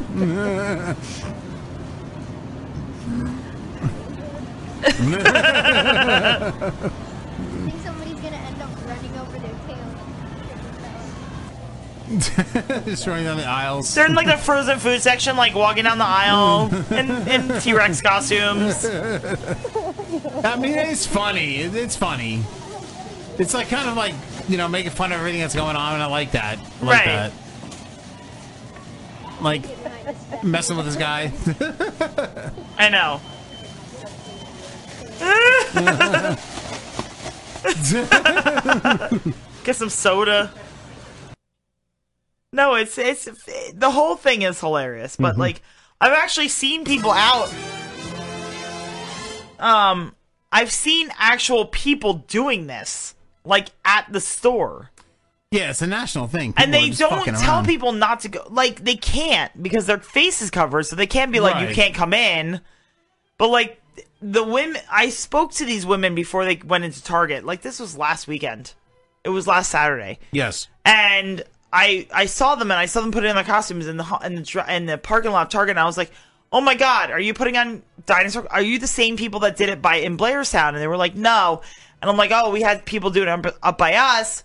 Speaker 26: think somebody's gonna end up running over their tail.
Speaker 16: just running down the aisles.
Speaker 23: They're in like the frozen food section, like walking down the aisle in, in T Rex costumes.
Speaker 16: I mean, it's funny. It- It's funny. It's like kind of like you know making fun of everything that's going on, and I like that. I like
Speaker 23: Right.
Speaker 16: that. Like messing with this guy. [LAUGHS]
Speaker 23: I know. Get some soda. No, it's it's the whole thing is hilarious, but
Speaker 16: Mm-hmm.
Speaker 23: like I've actually seen people out. Um, I've seen actual people doing this, like at the store
Speaker 16: yeah, it's a national thing.
Speaker 23: and
Speaker 16: People are
Speaker 23: they
Speaker 16: just
Speaker 23: don't
Speaker 16: fucking
Speaker 23: tell
Speaker 16: around.
Speaker 23: people not to go. Like they can't because their face is covered, so they can't be like you
Speaker 16: Right.
Speaker 23: can't come in. But like the women, I spoke to these women before they went into Target. Like this was last weekend. It was last Saturday,
Speaker 16: Yes.
Speaker 23: and I I saw them and I saw them putting on their costumes in the ho- in the dr- in the parking lot of Target. And I was like, oh my god, are you putting on dinosaur? Are you the same people that did it by in Blairstown? And they were like, no. And I'm like, oh, we had people do it up up by us.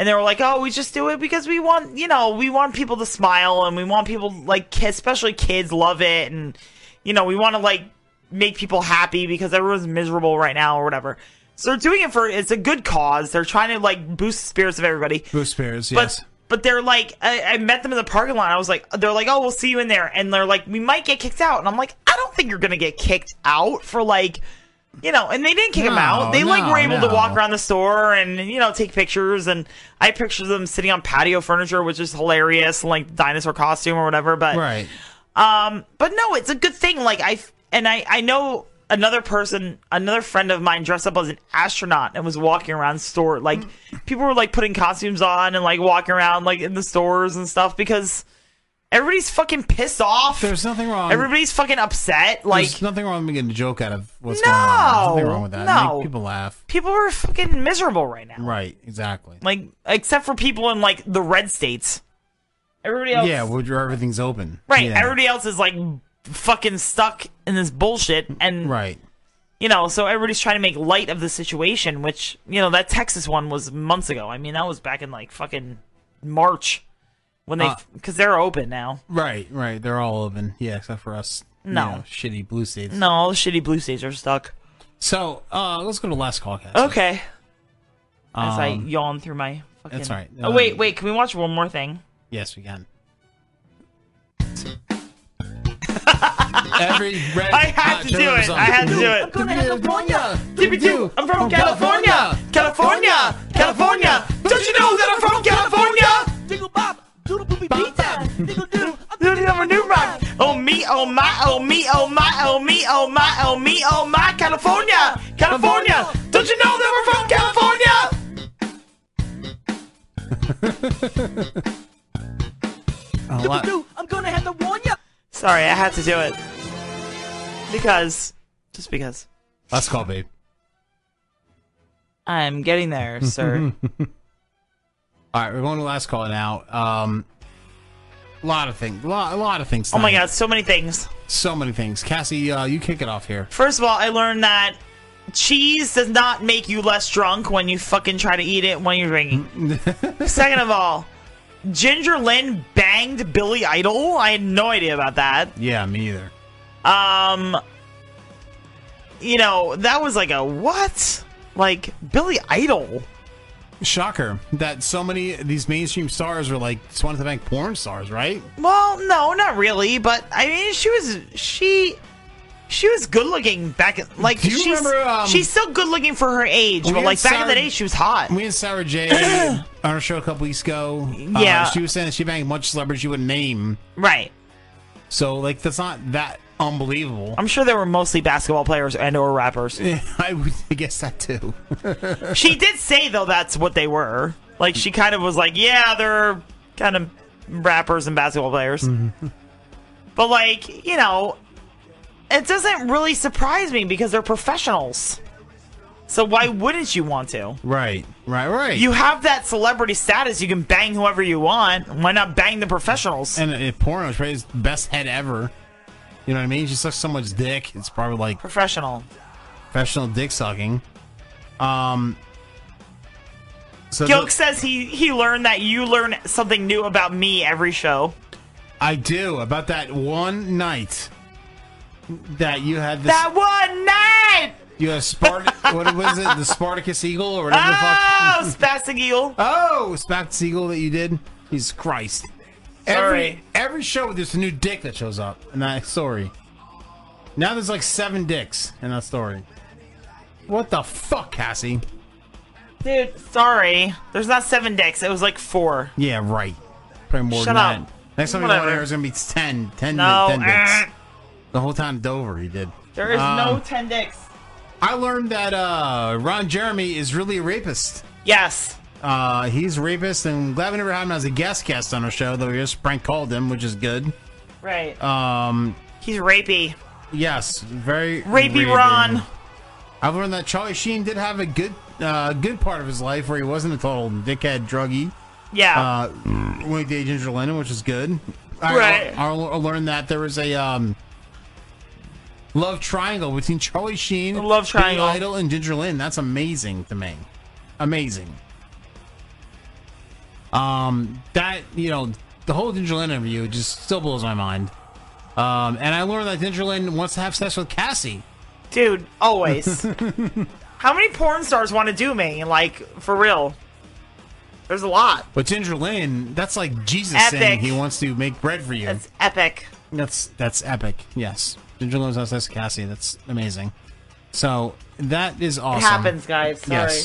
Speaker 23: And they were like, "Oh, we just do it because we want, you know, we want people to smile and we want people like kids, especially kids love it and you know, we want to like make people happy because everyone's miserable right now or whatever." So they're doing it for it's a good cause. They're trying to like boost the spirits of everybody.
Speaker 16: Boost Spears,
Speaker 23: But
Speaker 16: yes.
Speaker 23: but they're like I, I met them in the parking lot. I was like they're like, "Oh, we'll see you in there." And they're like, "We might get kicked out." And I'm like, "I don't think you're going to get kicked out for like you know, and they didn't kick them
Speaker 16: No,
Speaker 23: out. They like
Speaker 16: no,
Speaker 23: were able
Speaker 16: no.
Speaker 23: to walk around the store and you know take pictures. And I had pictures of them sitting on patio furniture, which is hilarious, like dinosaur costume or whatever. But
Speaker 16: Right.
Speaker 23: um, but no, it's a good thing. Like I and I I know another person, another friend of mine dressed up as an astronaut and was walking around the store. Like
Speaker 16: Mm.
Speaker 23: people were like putting costumes on and like walking around like in the stores and stuff because everybody's fucking pissed off.
Speaker 16: There's nothing wrong.
Speaker 23: Everybody's fucking upset. Like
Speaker 16: There's nothing wrong with getting a joke out of what's
Speaker 23: No!
Speaker 16: going on. There's nothing wrong with that.
Speaker 23: No.
Speaker 16: Make people laugh.
Speaker 23: people are fucking miserable right now.
Speaker 16: Right. Exactly.
Speaker 23: Like, except for people in like the red states. Everybody else,
Speaker 16: Yeah, where everything's open.
Speaker 23: right?
Speaker 16: Yeah.
Speaker 23: Everybody else is like fucking stuck in this bullshit, and
Speaker 16: right.
Speaker 23: You know, so everybody's trying to make light of the situation, which you know that Texas one was months ago. I mean, that was back in like fucking March when they
Speaker 16: Uh,
Speaker 23: because they're open now.
Speaker 16: Right, right. They're all open. Yeah, except for us. you
Speaker 23: No.
Speaker 16: know, shitty blue states.
Speaker 23: No, all the shitty blue states are stuck.
Speaker 16: So, uh, let's go to last call, guys.
Speaker 23: Okay, as I
Speaker 16: Um,
Speaker 23: yawn through my fucking.
Speaker 16: that's all right. Um,
Speaker 23: oh wait, wait. Can we watch one more thing?
Speaker 16: Yes, we can. [LAUGHS] Every red
Speaker 23: I had
Speaker 16: Hot
Speaker 23: to do
Speaker 16: Chili
Speaker 23: it.
Speaker 16: Peppers
Speaker 23: I had to do it.
Speaker 16: song.
Speaker 23: Dippy-doo, I'm from California, California, California. Don't you know that I'm from California? Diggle bop, doodle boopy pizza. Diggle doodle, doodle number new rock. Oh me, oh my, oh me, oh my, oh me, oh my, oh me, oh my, California, California. Don't you know that we're from California?
Speaker 16: A lot-
Speaker 23: I'm gonna have to warn ya. Sorry, I had to do it because, just because.
Speaker 16: Last call, babe.
Speaker 23: I'm getting there, sir.
Speaker 16: All right, we're going to last call now. Um, a lot of things. Lot, a lot of things.
Speaker 23: [LAUGHS] oh my
Speaker 16: tonight.
Speaker 23: god, so many things.
Speaker 16: So many things. Cassie, uh, you kick it off here.
Speaker 23: First of all, I learned that cheese does not make you less drunk when you fucking try to eat it when
Speaker 16: [LAUGHS]
Speaker 23: you're drinking. Second of all, Ginger Lynn banged Billy Idol. I had no idea about that.
Speaker 16: Yeah, me either.
Speaker 23: Um, you know that was like a what? Like Billy Idol.
Speaker 16: Shocker that so many of these mainstream stars are like Swan of the Bank porn stars, right?
Speaker 23: Well, no, not really. But I mean, she was she she was good looking back. in- Like
Speaker 16: Do you
Speaker 23: she's
Speaker 16: remember, um,
Speaker 23: she's still good looking for her age. But like back in the day, she was hot.
Speaker 16: We had Sarah
Speaker 23: [COUGHS]
Speaker 16: J on our show a couple weeks ago. Uh,
Speaker 23: Yeah.
Speaker 16: she was saying that she banged much celebrities she would name.
Speaker 23: Right.
Speaker 16: So like that's not that unbelievable.
Speaker 23: I'm sure they were mostly basketball players and or
Speaker 16: [LAUGHS]
Speaker 23: rappers.
Speaker 16: I would guess that too.
Speaker 23: she did say though that's what they were. Like she kind of was like, yeah, they're kind of rappers and basketball players.
Speaker 16: [LAUGHS]
Speaker 23: But like, you know, it doesn't really surprise me because they're professionals. So why wouldn't you want to?
Speaker 16: Right. Right, right.
Speaker 23: You have that celebrity status, you can bang whoever you want. Why not bang the professionals?
Speaker 16: and uh, porno is probably his best head ever. You know what I mean? She sucks so much dick. It's probably like
Speaker 23: professional,
Speaker 16: professional dick sucking. Um. So
Speaker 23: Gilk says he he learned that you learn something new about me every show.
Speaker 16: I do about that one night that you had this.
Speaker 23: That one night.
Speaker 16: you had
Speaker 23: [LAUGHS]
Speaker 16: Sparta. what was it? The Spartacus Eagle or whatever
Speaker 23: Oh,
Speaker 16: the fuck.
Speaker 23: Spastic Eagle.
Speaker 16: Oh, Spastic Eagle that you did. Jesus Christ.
Speaker 23: Sorry.
Speaker 16: Every every show there's a new dick that shows up, and I sorry. Now there's like seven dicks in that story. What the fuck, Cassie?
Speaker 23: Dude, sorry. There's not seven dicks. It was like four.
Speaker 16: Yeah, right. Probably more
Speaker 23: Shut
Speaker 16: than
Speaker 23: up.
Speaker 16: that. Next time we go on
Speaker 23: Whatever.
Speaker 16: air, it's gonna be 10, 10,
Speaker 23: No,
Speaker 16: 10 dicks.
Speaker 23: eh.
Speaker 16: The whole time Dover, he did.
Speaker 23: There is no
Speaker 16: Um,
Speaker 23: ten dicks.
Speaker 16: I learned that uh, Ron Jeremy is really a rapist.
Speaker 23: Yes.
Speaker 16: Uh, he's a rapist, and glad we never had him as a guest guest on our show, though we just prank called him, which is good.
Speaker 23: Right.
Speaker 16: Um,
Speaker 23: He's rapey.
Speaker 16: Yes, very
Speaker 23: Rapey Ron.
Speaker 16: I've learned that Charlie Sheen did have a good, uh, good part of his life where he wasn't a total dickhead druggie.
Speaker 23: Yeah.
Speaker 16: Uh, when he dated Ginger Lennon, which is good. I,
Speaker 23: Right.
Speaker 16: I, I learned that there was a um, love triangle between Charlie Sheen,
Speaker 23: love
Speaker 16: Billy
Speaker 23: triangle.
Speaker 16: Idol, and Ginger Lynn. That's amazing to me. Amazing. Um, that you know, the whole Ginger Lynn interview just still blows my mind. Um, and I learned that Ginger Lynn wants to have sex with Cassie.
Speaker 23: Dude,
Speaker 16: [LAUGHS]
Speaker 23: always. How many porn stars want to do me? Like, for real. There's a lot.
Speaker 16: But Ginger Lynn, that's like Jesus
Speaker 23: Epic.
Speaker 16: saying he wants to make bread for you. That's
Speaker 23: epic.
Speaker 16: That's that's epic. Yes, Ginger Lynn's house that's Cassie. That's amazing. So that is awesome.
Speaker 23: happens, guys. Sorry.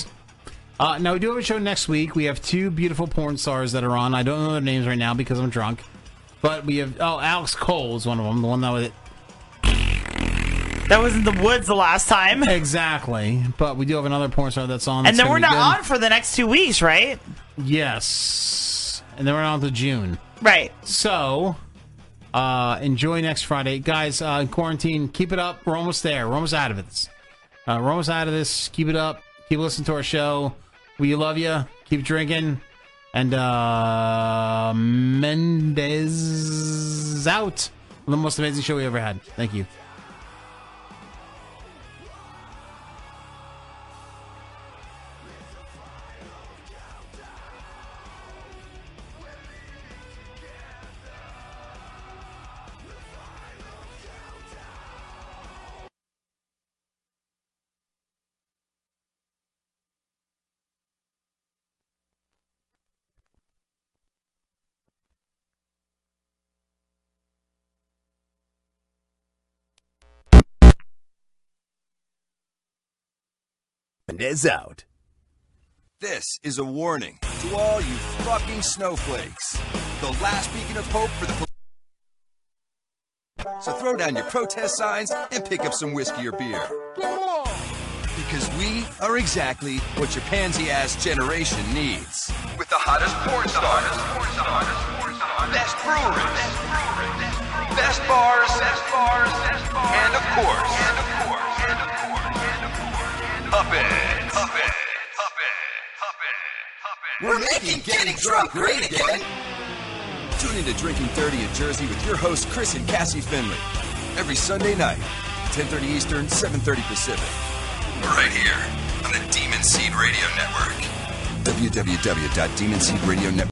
Speaker 16: Uh, now we do have a show next week. We have two beautiful porn stars that are on. I don't know their names right now because I'm drunk. But we have oh Alex Cole is one of them. The one that
Speaker 23: [LAUGHS]
Speaker 16: was
Speaker 23: that was in the woods the
Speaker 16: [LAUGHS]
Speaker 23: last time.
Speaker 16: Exactly. But we do have another porn star that's on. that's
Speaker 23: And then
Speaker 16: gonna
Speaker 23: we're
Speaker 16: be
Speaker 23: not
Speaker 16: good.
Speaker 23: on for the next two weeks, right?
Speaker 16: Yes. And then we're on to June.
Speaker 23: Right.
Speaker 16: So, uh, enjoy next Friday. Guys, uh, in quarantine, keep it up. We're almost there. We're almost out of this. Uh, we're almost out of this. Keep it up. Keep listening to our show. We love you. Keep drinking. And uh, Mendez out. The most amazing show we ever had. Thank you.
Speaker 31: Mendez out. This is a warning to all you fucking snowflakes. The last beacon of hope for the. pol- So throw down your protest signs and pick up some whiskey or beer. Because we are exactly what your pansy ass generation needs. With the hottest porn stars, best breweries, best bars, and of course, up it, up it. We're making getting drunk great again. Tune into Drinking 30 in Jersey with your hosts Chris and Cassie Finley every Sunday night, 10:30 Eastern, 7:30 Pacific.
Speaker 7: right here on the Demon Seed Radio Network. www.demonseedradionetwork.com